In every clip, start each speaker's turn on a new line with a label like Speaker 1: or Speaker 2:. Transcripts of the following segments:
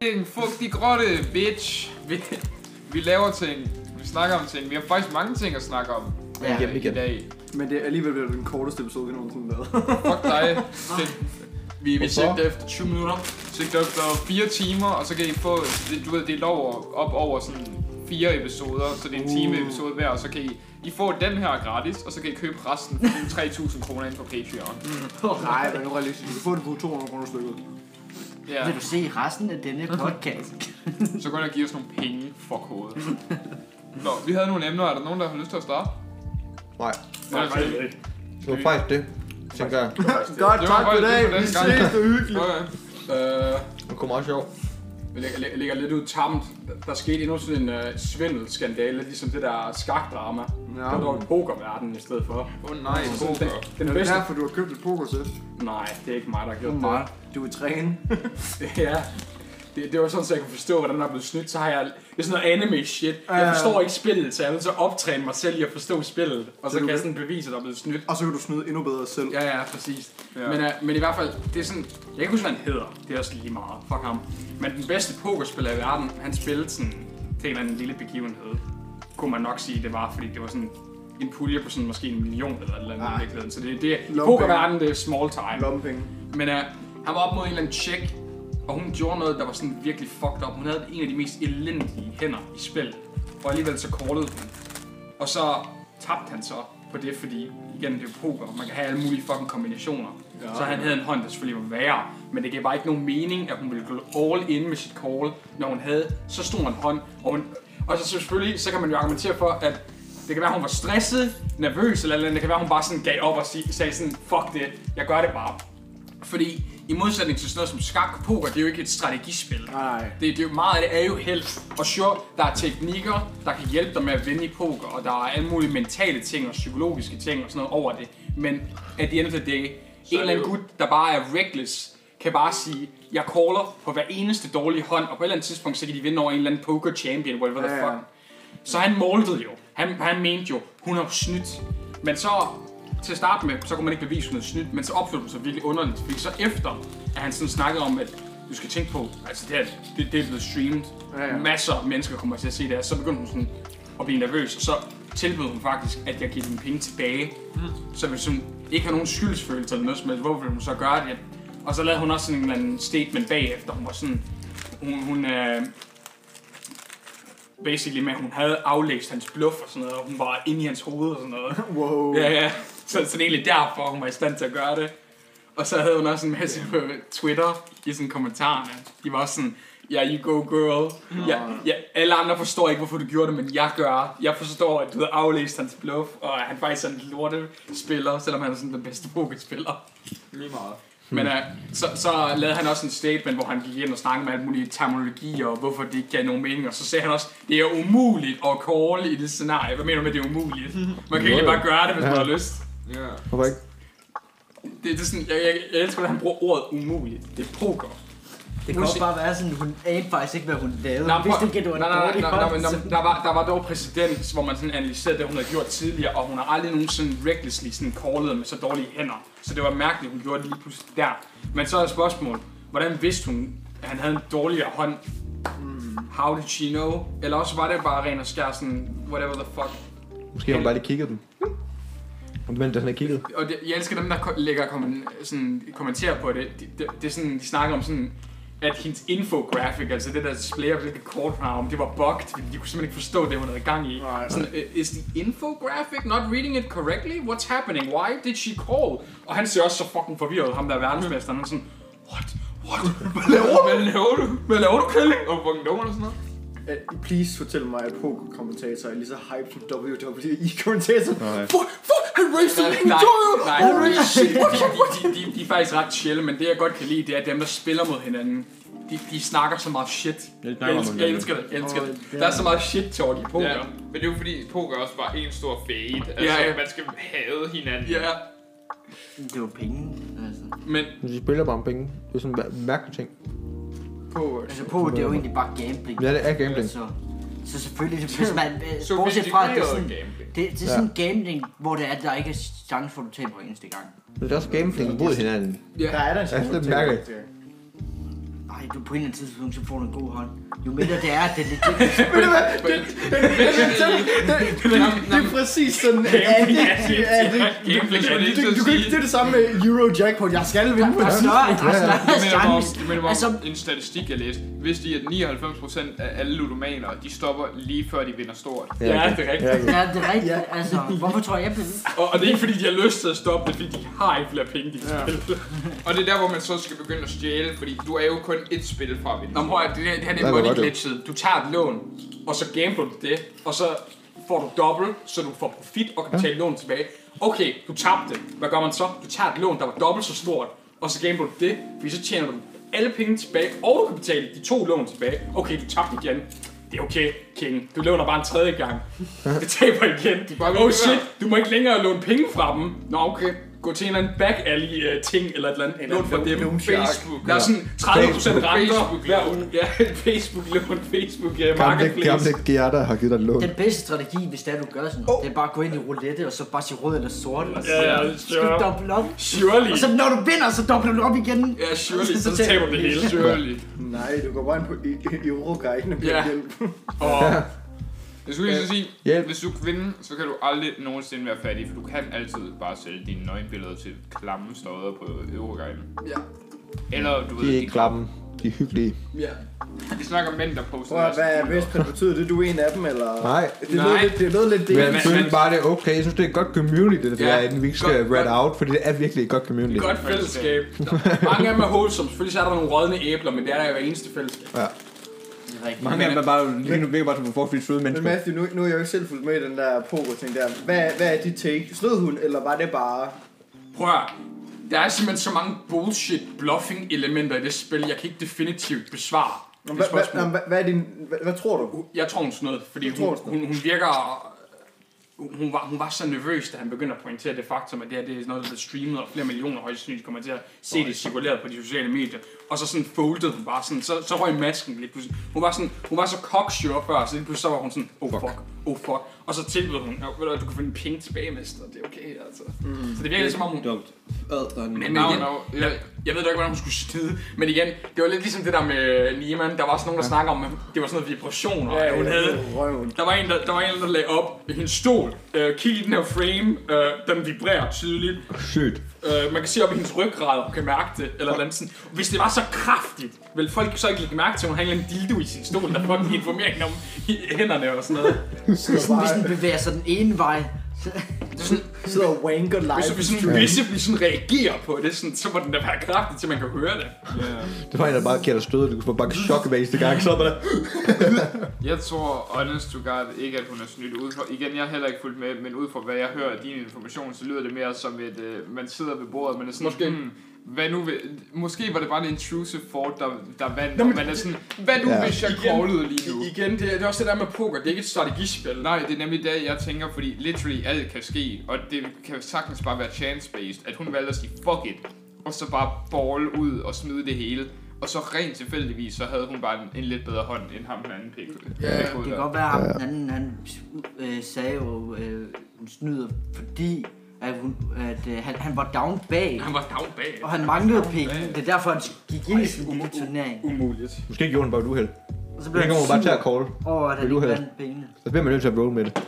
Speaker 1: En fugtig grotte, bitch. Vi, vi laver ting. Vi snakker om ting. Vi har faktisk mange ting at snakke om
Speaker 2: Ja.
Speaker 1: øh,
Speaker 2: Igen,
Speaker 1: i dag.
Speaker 3: Men det er alligevel blevet den korteste episode, vi nogensinde har lavet.
Speaker 1: Fuck dig. Det- Vi, vi
Speaker 2: Hvorfor?
Speaker 1: søgte efter 20 minutter. Søgte efter 4 timer, og så kan I få, det- du ved, det er over, op over sådan fire episoder, så det er en time
Speaker 3: Uh.
Speaker 1: episode hver, og så kan I, I får den her gratis, og så kan I købe resten for 3.000 kroner ind på Patreon.
Speaker 3: Nej, men nu er realistisk. Du får det på 200 kroner stykket.
Speaker 1: Ja,
Speaker 2: Vil du se resten af denne podcast?
Speaker 1: så gå ind og give os nogle penge for hovedet. Nå, vi havde nogle emner. Er der nogen, der har lyst til at starte?
Speaker 4: Nej,
Speaker 1: Nej,
Speaker 4: det var faktisk det, tænker jeg.
Speaker 3: Godt,
Speaker 1: Det var
Speaker 3: tak for
Speaker 1: faktisk
Speaker 3: i dag.
Speaker 1: det for
Speaker 3: Vi
Speaker 1: den gang.
Speaker 3: ses, det er hyggeligt.
Speaker 1: Okay.
Speaker 5: Øh,
Speaker 4: Det kunne meget sjovt.
Speaker 5: vi lægger, læ- lægger lidt ud tamt. Der skete endnu sådan en øh, svindelskandale, ligesom det der skakdrama. Ja. Der var dog en pokerverden i stedet for.
Speaker 1: Åh oh, nej,
Speaker 5: Så sådan,
Speaker 1: poker.
Speaker 5: Den, den
Speaker 3: Det
Speaker 5: bedste...
Speaker 3: er derfor, du har købt et pokersæt.
Speaker 5: Nej, det er ikke mig, der har gjort det.
Speaker 3: Du er træne.
Speaker 5: Ja. Det, det var sådan, så jeg kunne forstå, hvordan der er blevet snydt. Så har jeg... Det er sådan noget anime-shit. Jeg
Speaker 3: Ja.
Speaker 5: forstår ikke spillet, så jeg er nødt til at optræne mig selv i at forstå spillet. Og så
Speaker 3: du
Speaker 5: kan jeg
Speaker 3: vil.
Speaker 5: sådan bevise, at der er blevet snydt.
Speaker 3: Og så kan du snyde endnu bedre selv.
Speaker 5: Ja, ja, præcis.
Speaker 1: Ja.
Speaker 5: Ja. Men, uh, men i hvert fald, det er sådan... Jeg kan ikke huske, hvad han hedder. Det er også lige meget. Fuck ham. Men den bedste pokerspiller i verden, han spillede sådan til en eller anden lille begivenhed. Kunne man nok sige, det var, fordi det var sådan en pulje på sådan måske en million eller et eller andet
Speaker 3: Ah.
Speaker 5: i virkeligheden. Så det, det
Speaker 3: Lompenge.
Speaker 5: pokerverden, det er small time.
Speaker 3: Lommepenge.
Speaker 5: Men øh, han var op mod en eller anden chick, og hun gjorde noget, der var sådan virkelig fucked up. Hun havde en af de mest elendige hænder i spil, og alligevel så kortede hun. Og så tabte han så på det, fordi igen, det er jo poker, man kan have alle mulige fucking kombinationer. Ja. Så han havde en hånd, der selvfølgelig var værre, men det gav bare ikke nogen mening, at hun ville gå all in med sit call, når hun havde så stor en hånd. Og, hun, og så selvfølgelig, så kan man jo argumentere for, at det kan være, hun var stresset, nervøs eller et eller andet. Det kan være, hun bare sådan gav op og sig- sagde sådan, fuck det, jeg gør det bare. Fordi i modsætning til sådan noget som skak og poker, det er jo ikke et strategispil.
Speaker 3: Nej.
Speaker 5: Det, det er jo meget af det er jo held. Og sure, der er teknikker, der kan hjælpe dig med at vinde i poker, og der er alle mulige mentale ting og psykologiske ting og sådan noget over det. Men at the end of the day, en eller anden gut, der bare er reckless, kan bare sige, jeg caller på hver eneste dårlige hånd, og på et eller andet tidspunkt, så kan de vinde over en eller anden poker champion, whatever the
Speaker 3: Ja,
Speaker 5: fuck.
Speaker 3: ja.
Speaker 5: Så han måltede jo. Han, han mente jo, hun har snydt. Men så til at starte med, så kunne man ikke bevise, hun havde snydt, men så opførte hun sig virkelig underligt. Fordi så efter, at han sådan snakkede om, at du skal tænke på, altså det, her, det, det er blevet streamet.
Speaker 3: Ja, ja.
Speaker 5: Masser af mennesker kommer til at se det her. Så begyndte hun sådan at blive nervøs, og så tilbød hun faktisk, at jeg giver dine penge tilbage.
Speaker 3: Mm.
Speaker 5: Så hvis hun ikke har nogen skyldsfølelse eller noget som helst, hvorfor vil hun så gøre det? Og så lavede hun også sådan en eller anden statement bagefter. Hun var sådan, hun, hun øh, basically med, at hun havde aflæst hans bluff og sådan noget, og hun var inde i hans hoved og sådan noget.
Speaker 3: Wow.
Speaker 5: Ja, ja. Så, så det er egentlig derfor, hun var i stand til at gøre det. Og så havde hun også en masse på Twitter i sådan kommentarerne. De var også sådan, ja, yeah, you go girl. Ja, ja, alle andre forstår ikke, hvorfor du gjorde det, men jeg gør. Jeg forstår, at du har aflæst hans bluff, og at han faktisk er en lortespiller, selvom han er sådan den bedste pokerspiller.
Speaker 1: Lige meget.
Speaker 5: Men øh, så, så lavede han også en statement, hvor han gik ind og snakkede med alle mulige terminologier, og hvorfor det ikke gav nogen mening. Og så sagde han også, det er umuligt at call i det scenarie. Hvad mener du med, det er umuligt? Man kan ikke bare gøre det, hvis man har lyst.
Speaker 1: Ja.
Speaker 4: Hvorfor ikke?
Speaker 5: Det, det er sådan, jeg, jeg, jeg elsker, at han bruger ordet umuligt. Det er poker.
Speaker 2: Det kan også bare være sådan, hun anede faktisk ikke, hvad hun lavede.
Speaker 5: Nej,
Speaker 2: Hun vidste
Speaker 5: prøv-
Speaker 2: ikke, at det var en
Speaker 5: nej, nej,
Speaker 2: dårlig Altså,
Speaker 5: nej, nej, nej,
Speaker 2: hånd,
Speaker 5: nej,
Speaker 2: så-
Speaker 5: nej, der, var, der var dog præcedens, hvor man sådan analyserede det, hun havde gjort tidligere, og hun har aldrig nogensinde recklessly sådan callet med så dårlige hænder. Så det var mærkeligt, hun gjorde det lige pludselig der. Men så er spørgsmålet, hvordan vidste hun, at han havde en dårligere hånd?
Speaker 2: Mm.
Speaker 5: How did she know? Eller også var det bare ren og skær sådan, whatever the fuck.
Speaker 4: Måske har hun bare lige kigget den. Hun mente, at han havde kigget.
Speaker 5: Og det, jeg elsker dem, der ko- lægger kom, sådan, kommentarer på det. Det, det, det er sådan, de snakker om sådan, at hendes infographic, altså det der displayer, hvilket kort hun har om, det var bugged, fordi de kunne simpelthen ikke forstå det, hun havde gang i.
Speaker 3: Nej.
Speaker 5: Sådan, "Øh, is the infographic not reading it correctly? What's happening? Why did she call? Og han ser også så fucking forvirret, ud, ham der er verdensmesteren, han er sådan, what? What? Hvad laver du?
Speaker 1: Hvad laver du?
Speaker 5: Hvad laver du, Kelly?
Speaker 1: Og fucking dum eller sådan noget?
Speaker 3: Øh, Please fortæl mig, at pokerkommentatorer er lige så hype som WWE-kommentatorer.
Speaker 4: Nej.
Speaker 3: Fuck, fuck, han raised the
Speaker 5: Nej, nej, nej. De, de, de, de er faktisk ret chill, men det jeg godt kan lide, det er dem, der spiller mod hinanden. De, de snakker så meget shit. Jeg,
Speaker 4: snakker
Speaker 5: elsker,
Speaker 4: om
Speaker 5: jeg
Speaker 4: hinanden.
Speaker 5: elsker det, jeg elsker
Speaker 2: Åh,
Speaker 5: det.
Speaker 2: det
Speaker 5: Der er
Speaker 2: er-
Speaker 5: så meget shit talk i poker.
Speaker 1: Ja, men det er jo fordi, poker er også bare en stor fade. Altså,
Speaker 5: Ja, ja.
Speaker 1: man skal have hinanden.
Speaker 5: Ja,
Speaker 2: Det var penge. Altså,
Speaker 5: men
Speaker 4: Men de spiller bare om penge. Det er sådan en mær- mærkelig ting.
Speaker 5: poker.
Speaker 2: altså på, det er jo egentlig bare gambling.
Speaker 4: Ja, det er gambling.
Speaker 2: Så, så selvfølgelig, så hvis man, øh,
Speaker 1: Så
Speaker 2: bortset fra, at det er sådan,
Speaker 1: gambling.
Speaker 2: det, det er sådan gambling, hvor det er, at der ikke er chance for, at du taber eneste gang.
Speaker 4: Men det er også gambling mod hinanden.
Speaker 3: Der er der en
Speaker 4: Ja, det er mærkeligt.
Speaker 2: Nej, ej, du på en eller anden tidspunkt, så får du en god hånd. Jo mindre det er, at det er Altså, legit.
Speaker 3: Ved du hvad? Den, den, den, den, den, den, det er præcis sådan, at at det, at det,
Speaker 1: Gameplay er det ikke
Speaker 3: du,
Speaker 1: til
Speaker 3: du
Speaker 1: at
Speaker 3: kan ikke, det
Speaker 1: sige.
Speaker 3: er det samme med Eurojackpot, jeg skal vinde på
Speaker 2: Der er
Speaker 3: den.
Speaker 2: større, der er
Speaker 1: Det
Speaker 2: større
Speaker 1: minder mig om,
Speaker 2: chance.
Speaker 1: det minder mig
Speaker 2: Altså,
Speaker 1: om en statistik, jeg læste. Hvis de, at 99% af alle ludomaner, de stopper lige før de vinder stort.
Speaker 5: Ja, det er rigtigt.
Speaker 4: Ja, okay.
Speaker 2: ja, det er rigtigt. Altså, hvorfor tror jeg på det?
Speaker 5: Og, og det er ikke fordi, de har lyst til at stoppe det, fordi de har ikke flere penge, de kan ja. spille.
Speaker 1: Og det er der, hvor man så skal begynde at stjæle, fordi du er jo kun et spil fra at vinde.
Speaker 5: Nå, men prøv at, det, her- det her det
Speaker 4: Nej,
Speaker 5: er
Speaker 4: hvor
Speaker 5: money
Speaker 4: var det?
Speaker 5: glitchet. Du tager et lån, og så gambler du det, og så får du dobbelt, så du får profit og kan betale lånet tilbage. Okay, du tabte. Hvad gør man så? Du tager et lån, der var dobbelt så stort, og så gambler du det, fordi så tjener du alle penge tilbage, og du kan betale de to lån tilbage. Okay, du tabte igen. Det er okay, King. Du låner bare en tredje gang. Det taber igen.
Speaker 1: bare
Speaker 5: Oh
Speaker 1: ved-
Speaker 5: shit, du må ikke længere låne penge fra dem. Nå, okay. Gå til en eller anden back alley øh, ting eller et eller andet. Lån fra dem.
Speaker 3: Loan Shark.
Speaker 5: Facebook. Der er sådan 30% renter hver uge. Ja, facebook lån, Facebook øh,
Speaker 4: Gamle, gamle
Speaker 5: marketplace.
Speaker 4: Gerda har givet dig et lån.
Speaker 2: Den bedste strategi, hvis det er, du gør sådan, det er bare at gå ind i roulette, og så bare sige rød eller sort, og så
Speaker 5: Ja, ja,
Speaker 2: skal du
Speaker 5: sure.
Speaker 2: doble op.
Speaker 5: Surely.
Speaker 2: Og så når du vinder, så dobler du op igen. Altså,
Speaker 5: Ja, surely.
Speaker 2: Så
Speaker 5: Så taber du det hele.
Speaker 1: Surely.
Speaker 3: Nej, du går bare ind på e- e- Euroguiden og bliver
Speaker 5: Ja.
Speaker 3: hjælp.
Speaker 5: Og
Speaker 1: Jeg skulle lige så sige,
Speaker 4: Hjælp.
Speaker 1: hvis du kan vinde, så kan du aldrig nogensinde være fattig, for du kan altid bare sælge dine nøgenbilleder til klamme stodder på Euroguiden.
Speaker 5: ja,
Speaker 1: Eller du
Speaker 4: De
Speaker 1: ved,
Speaker 4: er ikke klamme. De er hyggelige.
Speaker 5: ja.
Speaker 1: vi snakker om mænd, der poster
Speaker 3: Prøv at,
Speaker 1: deres
Speaker 3: hvad er
Speaker 1: billeder.
Speaker 3: bedst, men betyder det, du er en af dem, eller?
Speaker 4: Nej.
Speaker 3: Det lød
Speaker 1: Nej.
Speaker 3: lidt, det lød lidt det.
Speaker 4: Men jeg
Speaker 5: men-
Speaker 4: føler
Speaker 5: men-
Speaker 4: bare, det er okay. Jeg synes, det er et godt community, det der,
Speaker 5: Ja,
Speaker 4: at vi ikke skal
Speaker 5: godt-
Speaker 4: rat
Speaker 5: godt.
Speaker 4: out, fordi det er virkelig et godt community.
Speaker 5: Godt fællesskab. Mange af dem er wholesome. Selvfølgelig så er der nogle rådne æbler, men det er der i hver eneste fællesskab.
Speaker 4: Ja.
Speaker 2: Det er rigtigt.
Speaker 4: Mange af dem er bare, lige nu virker bare som forholdsvis søde
Speaker 3: Men
Speaker 4: mennesker.
Speaker 3: Matthew, nu, nu er jeg jo ikke selv fuldt med i den der poker-ting der. Hvad, hvad er dit take? Snød hun, eller var det bare...
Speaker 5: Prøv at, høre. der er simpelthen så mange bullshit bluffing elementer i det spil, jeg kan ikke definitivt besvare.
Speaker 3: Hvad,
Speaker 5: det
Speaker 3: hvad,
Speaker 5: spørgsmål.
Speaker 3: hvad, hvad, er din, hvad, hvad tror du?
Speaker 5: Jeg tror, hun snød, fordi
Speaker 3: tror, hun
Speaker 5: hun,
Speaker 3: snød.
Speaker 5: hun, hun virker... Hun hun var, hun var så nervøs, da han begyndte at pointere det faktum, at det her det er noget, der bliver streamet, og flere millioner højst sandsynligt kommer til at se det cirkuleret på de sociale medier. Og så sådan foldede hun bare sådan, så, så røg masken lidt pludselig. Hun var, sådan, hun var så cocksure før, så lige pludselig så var hun sådan, oh fuck, oh fuck. Og så tilbød hun, "Nå, ved du, hvad, du kan finde penge tilbage, mester, det er okay, altså. Mm, så det virker lidt som om hun,
Speaker 6: Dumt. Aderen.
Speaker 5: men, men
Speaker 1: Nå,
Speaker 5: igen,
Speaker 1: nå,
Speaker 5: jeg, jeg ved da ikke, hvordan hun skulle snide, men igen, det var lidt ligesom det der med Niemann, der var også nogen, der snakker om, at det var sådan noget vibrationer, ja, hun havde.
Speaker 3: Røven.
Speaker 5: Der var en, der, der, var en, der lagde op i hendes stol, øh, kig i den her frame, øh, den vibrerer tydeligt,
Speaker 4: Sygt.
Speaker 5: øh, man kan se op i hendes ryggrad, og kan mærke det, eller andet sådan. Hvis det var så kraftigt, vil folk så ikke lægge mærke til, at hun har en eller anden dildo i sin stol, der fucking informerer hende om i hænderne og sådan noget.
Speaker 2: Sådan, hvis den bevæger sig den ene vej, så
Speaker 3: Sidder og wanker live.
Speaker 5: Hvis, hvis, hun, hvis, hvis sådan reagerer på det, sådan, så må den da være kraftig, til man kan høre det.
Speaker 4: Det var en, der bare giver dig stød, og du får bare chok hver eneste gang. Så er man der.
Speaker 1: Jeg tror honest to God ikke, at hun er snydt ud fra, igen, jeg har heller ikke fulgt med, men ud fra hvad jeg hører af din information, så lyder det mere som et, øh, man sidder ved bordet, man er sådan,
Speaker 5: Måske.
Speaker 1: Hmm, hvad nu vil, måske var det bare en intrusive thought, der, der vandt,
Speaker 5: Nå,
Speaker 1: og
Speaker 5: men-
Speaker 1: man er sådan, hvad nu
Speaker 4: Ja.
Speaker 1: hvis jeg
Speaker 5: Igen.
Speaker 1: crawlede lige nu?
Speaker 5: I- Igen, det, det er også det der med poker, det er ikke et strategispil.
Speaker 1: Nej, det er nemlig det, jeg tænker, fordi literally alt kan ske, og det kan sagtens bare være chance-based, at hun valgte at sige, fuck it, og så bare balle ud og smide det hele. Og så rent tilfældigvis, så havde hun bare en, en lidt bedre hånd end ham den anden pik. Ja, det
Speaker 2: det kan godt være, at den anden, han øh, sagde jo, øh, hun snyder, fordi at, hun, at øh, han, han var down bag,
Speaker 5: Han var down bag.
Speaker 2: og han manglede penge. Det er derfor, han gik ind i sin
Speaker 5: um-
Speaker 2: lille turnering.
Speaker 5: Umuligt.
Speaker 4: Måske gjorde han bare et uheld.
Speaker 2: Og så
Speaker 4: Det
Speaker 2: blev
Speaker 4: kommer man bare
Speaker 2: han
Speaker 4: til at
Speaker 2: sur
Speaker 4: call.
Speaker 2: over, at han
Speaker 4: Vil du
Speaker 2: ikke
Speaker 4: have?
Speaker 2: vandt pengene.
Speaker 4: Så bliver man nødt til at roll med det.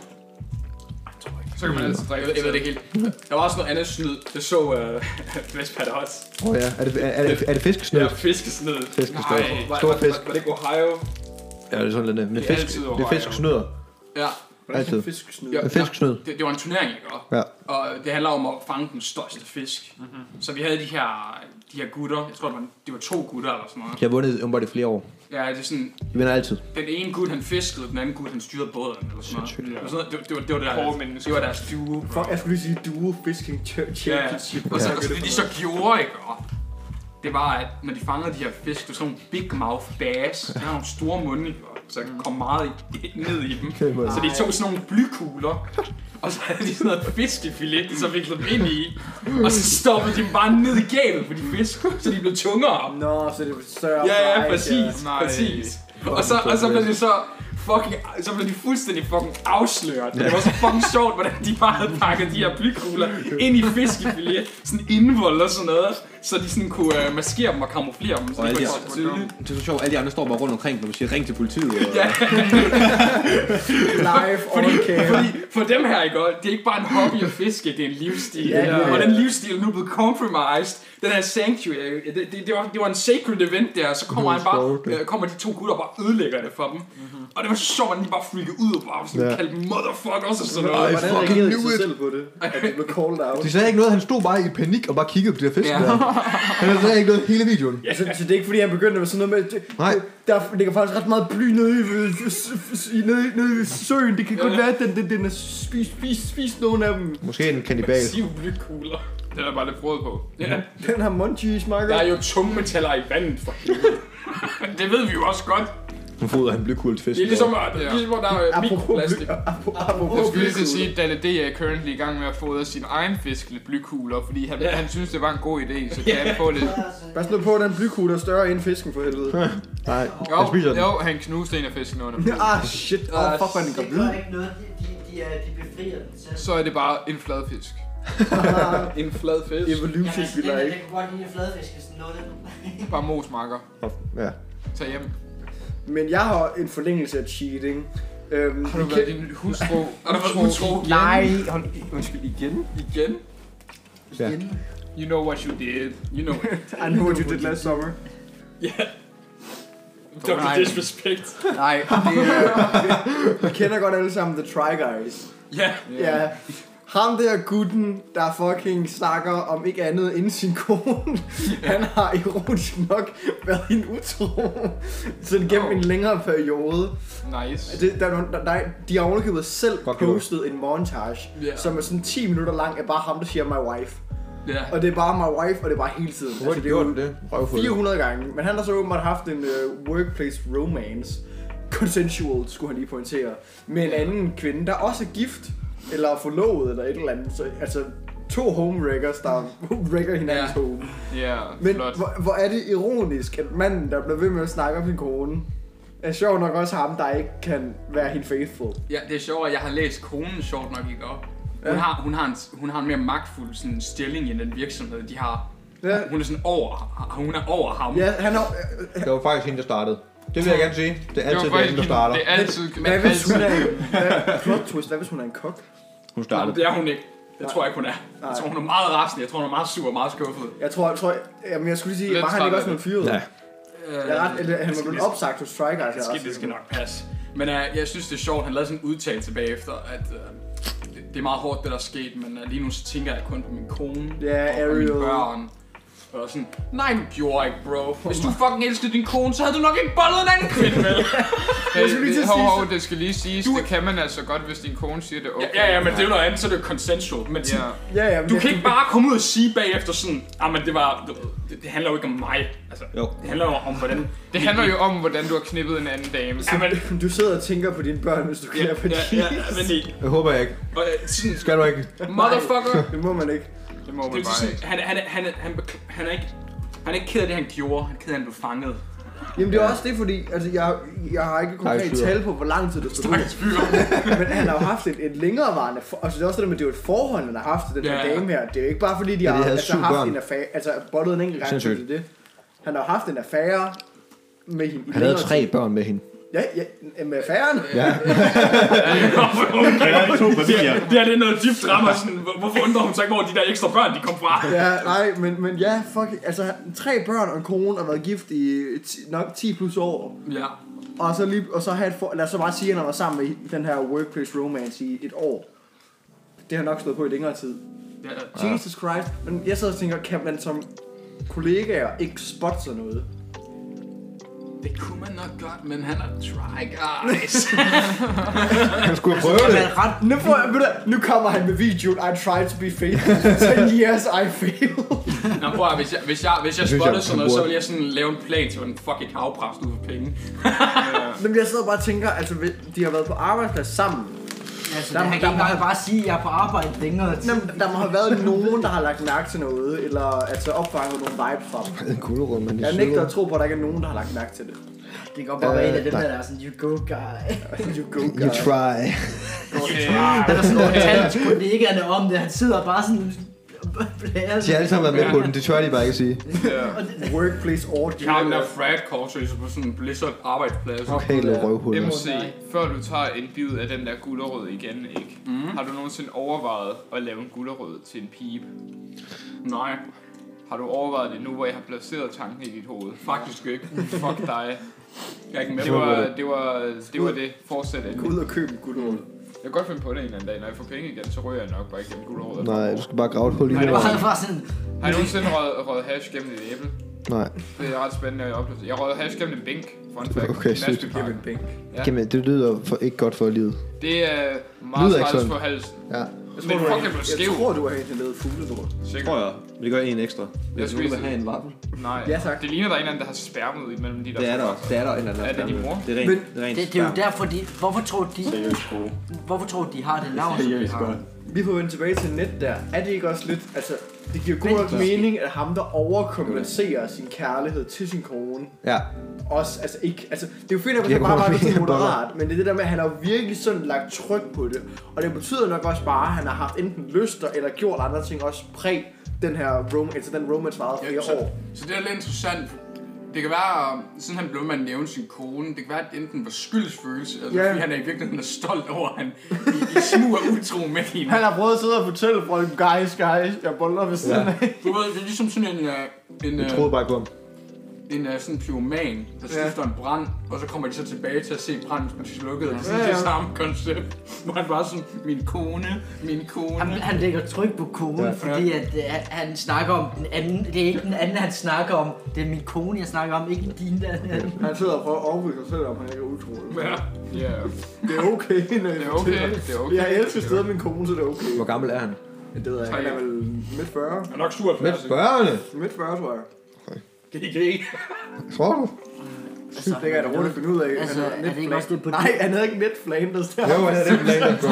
Speaker 1: Så kan man altid
Speaker 5: Jeg
Speaker 1: drikke
Speaker 5: ved, jeg ved det ikke helt. Der var også noget andet snyd. Jeg så uh, Vespada Hots.
Speaker 4: Åh ja. Er det, er, er det, er det fiskesnød?
Speaker 5: Ja, fiskesnød.
Speaker 4: Fiskesnød.
Speaker 1: Nej,
Speaker 5: Var,
Speaker 4: Stor
Speaker 5: var,
Speaker 4: fisk.
Speaker 5: Var, var det ikke Ohio?
Speaker 4: Ja, det er sådan lidt. øh, Men
Speaker 1: Det er
Speaker 4: fisk,
Speaker 1: altid
Speaker 4: det er
Speaker 1: Ohio.
Speaker 4: fiskesnøder.
Speaker 5: Ja.
Speaker 4: Altid.
Speaker 3: Fisk snyder.
Speaker 5: ja
Speaker 4: En fiskesnød.
Speaker 5: Det, det var en turnering, ikke? Og-
Speaker 4: Ja.
Speaker 5: Og det handler om at fange den største fisk.
Speaker 1: Mhm.
Speaker 5: Mm-hmm. Så vi havde de her, de her gutter. Jeg tror, det var, det var to gutter eller sådan noget.
Speaker 4: Jeg har vundet umiddelbart i flere år.
Speaker 5: Ja, det er sådan,
Speaker 4: Jeg vinder altid.
Speaker 5: den ene gut, han fiskede, den anden gut, han styrede båden eller sådan noget. Det var, sådan, noget- det, det, var, det, var
Speaker 1: Hårde
Speaker 5: deres,
Speaker 1: mennesker.
Speaker 5: det var deres duo. bro.
Speaker 3: Fuck, jeg skulle lige sige duo fishing ch-
Speaker 5: Ja,
Speaker 3: championship.
Speaker 5: og så, og så det de så gjorde, ikke? Og det var, at når de fangede de her fisk, det var sådan nogle big mouth bass, der har nogle store munde, ikke? Og så kom meget i, ned i dem.
Speaker 4: Det må jeg
Speaker 5: Så de tog sådan nogle blykugler, og så havde de sådan noget fiskefilet, de så viklede dem ind i, og så stoppede de dem bare ned i gabet på de fisk, så de blev tungere.
Speaker 3: Nå, så det er større.
Speaker 5: Ja, ja,
Speaker 3: fight,
Speaker 5: præcis,
Speaker 1: Nej.
Speaker 5: præcis. Og så, og så blev de så fucking, så blev de fuldstændig fucking afsløret. Det var så fucking sjovt, hvordan de bare havde pakket de her blykugler ind i fiskefilet, sådan indvold og sådan noget. så de sådan kunne øh, maskere dem og kamuflere dem, så
Speaker 4: Og
Speaker 5: de kunne
Speaker 4: alle de-
Speaker 5: ikke så tydeligt.
Speaker 4: Det er så sjovt, alle de andre står bare rundt omkring, når man siger, ring til politiet. Og,
Speaker 5: Ja.
Speaker 3: Live
Speaker 5: Fordi,
Speaker 3: on camera.
Speaker 5: fordi for dem her, ikke? og Det er ikke bare en hobby at fiske, det er en livsstil.
Speaker 3: Ja, ja, ja.
Speaker 5: Og den livsstil er nu blevet compromised. Den her sanctuary, det, det, det, var, det var en sacred event der, så kommer, han bare, øh, kommer de to gutter og bare ødelægger det for dem. Mm-hmm. Og det var så sjovt, at de bare freakede ud og bare sådan
Speaker 4: Ja.
Speaker 5: yeah. kaldte dem motherfuckers og sådan noget.
Speaker 4: Ej,
Speaker 3: Hvordan
Speaker 4: fucking
Speaker 3: reagerede de
Speaker 4: knew
Speaker 3: sig
Speaker 4: it.
Speaker 3: selv på det? At de blev called out?
Speaker 4: De sagde ikke noget, han stod bare i panik og bare kiggede på de der fisk.
Speaker 5: Ja.
Speaker 4: Ja. Han sagde ikke noget hele videoen.
Speaker 3: Så, Altså, så det er ikke fordi, han begyndte med sådan noget med... Det,
Speaker 4: Nej.
Speaker 3: Der ligger faktisk ret meget bly nede i, øh, f- f- f- i- nede, i- nede i søen. Det kan godt være, at den, den, den er spist, spist, spist nogen af dem.
Speaker 4: Måske en kannibal.
Speaker 5: Massive blykugler.
Speaker 1: Den er bare lidt frod på.
Speaker 5: Ja.
Speaker 3: Den har munchies, Marco.
Speaker 5: Der er jo tungmetaller i vandet for helvede. det ved vi jo også godt.
Speaker 4: Nu fodrer han blykugler til fisk.
Speaker 5: Det er ligesom, at,
Speaker 1: Ja.
Speaker 5: ligesom, at der er
Speaker 3: Apropos,
Speaker 5: mikroplastik.
Speaker 3: bly, apropos, apropos
Speaker 1: Jeg skulle lige til at
Speaker 3: blykugler.
Speaker 1: sige, at Danny D er currently i gang med at fodre sin egen fisk lidt blykugler, fordi han,
Speaker 5: Ja.
Speaker 1: han synes, det var en god idé, så kan han få lidt.
Speaker 3: Pas nu på, at den blykugle er større end fisken for helvede.
Speaker 4: Nej,
Speaker 1: Jo,
Speaker 4: han spiser den.
Speaker 1: jo, han knuste en af fiskene under.
Speaker 3: ah, shit. Åh, oh, fuck, hvor er den
Speaker 2: Det
Speaker 3: gravid.
Speaker 2: gør ikke noget, de, de, de, er- de befrier den selv.
Speaker 1: Så er det bare en flad fisk.
Speaker 5: En flad fisk.
Speaker 3: Evolution,
Speaker 2: jeg,
Speaker 3: vi
Speaker 2: jeg, jeg,
Speaker 3: like.
Speaker 2: jeg kunne godt lide at fladfisk, hvis den lå der.
Speaker 1: Bare mosmarker.
Speaker 4: Ja.
Speaker 1: Tag hjem.
Speaker 3: Men jeg har en forlængelse af cheating. Øhm,
Speaker 1: Har du
Speaker 3: vi
Speaker 1: været din hustru?
Speaker 5: Har du været utro?
Speaker 1: igen?
Speaker 3: Nej, hold, undskyld, igen?
Speaker 5: Igen?
Speaker 4: Ja.
Speaker 3: Igen?
Speaker 1: You know what you did.
Speaker 5: You know it.
Speaker 3: I know what you did last summer.
Speaker 5: Double
Speaker 3: Nej.
Speaker 5: disrespect.
Speaker 3: Nej, det er... Vi kender godt alle sammen The Try Guys.
Speaker 5: Ja.
Speaker 3: Ja. ja. Ham der gutten, der fucking snakker om ikke andet end sin kone, han har ironisk nok været en utro. Sådan gennem en længere periode.
Speaker 1: Nice.
Speaker 3: Det, der, der, der, de har ovenikøbet selv
Speaker 4: Godt gjort.
Speaker 3: postet en montage,
Speaker 5: Ja.
Speaker 3: yeah. som er sådan 10 minutter lang af bare ham, der siger my wife.
Speaker 5: Ja.
Speaker 3: Og det er bare my wife, og det er bare hele tiden.
Speaker 4: Hvor har de
Speaker 3: er jo
Speaker 4: gjort det? Røvfuld.
Speaker 3: 400 gange. Men han har så åbenbart haft en uh, workplace romance. Consensual, skulle han lige pointere. Med en anden kvinde, der også er gift. Eller er forlovet, eller et eller andet. Så, altså, to homewreckers, der wrecker hinandens
Speaker 5: Ja.
Speaker 3: home.
Speaker 1: Ja,
Speaker 3: Men
Speaker 1: flot.
Speaker 3: hvor, hvor er det ironisk, at manden, der bliver ved med at snakke om sin kone, er sjov nok også ham, der ikke kan være helt faithful.
Speaker 5: Ja, det er sjovt, at jeg har læst konen sjovt nok ikke op. Hun,
Speaker 3: Ja.
Speaker 5: ja. har, hun, har en, hun har en mere magtfuld sådan, stilling i den virksomhed, de har.
Speaker 3: Ja.
Speaker 5: Ja. Hun er sådan over, hun er over ham.
Speaker 3: Ja, han har...
Speaker 4: Det var faktisk hende, der startede. Det vil jeg gerne sige. Det er
Speaker 1: Det var
Speaker 4: altid det er
Speaker 1: faktisk
Speaker 4: hende, der
Speaker 1: en-
Speaker 4: starter.
Speaker 1: Det er altid... Men
Speaker 3: Hvad
Speaker 4: altså-
Speaker 3: hvis hun
Speaker 1: altid.
Speaker 3: er en... hvad- Plot twist, hvad hvis hun er en kok?
Speaker 4: Hun
Speaker 5: Nå,
Speaker 4: startede.
Speaker 5: det er hun ikke. Jeg tror ikke, hun er.
Speaker 3: Nej.
Speaker 5: Jeg tror, hun er meget rasende. Jeg tror, hun er meget sur og meget skuffet.
Speaker 3: Jeg tror, jeg tror... Jamen, jeg skulle lige sige,
Speaker 1: Lidt
Speaker 3: var han ikke
Speaker 1: træt af
Speaker 3: også blevet fyret?
Speaker 4: Ja.
Speaker 5: Øh,
Speaker 3: Jeg er ret, eller, han var
Speaker 5: det,
Speaker 3: blevet
Speaker 5: skal-
Speaker 3: opsagt hos Strike Guys.
Speaker 5: det, skal, det skal nok passe. Men øh, jeg synes, det er sjovt, han lavede sådan en udtalelse bagefter, at øh, det, det er meget hårdt, det der er sket, men øh, lige nu så tænker jeg kun på min kone
Speaker 3: Ja,
Speaker 5: og mine
Speaker 3: Ariel.
Speaker 5: børn. Og sådan, nej, du gjorde ikke, bro. Hvis du fucking elskede din kone, så havde du nok ikke bollet en anden kvinde, vel?
Speaker 1: Det,
Speaker 3: skulle lige
Speaker 1: det,
Speaker 3: til at
Speaker 1: hov,
Speaker 3: sige,
Speaker 1: hov, det skal lige siges.
Speaker 5: Du-
Speaker 1: Det kan man altså godt, hvis din kone siger det er okay.
Speaker 5: Ja, ja, ja, men det er jo noget andet, så er det er consensual. Men sådan,
Speaker 1: Ja.
Speaker 3: Ja, ja, men
Speaker 5: du
Speaker 3: jeg-
Speaker 5: kan ikke bare komme ud og sige bagefter sådan, ah, men det var, du ved, det, det handler jo ikke om mig. Altså,
Speaker 4: Jo.
Speaker 5: det handler jo om, hvordan...
Speaker 1: Det handler jo om, hvordan du har knippet en anden dame.
Speaker 5: Ja, men,
Speaker 3: Du sidder og tænker på dine børn, hvis du
Speaker 5: ja,
Speaker 3: kigger på
Speaker 5: ja,
Speaker 3: de.
Speaker 5: ja, men det,
Speaker 4: Jeg håber jeg ikke.
Speaker 5: og, øh, sådan,
Speaker 4: Skal du ikke?
Speaker 5: motherfucker.
Speaker 3: Det må man ikke.
Speaker 1: Det må
Speaker 5: Det
Speaker 1: man
Speaker 5: er
Speaker 1: bare
Speaker 5: sådan,
Speaker 1: ikke.
Speaker 5: han, han, han, han, bekl- han er ikke... Han er ikke ked af det, han gjorde. Han er ked af, at han blev fanget.
Speaker 3: Jamen, det er også det, fordi altså, jeg, jeg har ikke konkret
Speaker 4: fyr.
Speaker 3: tal på, hvor lang tid det stod ud.
Speaker 5: Stakkels fyr.
Speaker 3: Men han har jo haft et, et længerevarende for, altså det er også det med, det er jo et forhold, han har haft til den her
Speaker 5: Ja, ja.
Speaker 3: dame her. Det er jo ikke bare fordi, de
Speaker 4: Ja,
Speaker 3: har
Speaker 4: de havde
Speaker 3: altså,
Speaker 4: syv
Speaker 3: haft
Speaker 4: børn.
Speaker 3: en affære, altså bollet en enkelt gang
Speaker 4: Sindssygt.
Speaker 3: til det. Han har haft en affære med hende i
Speaker 4: Han havde
Speaker 3: længere
Speaker 4: tre
Speaker 3: tid.
Speaker 4: børn med hende.
Speaker 3: Ja, ja, med affæren.
Speaker 4: Ja.
Speaker 6: Der er to papirer.
Speaker 5: Det her det er noget dybt rammer. Sådan, hvor- hvorfor undrer hun sig ikke, hvor de der ekstra børn, de kom fra?
Speaker 3: Ja, nej, men, men ja, fuck, altså han- tre børn og en kone har været gift i ti, nok 10 plus år.
Speaker 5: Ja.
Speaker 3: Og så, lige, og så have et for, lad os så bare sige, at han var sammen med den her workplace romance i et år. Det har nok stået på i længere tid.
Speaker 5: ja.
Speaker 3: Jesus Christ. Men jeg sidder og tænker, kan man som kollegaer ikke spotte sådan noget?
Speaker 5: Det kunne man nok godt, men han er try guys.
Speaker 4: Han skulle have prøvet det.
Speaker 2: Men ret
Speaker 3: Nu, får jeg, ved du, nu kommer han med videoen, I tried to be faithful, 10 years I failed.
Speaker 5: Nå, prøv at, høre, hvis jeg, hvis jeg, hvis jeg
Speaker 4: Det synes
Speaker 5: spottede
Speaker 4: jeg,
Speaker 5: sådan
Speaker 4: man
Speaker 5: noget, så
Speaker 4: burde.
Speaker 5: ville jeg sådan lave en plan til, hvordan fucking havpræst ud for penge.
Speaker 3: Men jeg sidder bare og tænker, altså de har været på arbejdsplads sammen.
Speaker 2: Altså,
Speaker 3: Der-
Speaker 2: der, han
Speaker 3: der
Speaker 2: kan ikke
Speaker 3: var-
Speaker 2: bare, bare sige, at jeg er på arbejde længere tid.
Speaker 3: Jamen, der må have været nogen, der har lagt mærke til noget, eller altså opfanget nogle vibes fra dem.
Speaker 4: En gulerod, men det
Speaker 3: Jeg nægter at tro på, at der ikke er nogen, der har lagt mærke til det.
Speaker 2: Det kan godt bare være en af dem,
Speaker 3: Øh,
Speaker 4: nej.
Speaker 2: der er sådan, you go guy.
Speaker 3: You go,
Speaker 4: You
Speaker 3: guy.
Speaker 4: try.
Speaker 1: Øh,
Speaker 2: Han har sådan fortalt kollegaerne om det. Han sidder bare sådan blæret.
Speaker 4: De har alle sammen været med på den, det tør de bare ikke sige.
Speaker 1: Ja.
Speaker 2: Og det-
Speaker 3: Workplace orgy.
Speaker 5: De har den der frat culture på sådan en blizzard arbejdsplads.
Speaker 4: Lokale røvhuller.
Speaker 1: MC, før du tager en bid af den der gulerod igen, ikke? Mm. Har du nogensinde overvejet at lave en gulerod til en pibe?
Speaker 5: Nej,
Speaker 1: Har du overvejet det nu, hvor jeg har placeret tanken i dit hoved?
Speaker 5: faktisk ikke.
Speaker 1: Fuck dig.
Speaker 5: Jeg er ikke med
Speaker 1: Det
Speaker 5: på det.
Speaker 1: var det, var, det, var det. Fortsæt endelig.
Speaker 3: Gå ud og køb en guldråd.
Speaker 1: Jeg kan godt finde på det en eller anden dag. Når jeg får penge igen, så ryger jeg nok bare igennem gulerod.
Speaker 4: Nej, du skal bare grave et hul i
Speaker 1: Nej,
Speaker 4: det.
Speaker 1: det
Speaker 2: Og
Speaker 1: var-
Speaker 2: havde bare sådan...
Speaker 1: Har jeg nogensinde røget, røget hash gennem et æble?
Speaker 4: Nej,
Speaker 1: Det er ret spændende at opleve. Jeg røget hash gennem en bænk. Fun fact.
Speaker 4: Okay,
Speaker 1: I
Speaker 4: sygt.
Speaker 1: Næsbyparken.
Speaker 3: Kevin Pink.
Speaker 1: Ja.
Speaker 4: Jamen, det lyder for, ikke godt for livet.
Speaker 1: Det er meget
Speaker 4: Lyder ikke
Speaker 1: træls
Speaker 4: sådan.
Speaker 1: for halsen.
Speaker 4: Ja.
Speaker 3: Jeg
Speaker 1: Men
Speaker 3: du
Speaker 1: fuck,
Speaker 3: har-
Speaker 1: jeg blev skæv.
Speaker 3: jeg tror, du har hentet fuglenord.
Speaker 1: Sikkert.
Speaker 6: Tror jeg. Men det gør en ekstra. Hvis
Speaker 1: Jeg
Speaker 6: jeg nogen, der
Speaker 1: spiser-
Speaker 6: vil have en vaffel.
Speaker 1: Nej.
Speaker 3: Ja, tak.
Speaker 1: Det ligner, der er en eller anden, der har spærmet imellem de der.
Speaker 6: Det er der. Det er der en eller anden.
Speaker 1: Er det din mor?
Speaker 6: Det er rent.
Speaker 3: Men-
Speaker 6: det er rent
Speaker 2: Det, det er jo
Speaker 6: spam.
Speaker 2: derfor, de... Hvorfor tror de...
Speaker 6: Seriøst gode.
Speaker 2: Hvorfor tror de har det navn, som de
Speaker 6: Seriøst
Speaker 2: har?
Speaker 6: godt.
Speaker 3: Vi får vende tilbage til net der. Er det ikke også lidt, altså, det giver god nok
Speaker 2: Men-
Speaker 3: mening, at ham, der overkompenserer sin kærlighed til sin kone,
Speaker 4: Ja,
Speaker 3: også, altså ikke, altså, det er jo fint, at
Speaker 4: Jeg
Speaker 3: han bare
Speaker 4: kunne
Speaker 3: var
Speaker 4: godt
Speaker 3: lidt
Speaker 4: lide, at han
Speaker 3: moderat, men det er det der med, at han har virkelig sådan lagt tryk på det, og det betyder nok også bare, at han har haft enten lyster eller gjort andre ting, også præg den her rom, altså den romance varede
Speaker 5: Ja,
Speaker 3: flere
Speaker 5: så,
Speaker 3: år.
Speaker 5: så det er lidt interessant. Det kan være, øh, siden han blev med at nævne sin kone, det kan være, at det enten var skyldsfølelse, altså
Speaker 3: Ja.
Speaker 5: fordi han er i virkeligheden er stolt over, at han i, i smug er utro med hende.
Speaker 3: Han har prøvet at sidde og fortælle folk, guys, guys, jeg boller ved siden
Speaker 4: Ja.
Speaker 3: af.
Speaker 5: Du ved, det er ligesom sådan en, øh, en,
Speaker 4: jeg
Speaker 5: øh,
Speaker 4: troede bare ikke på ham.
Speaker 5: en øh, sådan pyroman, der stifter en brand, og så kommer de så tilbage til at se branden, som de slukkede. Det er sådan
Speaker 3: Ja,
Speaker 5: ja,
Speaker 3: ja.
Speaker 5: ja. det samme koncept, hvor han bare sådan, min kone, min kone.
Speaker 2: Han, han lægger tryk på konen, ja. fordi at, øh, han- han snakker om den anden. Det er ikke den anden, han snakker om. Det er min kone, jeg snakker om, ikke din der.
Speaker 3: Han sidder og prøver at overbevise sig selv, om han ikke er utro.
Speaker 5: Ja.
Speaker 1: Ja,
Speaker 3: Det er okay, når jeg
Speaker 1: det er okay. Det er okay.
Speaker 3: Jeg elsker stedet min kone, så det er okay.
Speaker 4: Hvor gammel er han?
Speaker 3: Men Det ved jeg, ikke. han er vel midt 40.
Speaker 5: Han er nok sur altså.
Speaker 4: Med børnene!
Speaker 3: Midt 40, tror jeg.
Speaker 5: GG.
Speaker 4: Tror du?
Speaker 2: Altså,
Speaker 3: Det kan jeg da roligt finde ud af. Han
Speaker 2: Altså,
Speaker 3: er
Speaker 2: er
Speaker 3: net
Speaker 2: det ikke
Speaker 3: flan-
Speaker 2: også det på
Speaker 3: Nej, han havde ikke net flanders der.
Speaker 4: Jo, han er den plan, der går.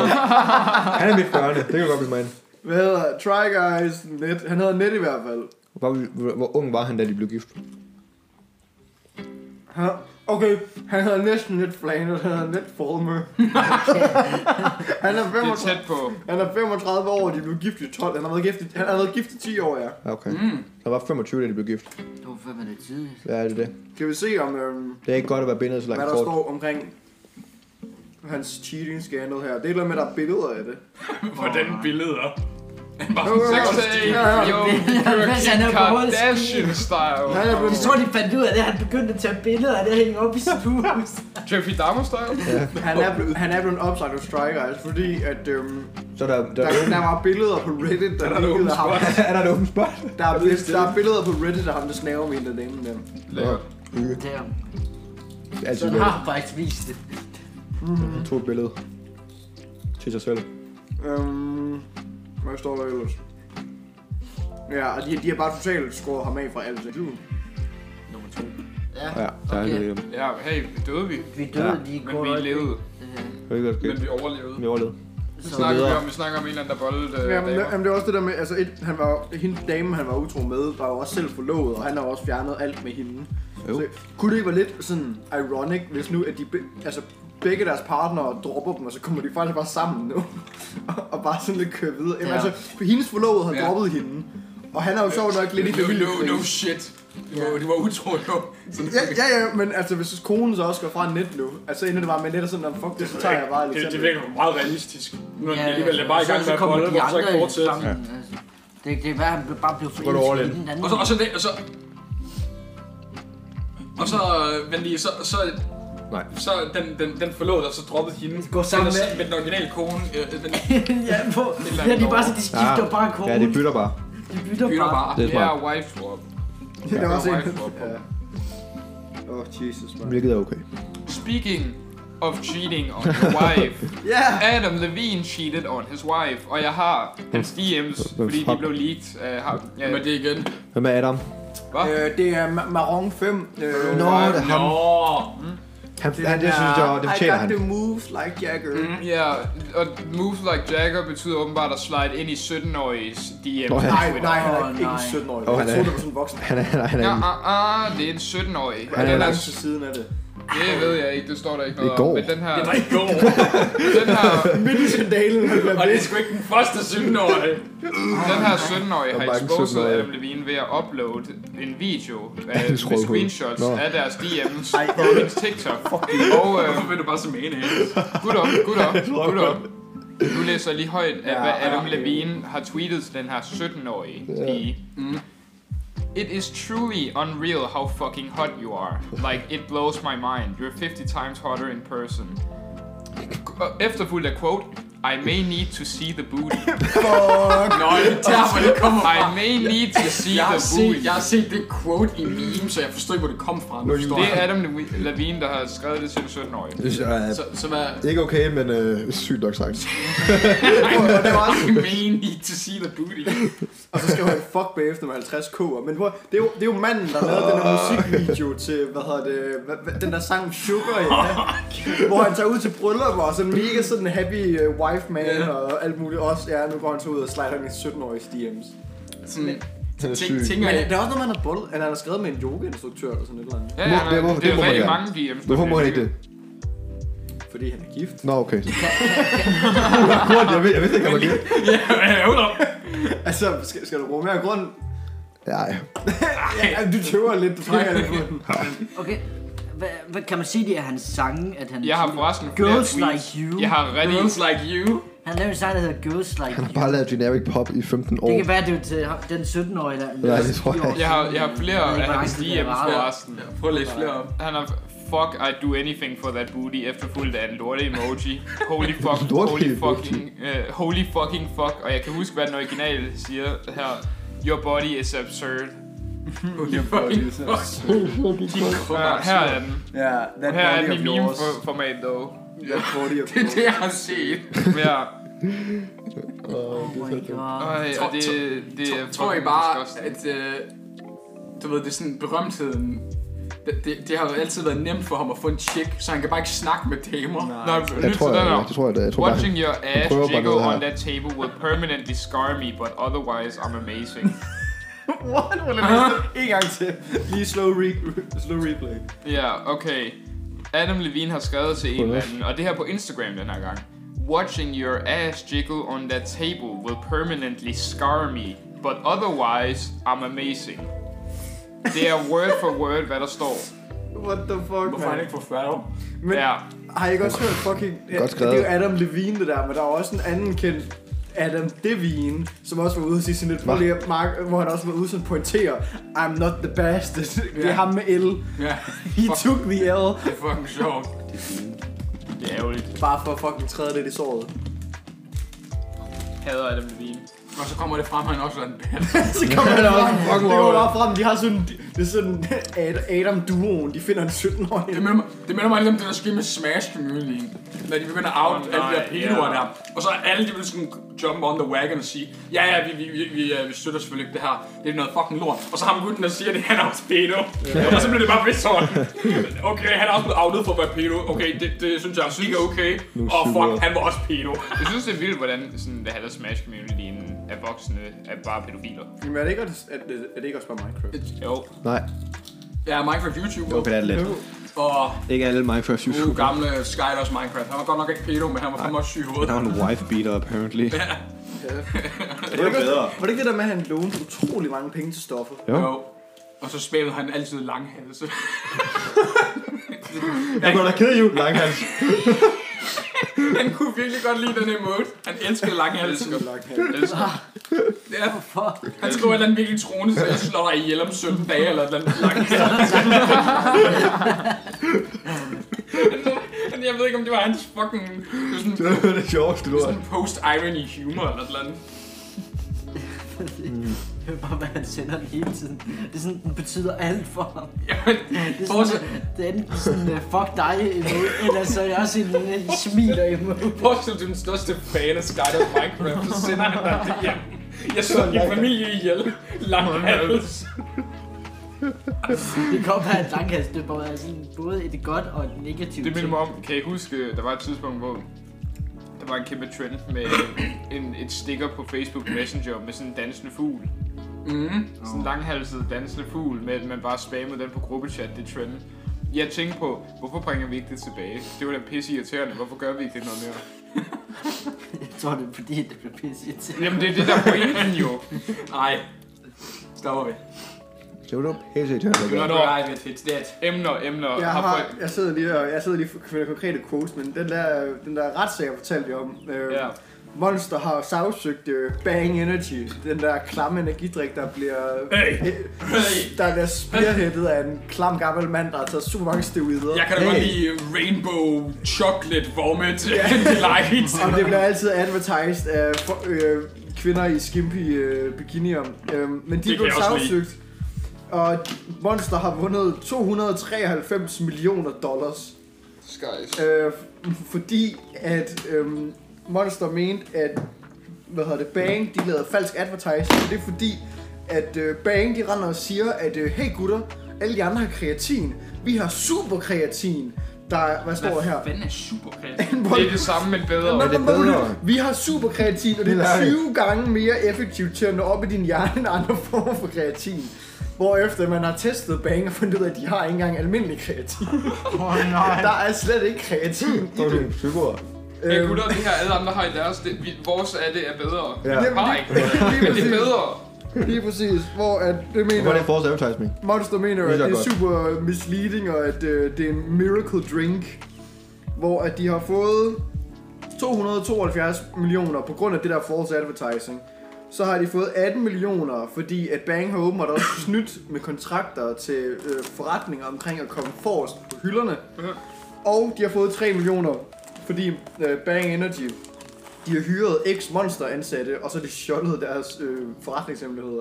Speaker 4: Han er mit børne. Det kan godt blive mig ind.
Speaker 3: Hvad hedder Try Guys net. Han hedder net i hvert fald.
Speaker 4: Hvor, hvor- hvor, ung var han, da de blev gift?
Speaker 3: Han- Okay, han hedder næsten net flanders. Han hedder net Fulmer. han, er
Speaker 1: Det er
Speaker 3: 35,
Speaker 1: tæt på.
Speaker 3: han er 35 år, og de blev gift i 12. Han har været gift i, han har været gift i 10 år, ja.
Speaker 4: Ja, okay. Mm. Han var 25, da de blev gift.
Speaker 2: det var fem minutter tidligt.
Speaker 4: Ja, det er det.
Speaker 3: Kan vi se, om, øhm,
Speaker 4: Det er ikke godt at være bindet så
Speaker 3: hvad
Speaker 4: langt
Speaker 3: der
Speaker 4: kort.
Speaker 3: står omkring hans cheating scandal her. Det er et eller andet med, at der er billeder af det.
Speaker 5: Hvordan billeder? Han var
Speaker 3: Jo, jo,
Speaker 5: sådan
Speaker 1: Sex
Speaker 5: sex
Speaker 1: day.
Speaker 3: Ja, ja.
Speaker 1: Yo,
Speaker 2: Hvis han er
Speaker 1: Kim
Speaker 2: på hovedet,
Speaker 1: Kardashian-style.
Speaker 3: Han er
Speaker 2: Jeg
Speaker 3: blevet,
Speaker 2: tror, de fandt ud af det, at han begyndte at tage billeder af det, hænger op i sit hus.
Speaker 1: Jeffrey Dahmer-style.
Speaker 3: han er blevet, han er blevet opsagt af Try Guys, fordi at, øhm,
Speaker 4: Så er der, der,
Speaker 3: Der,
Speaker 4: er åben-
Speaker 3: der var billeder på Reddit, der lignede ham.
Speaker 4: er der et åbent spot.
Speaker 3: Der er, bill- der er billeder på Reddit af ham, der snaver med en af damen der.
Speaker 1: Lækkert.
Speaker 2: Der.
Speaker 4: Altså, Det er altid
Speaker 2: Så han
Speaker 4: godt.
Speaker 2: har faktisk vist det.
Speaker 4: Han tog et billede. Til sig selv.
Speaker 3: Øhm, hvad står der ellers? Ja, og de, de har bare totalt skåret ham af fra alt det.
Speaker 1: Nummer to.
Speaker 2: Ja,
Speaker 4: Ja, der er
Speaker 2: okay.
Speaker 4: lidt.
Speaker 1: Ja, hey, døde vi,
Speaker 2: Vi døde
Speaker 4: Ja,
Speaker 2: lige
Speaker 1: men vi
Speaker 2: kort.
Speaker 1: levede.
Speaker 4: Det er ikke godt
Speaker 1: Men
Speaker 4: sket.
Speaker 1: vi overlevede.
Speaker 4: Vi overlevede.
Speaker 1: Så
Speaker 2: Så-
Speaker 1: snakker vi om, vi snakker om en eller anden, der boldede øh,
Speaker 3: Jamen,
Speaker 1: damer.
Speaker 3: jamen, det er også det der med, altså et, han var, hende dame, han var utro med, var jo også selv forlovet, og han har jo også fjernet alt med hende.
Speaker 4: Jo.
Speaker 3: Så kunne det ikke være lidt sådan ironic, hvis nu, at de be, altså, begge deres partnere dropper dem, og så kommer de faktisk bare sammen nu, og, og bare sådan lidt kører videre. Jamen,
Speaker 2: Ja.
Speaker 3: altså, for hendes forlovede har
Speaker 5: Ja.
Speaker 3: droppet hende, og han er jo sjovt nok lidt i
Speaker 5: No, no, no
Speaker 3: familiekrise.
Speaker 5: shit. Det var, det var utro, jo. Sådan,
Speaker 3: Ja, ja, ja, men altså, hvis konen så også går fra net nu, altså inden det var med net og sådan, "Nå, fuck det, så tager jeg bare
Speaker 5: det, det
Speaker 3: Alexander."
Speaker 5: virker meget realistisk. Nu er
Speaker 2: Ja,
Speaker 5: ja, alligevel
Speaker 2: altså,
Speaker 5: bare i gang med
Speaker 2: så- så
Speaker 5: at
Speaker 2: kommer
Speaker 5: bolle,
Speaker 2: de
Speaker 5: hvorfor så
Speaker 2: andre
Speaker 5: ikke fortsætte?
Speaker 2: sammen, altså. Det det kan være, han bare blev
Speaker 4: går du
Speaker 2: forelsket
Speaker 4: all
Speaker 2: i
Speaker 4: in.
Speaker 2: den anden.
Speaker 5: Og så, og så, det, og så, og så, øh, vent lige, så, så,
Speaker 4: Nej.
Speaker 5: så den, den, den forlod, og så droppede hende.
Speaker 2: Gå sammen
Speaker 5: Ellers
Speaker 2: med-
Speaker 5: med den originale kone, øh, den
Speaker 2: ja, på,
Speaker 5: eller
Speaker 2: ja, de
Speaker 5: andet
Speaker 2: er bare så, de skifter bare kone.
Speaker 4: Ja, det bytter bare.
Speaker 2: de bytter
Speaker 5: bytter
Speaker 2: bare.
Speaker 5: bare.
Speaker 4: Det er
Speaker 1: Ja,
Speaker 4: smart.
Speaker 1: wife swap.
Speaker 3: Det er også en.
Speaker 1: wife swap.
Speaker 3: Ja. Åh, oh, Jesus, man.
Speaker 4: Hvilket er okay.
Speaker 1: Speaking of cheating on your wife.
Speaker 3: Ja!
Speaker 1: Adam Levine cheated on his wife, og jeg har hans DM's,
Speaker 4: Hvem
Speaker 1: fordi de
Speaker 4: fuck?
Speaker 1: blev leaked af ham. Ja,
Speaker 5: Men det er igen.
Speaker 4: Hvem er Adam?
Speaker 3: Øh, det er Ma- Maron 5. Øh,
Speaker 4: Nå, det er ham.
Speaker 5: Nå,
Speaker 4: Han, han, det synes jeg, det
Speaker 3: I
Speaker 4: tjener
Speaker 3: got
Speaker 4: han.
Speaker 3: the moves like Jagger. Mm.
Speaker 1: ja, og move like Jagger betyder åbenbart at slide ind i 17-åriges DM.
Speaker 4: Nå, ja.
Speaker 3: Nej, nej, han er
Speaker 2: Åh,
Speaker 3: ikke
Speaker 2: nej.
Speaker 3: 17 år.
Speaker 4: Åh,
Speaker 3: Jeg
Speaker 4: han er-
Speaker 3: troede, det var sådan en voksen.
Speaker 4: Han er, han er, han
Speaker 1: Ja,
Speaker 4: er
Speaker 1: ah, ah, det er ah, en 17-årig.
Speaker 3: Han
Speaker 1: Den
Speaker 3: er
Speaker 1: er,
Speaker 3: langt til siden af det.
Speaker 1: Det ved jeg ikke, det står der ikke noget
Speaker 4: Det går.
Speaker 1: om. Men den her,
Speaker 5: Det var i går,
Speaker 1: den her,
Speaker 3: Midt i skandalen.
Speaker 5: og det er sgu ikke den første 17-årige.
Speaker 1: den her 17-årige
Speaker 4: Der er
Speaker 1: har
Speaker 4: mange
Speaker 1: exposed
Speaker 4: 17-årige.
Speaker 1: Adam Levine ved at uploade en video
Speaker 4: er
Speaker 1: af, med
Speaker 4: røvhul.
Speaker 1: screenshots
Speaker 4: Nå.
Speaker 1: af deres DM's på hendes TikTok. Og øh,
Speaker 5: Hvorfor vil du bare som en af
Speaker 1: Gud op, gud op, gud op. Nu læser jeg lige højt af, hvad Adam Levine har tweetet til den her 17-årige pige.
Speaker 5: Mm.
Speaker 1: It is truly unreal how fucking hot you are. Like, it blows my mind. You're 50 times hotter in person. Og Efterfulgt af quote, I may need to see the booty.
Speaker 5: Nå, det er der, hvor det kommer fra.
Speaker 1: I may need to see
Speaker 5: Jeg har,
Speaker 1: the booty.
Speaker 5: set, jeg har set det quote i meme, så jeg forstod ikke, hvor det kom fra. Nu forstår
Speaker 1: Det er
Speaker 5: jeg.
Speaker 1: Adam Levi- Levine, der har skrevet det til en 17-årig.
Speaker 4: Det synes jeg er
Speaker 5: Så, så hvad...
Speaker 4: ikke okay, men øh, sygt nok sagt.
Speaker 5: Det var også mean need to see the booty.
Speaker 3: Og så skrev han fuck bagefter med 50 k'er. Men hvor, det, er jo, det er jo manden, der lavede den her musikvideo til, hvad hedder det, hvad, hvad, den der sang Sugar, ja. hvor han tager ud til bryllupper og sådan mega sådan happy øh, wife man
Speaker 5: Ja.
Speaker 3: og alt muligt. Også, ja, nu går han så ud og slider med 17-årige DM's.
Speaker 5: Sådan,
Speaker 4: Den er syg.
Speaker 5: tænk, tænker
Speaker 3: Men
Speaker 5: jeg,
Speaker 3: det er også noget, man har bollet, eller han har skrevet med en yogainstruktør eller sådan et eller andet.
Speaker 1: Ja,
Speaker 4: Hvor-
Speaker 1: ja,
Speaker 4: det- hvorfor-
Speaker 1: det
Speaker 4: det må
Speaker 1: er
Speaker 4: man
Speaker 1: rigtig
Speaker 4: gerne.
Speaker 1: mange DM's.
Speaker 4: Hvorfor må han ikke det?
Speaker 3: Fordi han er gift.
Speaker 4: Nå, okay. Kort, jeg, ved, jeg vidste ikke, han var gæld.
Speaker 5: Ja, hold op.
Speaker 3: Altså, skal, skal du bruge mere grund?
Speaker 4: Nej,
Speaker 3: Ja, du tøver lidt, du trækker lidt på den.
Speaker 2: Okay, hvad, hvad, kan man sige, det er hans sange, at han...
Speaker 1: Jeg har forresten flere
Speaker 2: Girls
Speaker 1: tweets.
Speaker 2: Like You.
Speaker 1: Jeg har rigtig...
Speaker 5: Girls like you.
Speaker 2: Han lavede en sang, der hedder Girls Like
Speaker 4: han har
Speaker 2: You.
Speaker 4: bare lavet generic pop i 15 år.
Speaker 2: Det kan være, det er til ham- den 17-årige, der...
Speaker 4: Nej, det tror jeg ikke.
Speaker 1: Jeg har, jeg har flere
Speaker 2: ved
Speaker 1: af
Speaker 2: ikke, hvor
Speaker 1: hans
Speaker 2: lang tid det har
Speaker 1: DM's
Speaker 2: varet.
Speaker 1: forresten.
Speaker 5: Ja, prøv at læse flere op.
Speaker 1: Han har fuck, I'd do anything for that booty, efterfulgt af en lorte emoji. Holy fuck,
Speaker 4: Lorte
Speaker 1: holy
Speaker 4: emoji.
Speaker 1: fucking, uh, holy fucking fuck. Og jeg kan huske, hvad den originale siger her. Your body is absurd.
Speaker 5: Holy fucking fuck. De
Speaker 1: Uh,
Speaker 5: krummer.
Speaker 1: her er den.
Speaker 3: Ja, that
Speaker 1: Her er den
Speaker 3: body
Speaker 1: i
Speaker 3: of
Speaker 1: meme
Speaker 3: yours.
Speaker 1: for, format, dog.
Speaker 3: That body of
Speaker 5: Det er
Speaker 3: yours.
Speaker 5: det, jeg har set.
Speaker 1: Ja,
Speaker 2: Oh my god.
Speaker 1: øj,
Speaker 5: Tror-
Speaker 1: og det, det er
Speaker 5: Tror- Tror I
Speaker 1: fucking
Speaker 5: bare,
Speaker 1: disgusting.
Speaker 5: at... øh, Du ved, det er sådan berømtheden. Det, det, det har jo altid været nemt for ham at få en chick, så han kan bare ikke snakke med damer.
Speaker 1: Nå,
Speaker 4: Jeg
Speaker 1: lyt til
Speaker 4: tror,
Speaker 1: den
Speaker 4: jeg,
Speaker 1: her.
Speaker 4: jeg, det tror jeg, det- jeg tror bare,
Speaker 1: Watching your ass
Speaker 4: prøver bare
Speaker 1: jiggle
Speaker 4: noget her.
Speaker 1: on that table will permanently scar me, but otherwise I'm amazing.
Speaker 3: What? Vil jeg næsten en gang til. Lige slow, re- slow replay.
Speaker 1: Ja, okay. Adam Levine har skrevet til en eller anden, og det her på Instagram den her gang. Watching your ass jiggle on that table will permanently scar me, but otherwise I'm amazing. Det er word for word, hvad der står.
Speaker 3: What the fuck,
Speaker 5: Hvorfor er han
Speaker 3: man?
Speaker 5: ikke forfatter?
Speaker 3: Men
Speaker 1: Ja,
Speaker 3: har I ikke også hørt fucking... Ja, det
Speaker 4: Godt skrevet.
Speaker 3: er jo Adam Levine, det der, men der er også en anden kendt Adam Devine, som også var ude og sige sådan lidt, prøv lige at mark, hvor han også var ude og sådan pointere, I'm not the bastard. Det er
Speaker 5: Ja.
Speaker 3: ham med L.
Speaker 5: Ja,
Speaker 3: He took the L.
Speaker 5: det er fucking sjovt.
Speaker 1: det er ærgerligt.
Speaker 3: Bare for at fucking træde lidt i såret.
Speaker 1: Hader Adam Levine.
Speaker 5: Og så kommer det frem, at han også er en band.
Speaker 3: Så kommer han også fucking over. Det bare frem, de har sådan... Det er sådan Ad- Adam-duoen, de finder en 17-årig.
Speaker 5: Det minder, mig, det minder mig lidt om det, der skete med Smash Community. Når de begynder at out
Speaker 1: Åh,
Speaker 5: oh, alle de der
Speaker 1: nej,
Speaker 5: pedoer
Speaker 1: ja.
Speaker 5: der. Og så er alle de vil sådan jump on the wagon og sige, ja ja, vi, vi, vi, vi, øh, vi støtter selvfølgelig ikke det her. Det er noget fucking lort. Og så har man gutten, der siger, at han er også pedo. Og så bliver det bare fedt sådan. Okay, han er også blevet outet for at være pedo. Okay, det, det synes jeg ikke er okay. Og fuck, han var også pedo.
Speaker 1: Jeg synes, det er vildt, hvordan sådan, det halve Smash Communityen af voksne er bare pædofiler.
Speaker 3: Jamen, er det ikke også, er det, er det ikke også bare Minecraft?
Speaker 1: Jo.
Speaker 4: Nej,
Speaker 5: Ja, Minecraft YouTuber.
Speaker 6: Okay, det er det lidt.
Speaker 5: Og
Speaker 6: Ikke alle Minecraft YouTube.
Speaker 5: uh, gamle Skyders Minecraft. Han var godt nok ikke pedo, men han var fandme også syg i hovedet.
Speaker 6: Der var en wife beater, apparently.
Speaker 3: Det er bedre. Var det ikke det der med, at han lånte utrolig mange penge til stoffer?
Speaker 6: Jo.
Speaker 5: Jo. Og så spillede han altid langhalse.
Speaker 4: jeg går da ked af jul. Langhals.
Speaker 5: han kunne virkelig godt lide den emote. Han elskede langhalse. Ja. Han skriver et eller andet virkelig troende, så jeg slår dig ihjel om 17 dage, eller et eller andet langhalse. Men jeg ved ikke, om det var hans fucking... Det var sådan,
Speaker 4: Det var det sjoveste lort.
Speaker 5: sådan post-irony humor, eller et eller andet.
Speaker 2: Det er bare, hvad han sender den hele tiden. Det er sådan, den betyder alt for ham.
Speaker 5: Jamen,
Speaker 2: Det er
Speaker 5: Fortsæt.
Speaker 2: sådan, det er enten sådan, øh, fuck dig emoji, eller så er jeg også en øh, smiler emoji.
Speaker 5: Forestil dig, du er den største fan af Skydive Minecraft, så sender han dig det hjem. Jeg slår din familie ihjel. Langhalse.
Speaker 2: Det kan godt være, at langkast, det er bare sådan, både et godt og et negativt.
Speaker 1: Det minder
Speaker 2: ting.
Speaker 1: mig om, kan I huske, der var et tidspunkt, hvor der var en kæmpe trend med en, et sticker på Facebook Messenger med sådan en dansende fugl.
Speaker 5: Mm.
Speaker 1: Sådan en langhalset dansende fugl med, at man bare spammede den på gruppechat, det er trenden. jeg tænkte på, hvorfor bringer vi ikke det tilbage? Det var da pisse irriterende. Hvorfor gør vi ikke det noget mere?
Speaker 2: Jeg tror, det er fordi, det bliver pisse til.
Speaker 1: Jamen, det er det, der er pointen jo.
Speaker 5: Nej. Stopper vi.
Speaker 4: Det var da pisse irriterende. at
Speaker 1: Du
Speaker 4: gøre.
Speaker 1: er
Speaker 5: Not
Speaker 1: Nå.
Speaker 5: arrive at it's dead.
Speaker 1: Emner, emner.
Speaker 3: Jeg,
Speaker 1: har
Speaker 3: har,
Speaker 1: folk-
Speaker 3: jeg sidder lige og jeg sidder lige og finder konkrete quotes, men den der, den der retssag, jeg fortalte jer om, øh,
Speaker 1: Ja.
Speaker 3: Monster har sagsøgt øh, Bang Energy, den der klamme energidrik, der bliver,
Speaker 5: Hey.
Speaker 3: øh, der bliver spearheadet af en klam gammel mand, der har taget super mange steroider.
Speaker 5: Jeg kan da
Speaker 4: Hey.
Speaker 5: godt lide Rainbow Chocolate Vomit Delight.
Speaker 3: Og det bliver altid advertised af for, øh, kvinder i skimpy øh, bikinier. Øh, men de
Speaker 5: kan
Speaker 3: blev
Speaker 5: jeg også lide.
Speaker 3: sagsøgt. Og Monster har vundet 293 millioner dollars.
Speaker 1: Skies.
Speaker 3: Øh, f- fordi at øh, Monster mente, at hvad hedder det, Bang, de lavede falsk advertising. Og det er fordi, at øh, Bang, de render og siger, at øh, hey gutter, alle de andre har kreatin. Vi har super kreatin. Der er, hvad står der her?
Speaker 5: Hvad fanden er super
Speaker 1: Det er det samme, men bedre.
Speaker 3: Nå,
Speaker 4: det
Speaker 3: nå, nå,
Speaker 4: bedre?
Speaker 3: nå. Vi har super kreatin, og det er
Speaker 4: Nej.
Speaker 3: 20 gange mere effektivt til at nå op i din hjerne end andre former for kreatin. Hvorefter man har testet Bang og fundet ud af, at de har ikke engang almindelig kreatin.
Speaker 2: Åh oh, nej.
Speaker 3: Der er slet ikke kreatin i
Speaker 4: Så er du
Speaker 3: det.
Speaker 4: en psykoer.
Speaker 1: Men
Speaker 3: Øhm,
Speaker 1: gutter, det her alle andre har i deres, det, vi, vores af det er bedre.
Speaker 4: Ja.
Speaker 1: Det var ikke.
Speaker 3: lige,
Speaker 1: Men det er
Speaker 3: præcis,
Speaker 1: bedre.
Speaker 3: lige præcis, hvor at det
Speaker 4: Hvor er
Speaker 3: mener,
Speaker 4: det false advertising?
Speaker 3: Monster mener, at
Speaker 4: Det er
Speaker 3: det er
Speaker 4: godt.
Speaker 3: super misleading, og at øh, det er en miracle drink. Hvor at de har fået 272 millioner på grund af det der false advertising. Så har de fået 18 millioner, fordi at Bang har åbenbart også snydt med kontrakter til øh, forretninger omkring at komme forrest på hylderne. Og de har fået 3 millioner, fordi øh, Bang Energy, de har hyret ex-monster ansatte, og så har de stjålet deres øh, forretningshemmeligheder.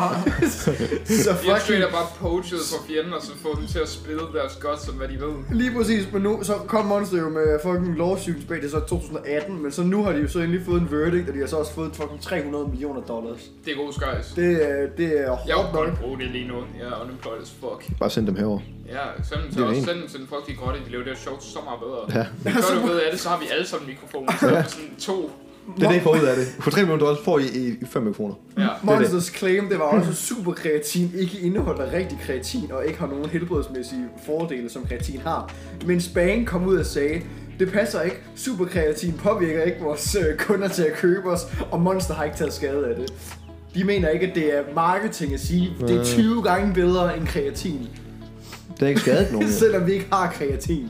Speaker 3: så
Speaker 1: Jeg
Speaker 3: fucking
Speaker 1: straight er bare poachet for fjenden, og så får dem til at spille deres godt, som hvad de ved.
Speaker 3: Lige præcis, men nu så kom Monster jo med fucking lawsuits bag det så i 2018, men så nu har de jo så endelig fået en verdict, og de har så også fået fucking 300 millioner dollars.
Speaker 1: Det er god skies.
Speaker 3: Det, er- det er
Speaker 1: Jeg
Speaker 3: hårdt
Speaker 1: kunne godt
Speaker 3: nok.
Speaker 1: bruge det lige nu. Jeg er unemployed as fuck.
Speaker 4: Bare send dem herover.
Speaker 1: Ja, send dem
Speaker 4: Det
Speaker 1: til
Speaker 4: er
Speaker 1: os.
Speaker 4: det
Speaker 1: Send dem til den frygtelige grotte, de laver det her sjovt så meget bedre.
Speaker 4: Ja.
Speaker 1: Når du ved af det, så har vi alle sammen mikrofoner. Så er vi sådan to.
Speaker 4: Det er det, I får ud af det. For 3 millioner dollars får I, i 5 millioner.
Speaker 1: Ja.
Speaker 3: Monsters claim, det var også super kreatin, ikke indeholder rigtig kreatin, og ikke har nogen helbredsmæssige fordele, som kreatin har. Men Spang kom ud og sagde, det passer ikke, super kreatin påvirker ikke vores øh, kunder til at købe os, og Monster har ikke taget skade af det. De mener ikke, at det er marketing at sige, det er 20 gange bedre end kreatin.
Speaker 4: Det er ikke skadet nogen. jo.
Speaker 3: Selvom vi ikke har kreatin.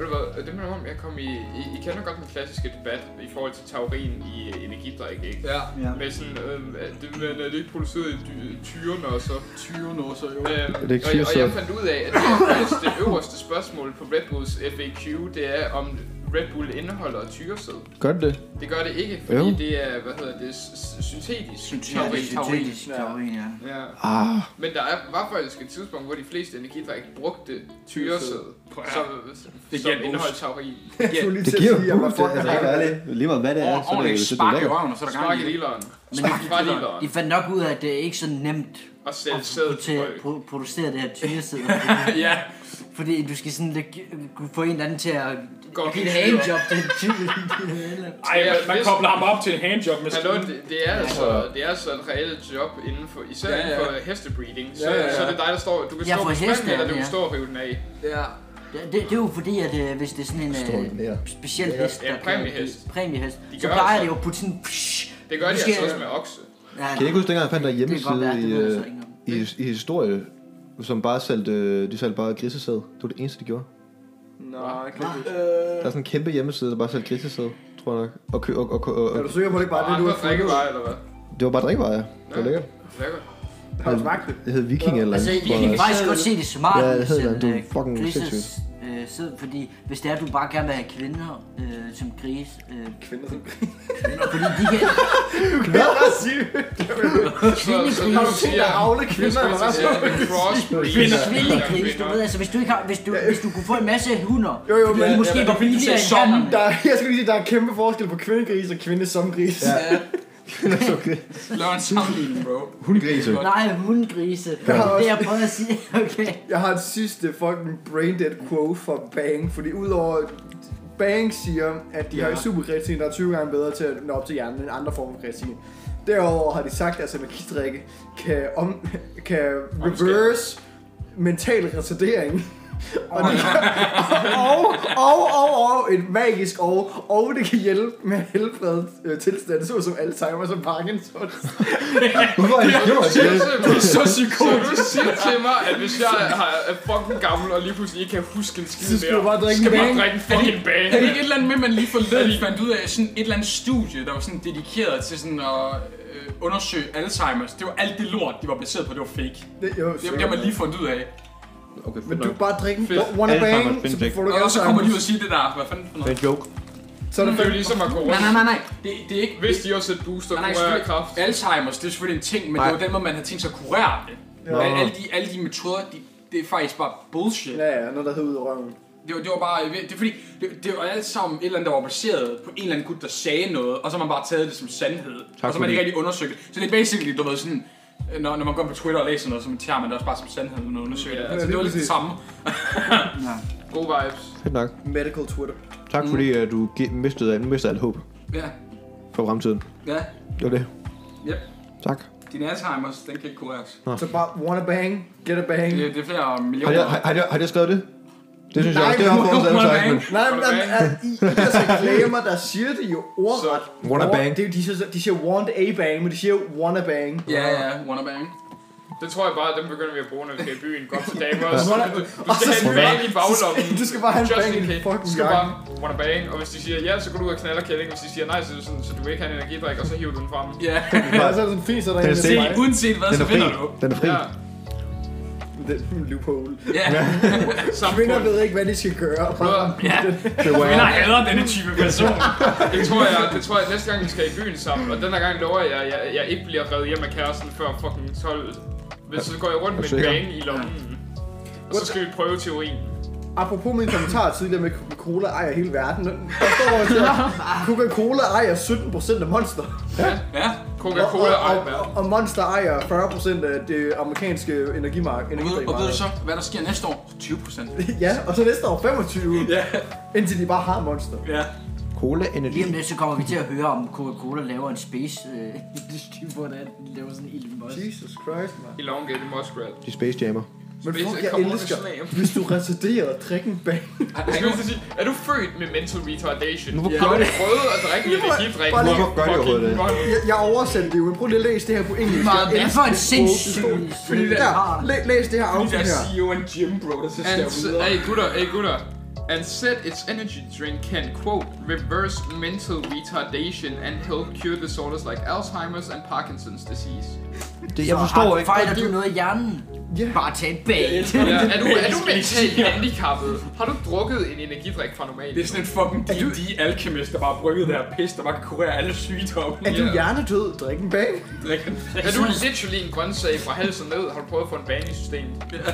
Speaker 1: Ved du hvad, Øh, det minder mig om, jeg kom i, I, I kender godt den klassiske debat i forhold til taurin i øh, energidrik, ikke?
Speaker 5: Ja.
Speaker 2: Ja.
Speaker 1: Med sådan, øh, at det, men er det ikke produceret i dy- tyren og så?
Speaker 5: 20 nu så jo.
Speaker 1: Øhm,
Speaker 4: det ikke
Speaker 1: og, jeg- og
Speaker 4: syresødt?
Speaker 1: jeg fandt ud af, at det er faktisk det øverste spørgsmål på Red Bulls FAQ, det er, om Red Bull indeholder tyresød.
Speaker 4: Gør det det?
Speaker 1: Det gør det ikke, fordi
Speaker 4: Jo.
Speaker 1: det er, hvad hedder det, s- s- syntetisk.
Speaker 5: Syntetisk.
Speaker 2: Ja,
Speaker 1: taurin.
Speaker 2: det er syntetisk taurin, ja.
Speaker 1: Ja.
Speaker 4: Ah,
Speaker 1: Men der er, var faktisk et tidspunkt, hvor de fleste energidrik brugte tyresød,
Speaker 5: Prøv at
Speaker 1: som,
Speaker 5: høre.
Speaker 1: det
Speaker 5: Det
Speaker 1: som
Speaker 5: giver en
Speaker 1: indeholdt
Speaker 5: boost.
Speaker 1: taurin.
Speaker 3: Jeg skulle lige
Speaker 4: det
Speaker 3: til at
Speaker 4: giver
Speaker 3: sige, at man
Speaker 4: boost,
Speaker 3: fucking
Speaker 4: altså,
Speaker 6: Helt
Speaker 4: Ja.
Speaker 6: ærligt, lige meget hvad det er, så er det
Speaker 5: Ordentligt
Speaker 6: jo sådan,
Speaker 5: spark i
Speaker 6: det
Speaker 5: røven, og så er der gang
Speaker 1: Spark i
Speaker 5: i det.
Speaker 1: dealeren.
Speaker 2: Men
Speaker 1: Spark i
Speaker 2: de,
Speaker 1: dealeren.
Speaker 2: de fandt nok ud af, at det er ikke så nemt
Speaker 1: Og
Speaker 2: at
Speaker 1: sælge sæd til
Speaker 2: produ- pro- producere det her tyresæde.
Speaker 5: Ja.
Speaker 2: fordi du skal sådan lidt, kunne få en eller anden til at
Speaker 1: Gå
Speaker 2: give et
Speaker 1: helt
Speaker 2: handjob til en tyre.
Speaker 5: Ej, man, man kobler ham op til en handjob med
Speaker 1: Hallo, det, det, er altså, det er altså et reelt job inden for, især
Speaker 5: Ja,
Speaker 1: ja,
Speaker 5: ja.
Speaker 1: ja. inden for hestebreeding. Så,
Speaker 5: Ja,
Speaker 1: ja,
Speaker 5: ja, ja.
Speaker 1: ja. så er det dig, der står, du kan
Speaker 2: Jeg
Speaker 1: stå
Speaker 2: får
Speaker 1: på
Speaker 2: heste,
Speaker 1: spanden, eller du
Speaker 2: ja.
Speaker 1: kan stå og rive den af.
Speaker 5: Ja.
Speaker 2: Det, det, det er jo fordi, at øh, hvis det er sådan en
Speaker 4: Står den der.
Speaker 2: øh, speciel hest,
Speaker 1: Ja, en præmiehest.
Speaker 2: Kan, præmiehest,
Speaker 1: De
Speaker 2: så
Speaker 1: gør
Speaker 2: plejer
Speaker 1: altså-
Speaker 2: det jo at putte sådan... Psh,
Speaker 1: Det gør de altså også med okse.
Speaker 2: Ja,
Speaker 4: Kan I ikke huske, dengang jeg fandt der
Speaker 2: det kan
Speaker 4: hjemmeside
Speaker 2: godt være,
Speaker 4: i,
Speaker 2: det ved jeg så
Speaker 4: øh,
Speaker 2: ikke engang.
Speaker 4: i, i historie, som bare solgte, øh, de solgte bare grisesæd. Det var det eneste, de gjorde.
Speaker 3: Nej, kan ikke.
Speaker 4: Der er sådan en kæmpe hjemmeside, der bare solgte grisesæd, tror jeg nok. Og, kø, og, og, og, og,
Speaker 3: Er du sikker på, at det ikke bare er
Speaker 1: Og
Speaker 3: det, du
Speaker 1: andre
Speaker 3: har fundet?
Speaker 1: drikkevarer, eller hvad?
Speaker 4: det var bare drikkevarer, ja. Det var
Speaker 1: Ja.
Speaker 4: lækkert.
Speaker 1: Lækker.
Speaker 3: Har du smagt det?
Speaker 4: Det hed Viking eller
Speaker 2: Altså,
Speaker 4: andet.
Speaker 2: jeg
Speaker 4: tror
Speaker 2: kan
Speaker 4: jeg.
Speaker 2: faktisk godt se det smart,
Speaker 4: Ja, det
Speaker 2: hvis
Speaker 4: hedder
Speaker 2: en,
Speaker 4: det. Det er
Speaker 2: øh,
Speaker 4: fucking
Speaker 2: grises,
Speaker 4: sindssygt.
Speaker 2: øh, sæd, fordi hvis det er, at du bare gerne vil have kvinder øh, som gris, øh,
Speaker 3: Kvinder som
Speaker 2: fordi de kan...
Speaker 3: Hvad siger du?
Speaker 1: Så, så
Speaker 2: Har du
Speaker 3: set, der er avle kvinder, eller hvad?
Speaker 1: Crossbreed.
Speaker 2: Hvis svindegris, du ved, altså hvis du, ikke har, hvis, du, hvis du kunne få en masse hunder,
Speaker 3: Jo, jo,
Speaker 2: de
Speaker 3: men-
Speaker 2: måske
Speaker 5: ja,
Speaker 2: var
Speaker 5: men du
Speaker 2: billigere
Speaker 5: sagde
Speaker 2: end
Speaker 5: som,
Speaker 2: hannerne.
Speaker 3: Der er, jeg skulle lige sige, der er kæmpe forskel på kvindegris og kvinde som gris. Ja.
Speaker 5: Lav en sammenligning, bro.
Speaker 4: Hundegrise.
Speaker 2: Nej, hundgrise. Det
Speaker 3: har
Speaker 2: er det,
Speaker 3: også-
Speaker 2: jeg prøver at sige. Okay.
Speaker 3: Jeg har et sidste fucking brain dead quote fra Bang, fordi udover Bang siger, at de ja. har superkreatin, der er 20 gange bedre til at nå op til hjernen end andre former for kreatin. Derudover har de sagt, at altså, energidrikke kan, om, kan reverse mental retardering. og, det kan, og, og, og, og, et magisk og, og det kan hjælpe med at helbrede øh, tilstande, såsom Alzheimer's og Parkinson's.
Speaker 4: Hvorfor er det? Hvorfor er det?
Speaker 1: Det er så psykotisk. Så du siger til mig, at hvis jeg har- er fucking gammel og lige pludselig ikke kan huske en skid
Speaker 3: Så skal du bare drikke
Speaker 1: skal
Speaker 3: en
Speaker 1: bare
Speaker 3: bang.
Speaker 1: drikke en fucking bag.
Speaker 5: Er det ikke et eller andet med, man lige forleden fandt ud af sådan et eller andet studie, der var sådan dedikeret til sådan at øh, undersøge Alzheimer's. Det var alt det lort, de var baseret på, det var fake.
Speaker 3: Det, jo,
Speaker 5: Det har man lige fundet ud af.
Speaker 4: Okay,
Speaker 3: Men
Speaker 4: fedt
Speaker 3: du
Speaker 4: nok.
Speaker 3: kan bare drikke en
Speaker 1: Fedt.
Speaker 3: one
Speaker 6: Alzheimer's,
Speaker 3: bang,
Speaker 6: fedt
Speaker 3: så
Speaker 6: væk.
Speaker 3: får du
Speaker 5: Og så kommer de ud
Speaker 3: Alzheimer's.
Speaker 5: og siger det der. Hvad fanden for
Speaker 6: Det er
Speaker 5: noget?
Speaker 6: en joke.
Speaker 3: Så er der
Speaker 1: Det er jo
Speaker 3: fem.
Speaker 1: ligesom at gå
Speaker 5: Nej, nej,
Speaker 1: rundt.
Speaker 5: nej, nej. Det, det er ikke...
Speaker 1: Hvis de også et booster
Speaker 5: Nej,
Speaker 1: på
Speaker 5: nej,
Speaker 1: rør
Speaker 5: selvfølgelig-
Speaker 1: kraft.
Speaker 5: Alzheimer's, det er selvfølgelig en ting, men det var den måde, man havde tænkt sig at kurere det.
Speaker 3: Ja.
Speaker 5: Alle, alle, de, alle de metoder, de, det er faktisk bare bullshit.
Speaker 3: Ja, ja, noget der hedder ud af røven.
Speaker 5: Det var, det var bare, det er fordi, det, det var alt sammen et eller andet, der var baseret på en eller anden gut, der sagde noget, og så har man bare taget det som sandhed, tak og så har man
Speaker 6: det.
Speaker 5: ikke rigtig undersøgt det. Så det er basically, du ved, sådan, øh, når, når man går på Twitter og læser noget, så tager man det også bare som sandhed, uden at undersøge det.
Speaker 1: Ja,
Speaker 5: Altså,
Speaker 3: lige
Speaker 5: det var lidt det
Speaker 3: præcis.
Speaker 5: samme.
Speaker 1: Gode vibes.
Speaker 4: Fedt nok.
Speaker 3: Medical Twitter.
Speaker 4: Tak fordi at du ge- mistede, alt- mistede alt håb
Speaker 5: Ja,
Speaker 4: for fremtiden.
Speaker 5: ja,
Speaker 4: Det var det.
Speaker 5: ja.
Speaker 4: Tak.
Speaker 5: Din Alzheimer's, den kan ikke kureres.
Speaker 3: Så bare wanna bang, get a bang.
Speaker 5: Det, det er flere
Speaker 4: Har
Speaker 5: millioner.
Speaker 4: jeg, har, har, jeg, har jeg skrevet det? Det synes
Speaker 3: Nej,
Speaker 4: jeg også. Det har
Speaker 3: du må-
Speaker 4: jeg forudset
Speaker 5: må
Speaker 4: sagt,
Speaker 5: man
Speaker 4: men...
Speaker 5: ikke.
Speaker 3: Nej, men
Speaker 1: Wanna
Speaker 3: at,
Speaker 1: bang.
Speaker 3: at, i i deres reklamer, der siger det jo ordret.
Speaker 4: Så- Wanna
Speaker 3: Or-
Speaker 4: bang.
Speaker 3: Det, er jo- de, siger, de siger want a bang, men de siger jo wanna bang.
Speaker 5: Ja, ja, wanna bang.
Speaker 1: Det tror jeg bare, dem begynder vi at bruge, når vi skal i byen. Godt for damer. og så-
Speaker 3: Wanna-
Speaker 1: Du
Speaker 3: og
Speaker 1: skal
Speaker 3: så
Speaker 1: have en
Speaker 3: skal-
Speaker 1: bang i baglommen.
Speaker 3: Du skal bare have en
Speaker 1: Just
Speaker 3: bang i
Speaker 1: in
Speaker 3: din
Speaker 1: case. Du
Speaker 3: fucking
Speaker 1: skal
Speaker 3: jakke.
Speaker 1: bare wanna bang. Og hvis de siger ja, så går du ud og knaller kælling. Hvis de siger nej, så, er det sådan, så du vil ikke have en energidrik, og så hiver du den frem.
Speaker 5: Ja,
Speaker 3: Og så er det sådan fint, så er der
Speaker 4: Den
Speaker 3: en, der
Speaker 4: er sikker.
Speaker 3: siger mig.
Speaker 5: uanset hvad,
Speaker 4: Altså,
Speaker 5: så
Speaker 4: Den er fri.
Speaker 5: vinder du.
Speaker 4: Den er fri.
Speaker 1: Ja,
Speaker 3: Det er en loophole.
Speaker 5: Ja,
Speaker 3: Kvinder
Speaker 1: samfund.
Speaker 3: ved ikke, hvad de skal gøre.
Speaker 1: Brødre,
Speaker 4: Det var
Speaker 5: vinder hader denne type person.
Speaker 1: Det tror jeg, det tror jeg næste gang, vi skal i byen sammen, og den her gang lover jeg, at jeg, jeg ikke bliver revet hjem af kæresten før fucking 12. Hvis så går jeg rundt med en
Speaker 4: sikker?
Speaker 1: bane i lommen. Og så skal vi prøve teorien.
Speaker 3: Apropos min kommentar tidligere med at Coca-Cola ejer hele verden. Der står over til, at Coca-Cola ejer 17% af Monster.
Speaker 5: Ja,
Speaker 1: Coca-Cola
Speaker 3: og,
Speaker 1: og
Speaker 3: og, og Monster ejer 40% af det amerikanske energimarked.
Speaker 5: og ved, og ved du så, hvad der sker næste år? 20 procent.
Speaker 3: Ja, og så næste år 25,
Speaker 5: Ja,
Speaker 3: indtil de bare har Monster.
Speaker 5: ja.
Speaker 4: Cola Energy.
Speaker 2: Lige om lidt, så kommer vi til at høre, om Coca-Cola laver en space... Øh, hvor der laver sådan en Elon Musk.
Speaker 3: Jesus Christ, man.
Speaker 1: Elongated Muskrat.
Speaker 4: De Space Jammer.
Speaker 3: Men
Speaker 1: Hvis
Speaker 3: fuck,
Speaker 1: jeg
Speaker 3: jeg
Speaker 1: kommer
Speaker 3: elsker,
Speaker 1: med slam.
Speaker 3: hvis du retarderer og drikker en bag.
Speaker 1: Jeg skal også sige, er du født med mental retardation?
Speaker 4: Hvorfor
Speaker 1: Ja.
Speaker 4: gør
Speaker 1: Har
Speaker 4: det?
Speaker 1: du prøvet at drikke en energidrik?
Speaker 3: Hvorfor
Speaker 4: gør det overhovedet det?
Speaker 3: Jeg, jeg oversendte det jo, men prøv lige at læse det her på engelsk.
Speaker 2: Meget
Speaker 3: Jeg elsker
Speaker 2: for en
Speaker 3: det.
Speaker 2: sindssyg-
Speaker 3: Fordi
Speaker 2: den
Speaker 3: der,
Speaker 2: har-
Speaker 3: læ- læs det her
Speaker 5: Det
Speaker 3: afsnit
Speaker 5: er
Speaker 3: her.
Speaker 5: CEO og en gym, bro, der så
Speaker 1: And
Speaker 5: ser
Speaker 1: s-
Speaker 5: videre.
Speaker 1: hey gutter, hey gutter. And said its energy drink can quote reverse mental retardation and help cure disorders like Alzheimer's and Parkinson's disease.
Speaker 4: Det, jeg forstår ikke.
Speaker 2: Fejler du noget i hjernen?
Speaker 3: Ja.
Speaker 2: Bare tag et bag.
Speaker 1: Ja, er, du, er du mentalt handicappet? Har du drukket en energidrik fra normalt?
Speaker 5: Det er sådan en fucking D&D alkemist, der bare har brygget det her pis, der bare kan kurere alle sygdomme.
Speaker 3: Er du
Speaker 1: Ja.
Speaker 3: hjernedød? Drik en bag.
Speaker 5: Drikker den.
Speaker 1: er du literally en grøntsag fra halsen ned? Har du prøvet at få en bane i systemet?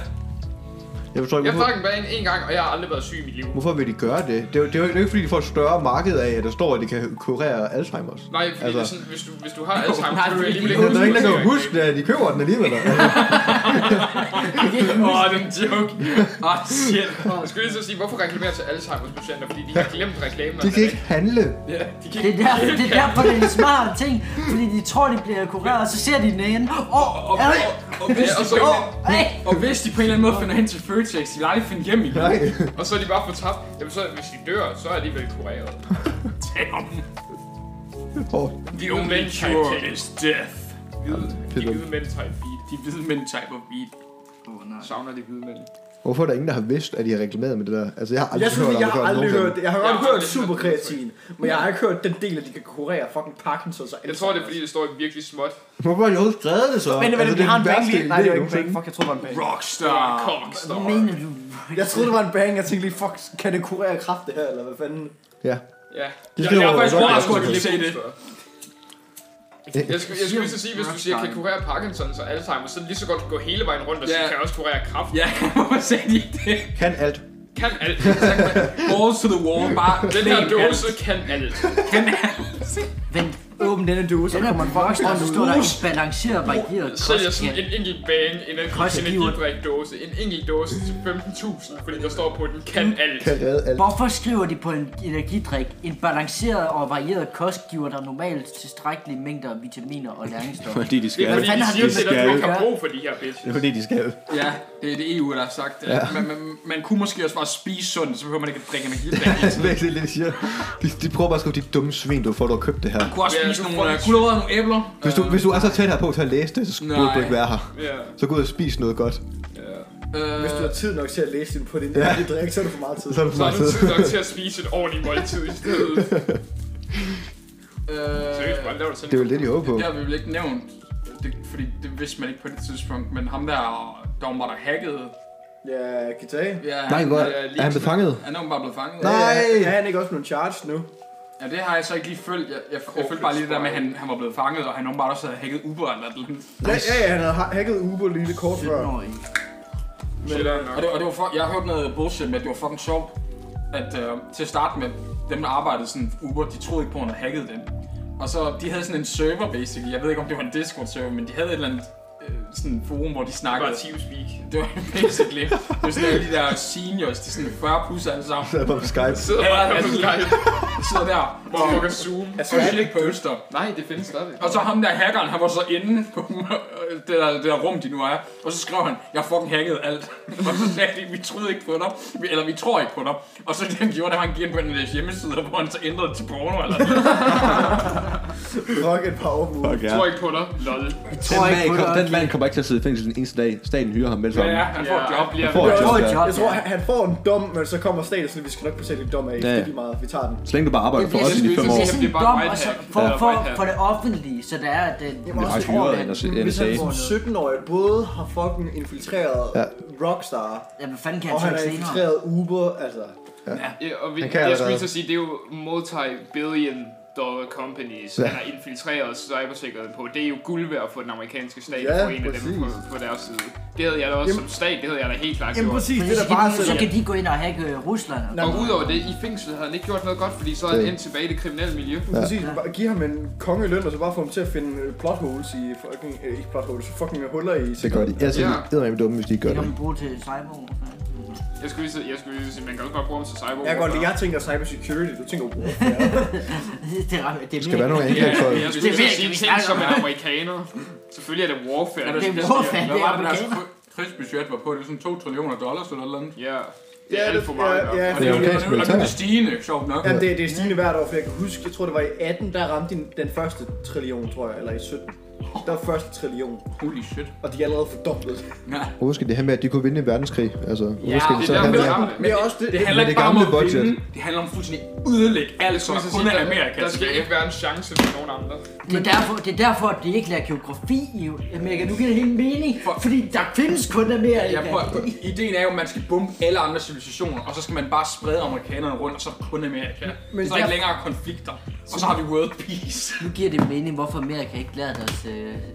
Speaker 4: Jeg forstår ikke,
Speaker 1: Jeg
Speaker 4: hvorfor,
Speaker 1: fik en bane en gang, og jeg har aldrig været syg i mit liv.
Speaker 4: hvorfor vil de gøre det? Det er, jo- det er jo ikke det er jo ikke, fordi de får et større marked af, at der står, at de kan kurere Alzheimer's.
Speaker 1: Nej, fordi altså.
Speaker 4: Altså.
Speaker 1: det er sådan, hvis du, hvis du har Alzheimer, så
Speaker 2: nej,
Speaker 1: kan du
Speaker 2: det er
Speaker 1: alligevel
Speaker 4: Der
Speaker 1: ikke
Speaker 4: er jo
Speaker 1: huske
Speaker 4: ikke, der
Speaker 1: det.
Speaker 4: kan huske det, at de køber den alligevel. Altså,
Speaker 5: Åh, oh, den joke. Åh, oh, shit.
Speaker 1: Jeg skulle lige så sige, hvorfor reklamere til Alzheimer's patienter? Fordi de har glemt reklamen.
Speaker 4: de kan ikke handle.
Speaker 5: Ja, de kan
Speaker 2: Det er, derfor, det er derfor, det er en smart ting, fordi de tror, de bliver kureret, og så ser de lægen. Åh,
Speaker 5: Og,
Speaker 2: oh,
Speaker 5: og,
Speaker 2: er det?
Speaker 5: og, hvis
Speaker 1: Ja,
Speaker 5: de
Speaker 1: og så-
Speaker 5: på en eller anden-
Speaker 2: Åh, hey.
Speaker 5: og hvis de på en eller anden måde finder hen til Føtex, de vil aldrig finde hjem igen.
Speaker 4: Nej.
Speaker 1: Og så er de bare for tabt. Jamen så, hvis de dør, så er de vel kureret.
Speaker 5: Damn.
Speaker 4: Åh,
Speaker 5: The only cure is death.
Speaker 1: Hvide, de
Speaker 4: fedt.
Speaker 1: hvide mænd tager et feed.
Speaker 5: De hvide mænd type of beat.
Speaker 1: Savner de hvide mænd.
Speaker 4: Hvorfor er der ingen, der har vidst, at de har reklameret med det der? Altså, jeg har aldrig
Speaker 3: Jeg synes,
Speaker 4: hørt,
Speaker 3: lige, jeg har aldrig
Speaker 4: nogensinde.
Speaker 3: hørt det. Jeg har
Speaker 1: Jeg
Speaker 3: godt
Speaker 1: har
Speaker 3: hørt
Speaker 1: aldrig
Speaker 3: super
Speaker 1: hørt det.
Speaker 3: kreatin, men jeg har ikke hørt den del, at de kan kurere fucking Parkinson's og
Speaker 1: Jeg tror, det er fordi, det står virkelig småt.
Speaker 4: Hvorfor har de overhovedet skrevet det så?
Speaker 3: Men det,
Speaker 4: Altså,
Speaker 3: det, det har en
Speaker 4: den
Speaker 3: bang
Speaker 4: værste
Speaker 3: lige. Nej, det var
Speaker 4: idé
Speaker 3: ikke en bang. Fuck, jeg troede, det var en bang.
Speaker 5: Rockstar.
Speaker 1: Kom,
Speaker 2: Hvad
Speaker 1: står.
Speaker 2: mener du?
Speaker 3: Jeg troede, det var en bang. Jeg tænkte lige, fuck, kan det kurere kraft det her, eller hvad fanden?
Speaker 4: Ja.
Speaker 1: Ja.
Speaker 4: Det
Speaker 1: Jeg,
Speaker 4: skriver
Speaker 1: jeg er
Speaker 4: du
Speaker 1: faktisk
Speaker 4: godt,
Speaker 1: overrasket,
Speaker 5: Rasmus,
Speaker 1: at du
Speaker 5: at du
Speaker 1: lige
Speaker 5: sagde
Speaker 1: det. Jeg skulle, jeg skulle lige så sige, hvis du siger, kan kurere Parkinson's og Alzheimer, så lige så godt gå hele vejen rundt og sige,
Speaker 5: Ja.
Speaker 1: kan også kurere kraft.
Speaker 5: Ja, hvorfor sagde de ikke det?
Speaker 4: Kan alt.
Speaker 1: Kan alt.
Speaker 5: Balls to the wall, bare
Speaker 1: Den her
Speaker 5: plan alt.
Speaker 1: dåse kan alt.
Speaker 2: Vent,
Speaker 3: åbn denne due, så
Speaker 2: Den
Speaker 3: kommer
Speaker 2: er
Speaker 3: man fucking
Speaker 2: voksen, og
Speaker 3: ånd
Speaker 2: så
Speaker 3: ud.
Speaker 2: står der en balanceret, varieret
Speaker 1: Sælger sådan
Speaker 2: kostskat.
Speaker 1: en enkelt bang, en
Speaker 2: Kost-
Speaker 1: enkelt energidrikdåse, en enkelt dåse til 15.000, fordi der står på, at den kan alt.
Speaker 4: Kan redde alt.
Speaker 2: Hvorfor skriver de på en energidrik? En balanceret og varieret kost giver dig normalt tilstrækkelige mængder vitaminer og næringsstoffer.
Speaker 6: Fordi de skal.
Speaker 1: Fordi
Speaker 2: fanden
Speaker 1: de
Speaker 2: har
Speaker 1: siger
Speaker 2: de
Speaker 1: til dig,
Speaker 6: med
Speaker 1: at du
Speaker 6: skal?
Speaker 1: ikke har brug for de her bitches.
Speaker 4: Det er Altså, fordi, de skal.
Speaker 5: Ja, det er det EU, der har sagt. Ja. Man, man, man kunne måske også bare spise sundt, så behøver man ikke at drikke energidrik.
Speaker 4: Altså, det er ikke det, de siger. De, de prøver bare at skrive, de dumme svin, du får, du har købt det her.
Speaker 5: Man kunne også
Speaker 1: Ja,
Speaker 5: spise
Speaker 1: du får
Speaker 5: nogle
Speaker 1: en-
Speaker 5: øh, gulerødder og nogle æbler.
Speaker 4: Hvis du,
Speaker 5: Øh,
Speaker 4: hvis du er så tæt her på til at læse det, så burde
Speaker 5: Nej.
Speaker 4: du ikke være her.
Speaker 1: Ja.
Speaker 4: Så gå ud og spis noget godt.
Speaker 5: øh,
Speaker 3: Hvis du har tid nok til at læse din på din ja. drik, så er det for meget tid.
Speaker 4: Så er du
Speaker 1: Så
Speaker 4: for
Speaker 1: er
Speaker 4: meget
Speaker 1: du
Speaker 4: tid.
Speaker 1: tid nok til at spise et ordentligt måltid i stedet. Seriøst,
Speaker 5: øh,
Speaker 1: hvordan laver du sådan
Speaker 4: Det er vel det, de håber på.
Speaker 5: Det har vi vel ikke nævnt, det, fordi det vidste man ikke på det tidspunkt, men ham der, der var der hackede,
Speaker 3: Ja, Kitay.
Speaker 5: ja,
Speaker 4: Nej, hvor
Speaker 5: øh, lige
Speaker 4: er han blevet
Speaker 5: sådan-
Speaker 4: fanget?
Speaker 5: Han er åbenbart blevet fanget.
Speaker 4: Nej!
Speaker 3: Er han ikke også blevet charged nu?
Speaker 5: Ja, det har jeg så ikke lige følt. Jeg, jeg, jeg følte bare lige det der med, at han, han var blevet fanget, og han åbenbart også havde hacket Uber eller et eller andet.
Speaker 3: Ja, ja, ja, han havde ha- hacket Uber lige lidt kort før.
Speaker 2: 17-årige.
Speaker 5: Og det, og det var for, jeg hørte noget bullshit med, at det var fucking sjovt, at øh, til at starte med, dem der arbejdede sådan Uber, de troede ikke på, at han havde hacket dem. Og så, de havde sådan en server basically, jeg ved ikke om det var en Discord-server, men de havde et eller andet øh, sådan forum, hvor de
Speaker 1: Det var
Speaker 5: snakkede.
Speaker 1: Teamspeak.
Speaker 5: Det var basically, det var sådan de der seniors, de sådan 40 plus alle sammen,
Speaker 4: Så er jeg bare på Skype.
Speaker 1: Sidder bare der på
Speaker 5: Ja,
Speaker 1: Skype
Speaker 5: der sidder der
Speaker 1: og
Speaker 5: og
Speaker 1: lukker Zoom.
Speaker 5: så er ikke poster.
Speaker 1: Nej, det findes stadigvæk.
Speaker 5: Og så ham der hackeren, han var så inde på det der, det der rum, de nu er. Og så skrev han, jeg har fucking hacket alt. og så sagde de, vi troede ikke på dig, vi- eller vi tror ikke på dig. Og så det han gjorde, det var han gik ind på en af deres hjemmesider, hvor han så ændrede det til porno eller noget.
Speaker 3: Fuck et power move.
Speaker 6: Fuck ja.
Speaker 1: Tror ikke på dig. Lol.
Speaker 2: Jeg
Speaker 4: Den
Speaker 2: tror
Speaker 4: mand,
Speaker 2: ikke på
Speaker 4: kom,
Speaker 2: det.
Speaker 4: den mand kommer ikke til at sidde i fængsel den eneste dag. Staten hyrer ham med det
Speaker 5: Ja,
Speaker 4: samme.
Speaker 5: ja, han får et
Speaker 1: Ja,
Speaker 5: job.
Speaker 1: bliver
Speaker 4: Får et
Speaker 2: Jeg
Speaker 4: job
Speaker 2: tror
Speaker 4: der.
Speaker 2: et job,
Speaker 3: Jeg tror,
Speaker 2: ja.
Speaker 3: han han får en dom, men så kommer staten, så vi skal nok betale en dom af.
Speaker 4: Ja.
Speaker 3: Det er lige meget, vi tager den.
Speaker 4: Så længe du bare arbejder for
Speaker 2: bliver
Speaker 4: os i de
Speaker 1: sådan-
Speaker 4: fem år.
Speaker 2: Det
Speaker 1: Jamen,
Speaker 2: er sådan
Speaker 1: det
Speaker 2: en
Speaker 1: er bare
Speaker 2: dom,
Speaker 1: white
Speaker 2: og så
Speaker 1: hat.
Speaker 2: for,
Speaker 1: Ja,
Speaker 2: for,
Speaker 1: white hat.
Speaker 2: for det offentlige, så det er, at det
Speaker 3: Jamen,
Speaker 4: har
Speaker 3: også
Speaker 4: hyret
Speaker 3: tror,
Speaker 4: en,
Speaker 3: at
Speaker 4: altså,
Speaker 3: hvis han
Speaker 4: NSA.
Speaker 3: som 17-årig både har fucking infiltreret
Speaker 4: Ja.
Speaker 3: Rockstar,
Speaker 2: ja, hvad fanden kan
Speaker 3: og
Speaker 2: han så
Speaker 3: han har
Speaker 2: ikke senere?
Speaker 3: infiltreret Uber, altså...
Speaker 1: Ja, og vi,
Speaker 4: Han kan
Speaker 1: jeg skulle
Speaker 4: allerede.
Speaker 1: lige så sige, det er jo multi-billion dollar companies, ja.
Speaker 4: Ja.
Speaker 1: han har infiltreret cybersikkerheden på. Det er jo guld værd for den amerikanske stat
Speaker 3: Ja,
Speaker 1: ja, på en af dem på,
Speaker 3: præcis.
Speaker 1: på deres side. Det havde jeg da også
Speaker 3: Jamen-
Speaker 1: som stat, det havde jeg da helt klart
Speaker 3: Jamen
Speaker 1: gjort.
Speaker 3: præcis,
Speaker 2: Fordi
Speaker 3: det
Speaker 2: så
Speaker 3: der
Speaker 2: kan
Speaker 3: bare
Speaker 2: de- Så
Speaker 3: selv.
Speaker 2: kan de gå ind og hacke øh, Rusland.
Speaker 3: Nej,
Speaker 1: Og udover det, i fængslet havde han ikke gjort noget godt, fordi så er han
Speaker 4: Det-
Speaker 1: endt tilbage i det kriminelle miljø.
Speaker 3: Præcis, bare giv ham en kongeløn, og så bare få ham til at finde øh, plot holes i fucking... Øh, ikke plot holes, fucking huller i...
Speaker 4: Det gør de. Jeg
Speaker 1: Ja.
Speaker 4: er eddermame dumme, hvis de ikke
Speaker 2: Det
Speaker 4: gør
Speaker 2: kan
Speaker 4: det.
Speaker 2: man bruge til cybermord.
Speaker 1: Jeg skulle lige så, jeg skulle lige så sige, man kan også bare bruge ham til cyber.
Speaker 3: Jeg kan godt lide, jeg tænker cyber security, du tænker Uber.
Speaker 2: Det er det er
Speaker 4: Skal være
Speaker 2: mere-
Speaker 4: nogle angreb for
Speaker 1: Ja,
Speaker 4: det.
Speaker 1: men jeg skulle lige
Speaker 2: Det ved
Speaker 1: så
Speaker 2: jeg
Speaker 1: sige
Speaker 2: ikke,
Speaker 1: ting
Speaker 2: vi
Speaker 1: som
Speaker 2: snakker
Speaker 1: er amerikaner. Selvfølgelig er det warfare.
Speaker 5: Ja,
Speaker 2: Det er
Speaker 1: der-
Speaker 2: morfanden,
Speaker 5: Hvad
Speaker 2: det er
Speaker 5: var det, deres
Speaker 2: amerikaner.
Speaker 5: krigsbudget var på? Det var sådan 2 trillioner dollars eller et eller andet.
Speaker 1: Ja, det er alt for meget. i hvert
Speaker 3: ja,
Speaker 1: fald.
Speaker 3: ja,
Speaker 5: Og det,
Speaker 3: fordi-
Speaker 4: er
Speaker 5: og det, og
Speaker 4: amerikansk
Speaker 5: det, og det er
Speaker 4: militær.
Speaker 5: stigende, sjovt nok.
Speaker 3: Ja, det, det er stigende hvert år, for jeg kan huske, jeg tror det var i 18, der ramte de den første trillion, tror jeg, eller i 17. Der var første trillion,
Speaker 5: Holy shit.
Speaker 3: og de er allerede fordoblet. det.
Speaker 5: Nej.
Speaker 4: Husk det her med, at de kunne vinde en verdenskrig. Altså,
Speaker 5: Ja,
Speaker 4: husk
Speaker 1: Det
Speaker 4: så
Speaker 1: er der,
Speaker 4: han
Speaker 1: man
Speaker 4: er.
Speaker 1: rammer det.
Speaker 3: Men også det,
Speaker 5: Det handler
Speaker 4: det
Speaker 5: ikke bare om at
Speaker 4: gamle budget.
Speaker 5: vinde, det handler om fuldstændig ødelægge alt, som
Speaker 1: Jeg skulle
Speaker 5: er
Speaker 1: lige så
Speaker 5: kun
Speaker 1: sige,
Speaker 5: af
Speaker 1: der-
Speaker 5: Amerika
Speaker 1: Der skal
Speaker 5: tilbage.
Speaker 1: ikke være en chance for nogen andre.
Speaker 2: Det er, derfor, det er derfor, at de ikke lærer geografi i Amerika. Nu giver det helt mening,
Speaker 5: For-
Speaker 2: fordi der findes kun Amerika.
Speaker 5: Jeg prøver, ideen er jo, at man skal bombe alle andre civilisationer, og så skal man bare sprede amerikanerne rundt, og så er det kun Amerika. Men
Speaker 3: Men
Speaker 5: så er der
Speaker 3: der-
Speaker 5: ikke længere konflikter, og så har vi world peace.
Speaker 2: Nu giver det mening, hvorfor Amerika ikke lærer deres... Øh,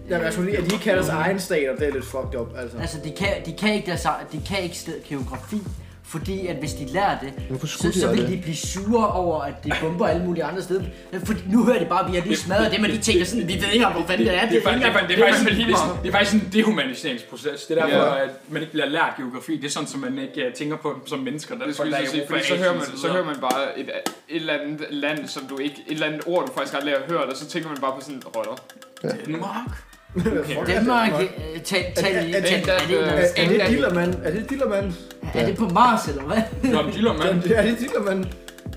Speaker 3: Jamen, jeg skulle lige, altså, at de ikke kalder sig egen stater, det er lidt fucked up, altså.
Speaker 2: Altså, de kan, de kan ikke, deres, de kan ikke sted geografi, fordi at hvis de lærer det,
Speaker 4: Hvorfor
Speaker 2: så,
Speaker 4: skulle de
Speaker 2: så
Speaker 4: lære
Speaker 2: vil
Speaker 4: det?
Speaker 2: de blive sure over, at de bomber alle mulige andre steder. Men Fordi nu hører de bare, at vi har lige smadret det, men de tænker sådan, vi ved ikke, engang, hvor fanden det er.
Speaker 5: Det er,
Speaker 2: ikke
Speaker 5: faktisk- det, er,
Speaker 2: engang-
Speaker 5: det, er faktisk,
Speaker 2: det
Speaker 5: det,
Speaker 2: er lige
Speaker 5: er,
Speaker 2: meget.
Speaker 5: sådan- det er faktisk en dehumaniseringsproces. Det er derfor,
Speaker 1: Ja.
Speaker 5: at man ikke bliver lært geografi. Det er sådan, som man ikke øh, tænker på dem som mennesker. Der,
Speaker 1: Det skulle jeg
Speaker 5: der
Speaker 1: lige så sige,
Speaker 5: Europa,
Speaker 1: fordi så
Speaker 5: Asien
Speaker 1: hører, man,
Speaker 5: og
Speaker 1: så
Speaker 5: videre.
Speaker 1: hører man bare et, et eller andet land, som du ikke, et eller andet ord, du faktisk aldrig har hørt, og så tænker man bare på sådan, rotter.
Speaker 5: Danmark.
Speaker 3: Fuck,
Speaker 2: Danmark,
Speaker 3: Er,
Speaker 2: øh, tal, tal,
Speaker 3: Er- er-
Speaker 2: i-
Speaker 3: er-
Speaker 2: tal,
Speaker 1: er-
Speaker 2: er det en
Speaker 3: er,
Speaker 2: eller
Speaker 3: er
Speaker 2: anden-
Speaker 3: det Dillermand? Er det Dillermand?
Speaker 2: er det på Mars, eller hvad?
Speaker 5: Nå, men Diller, mand.
Speaker 3: Er det Dillermand?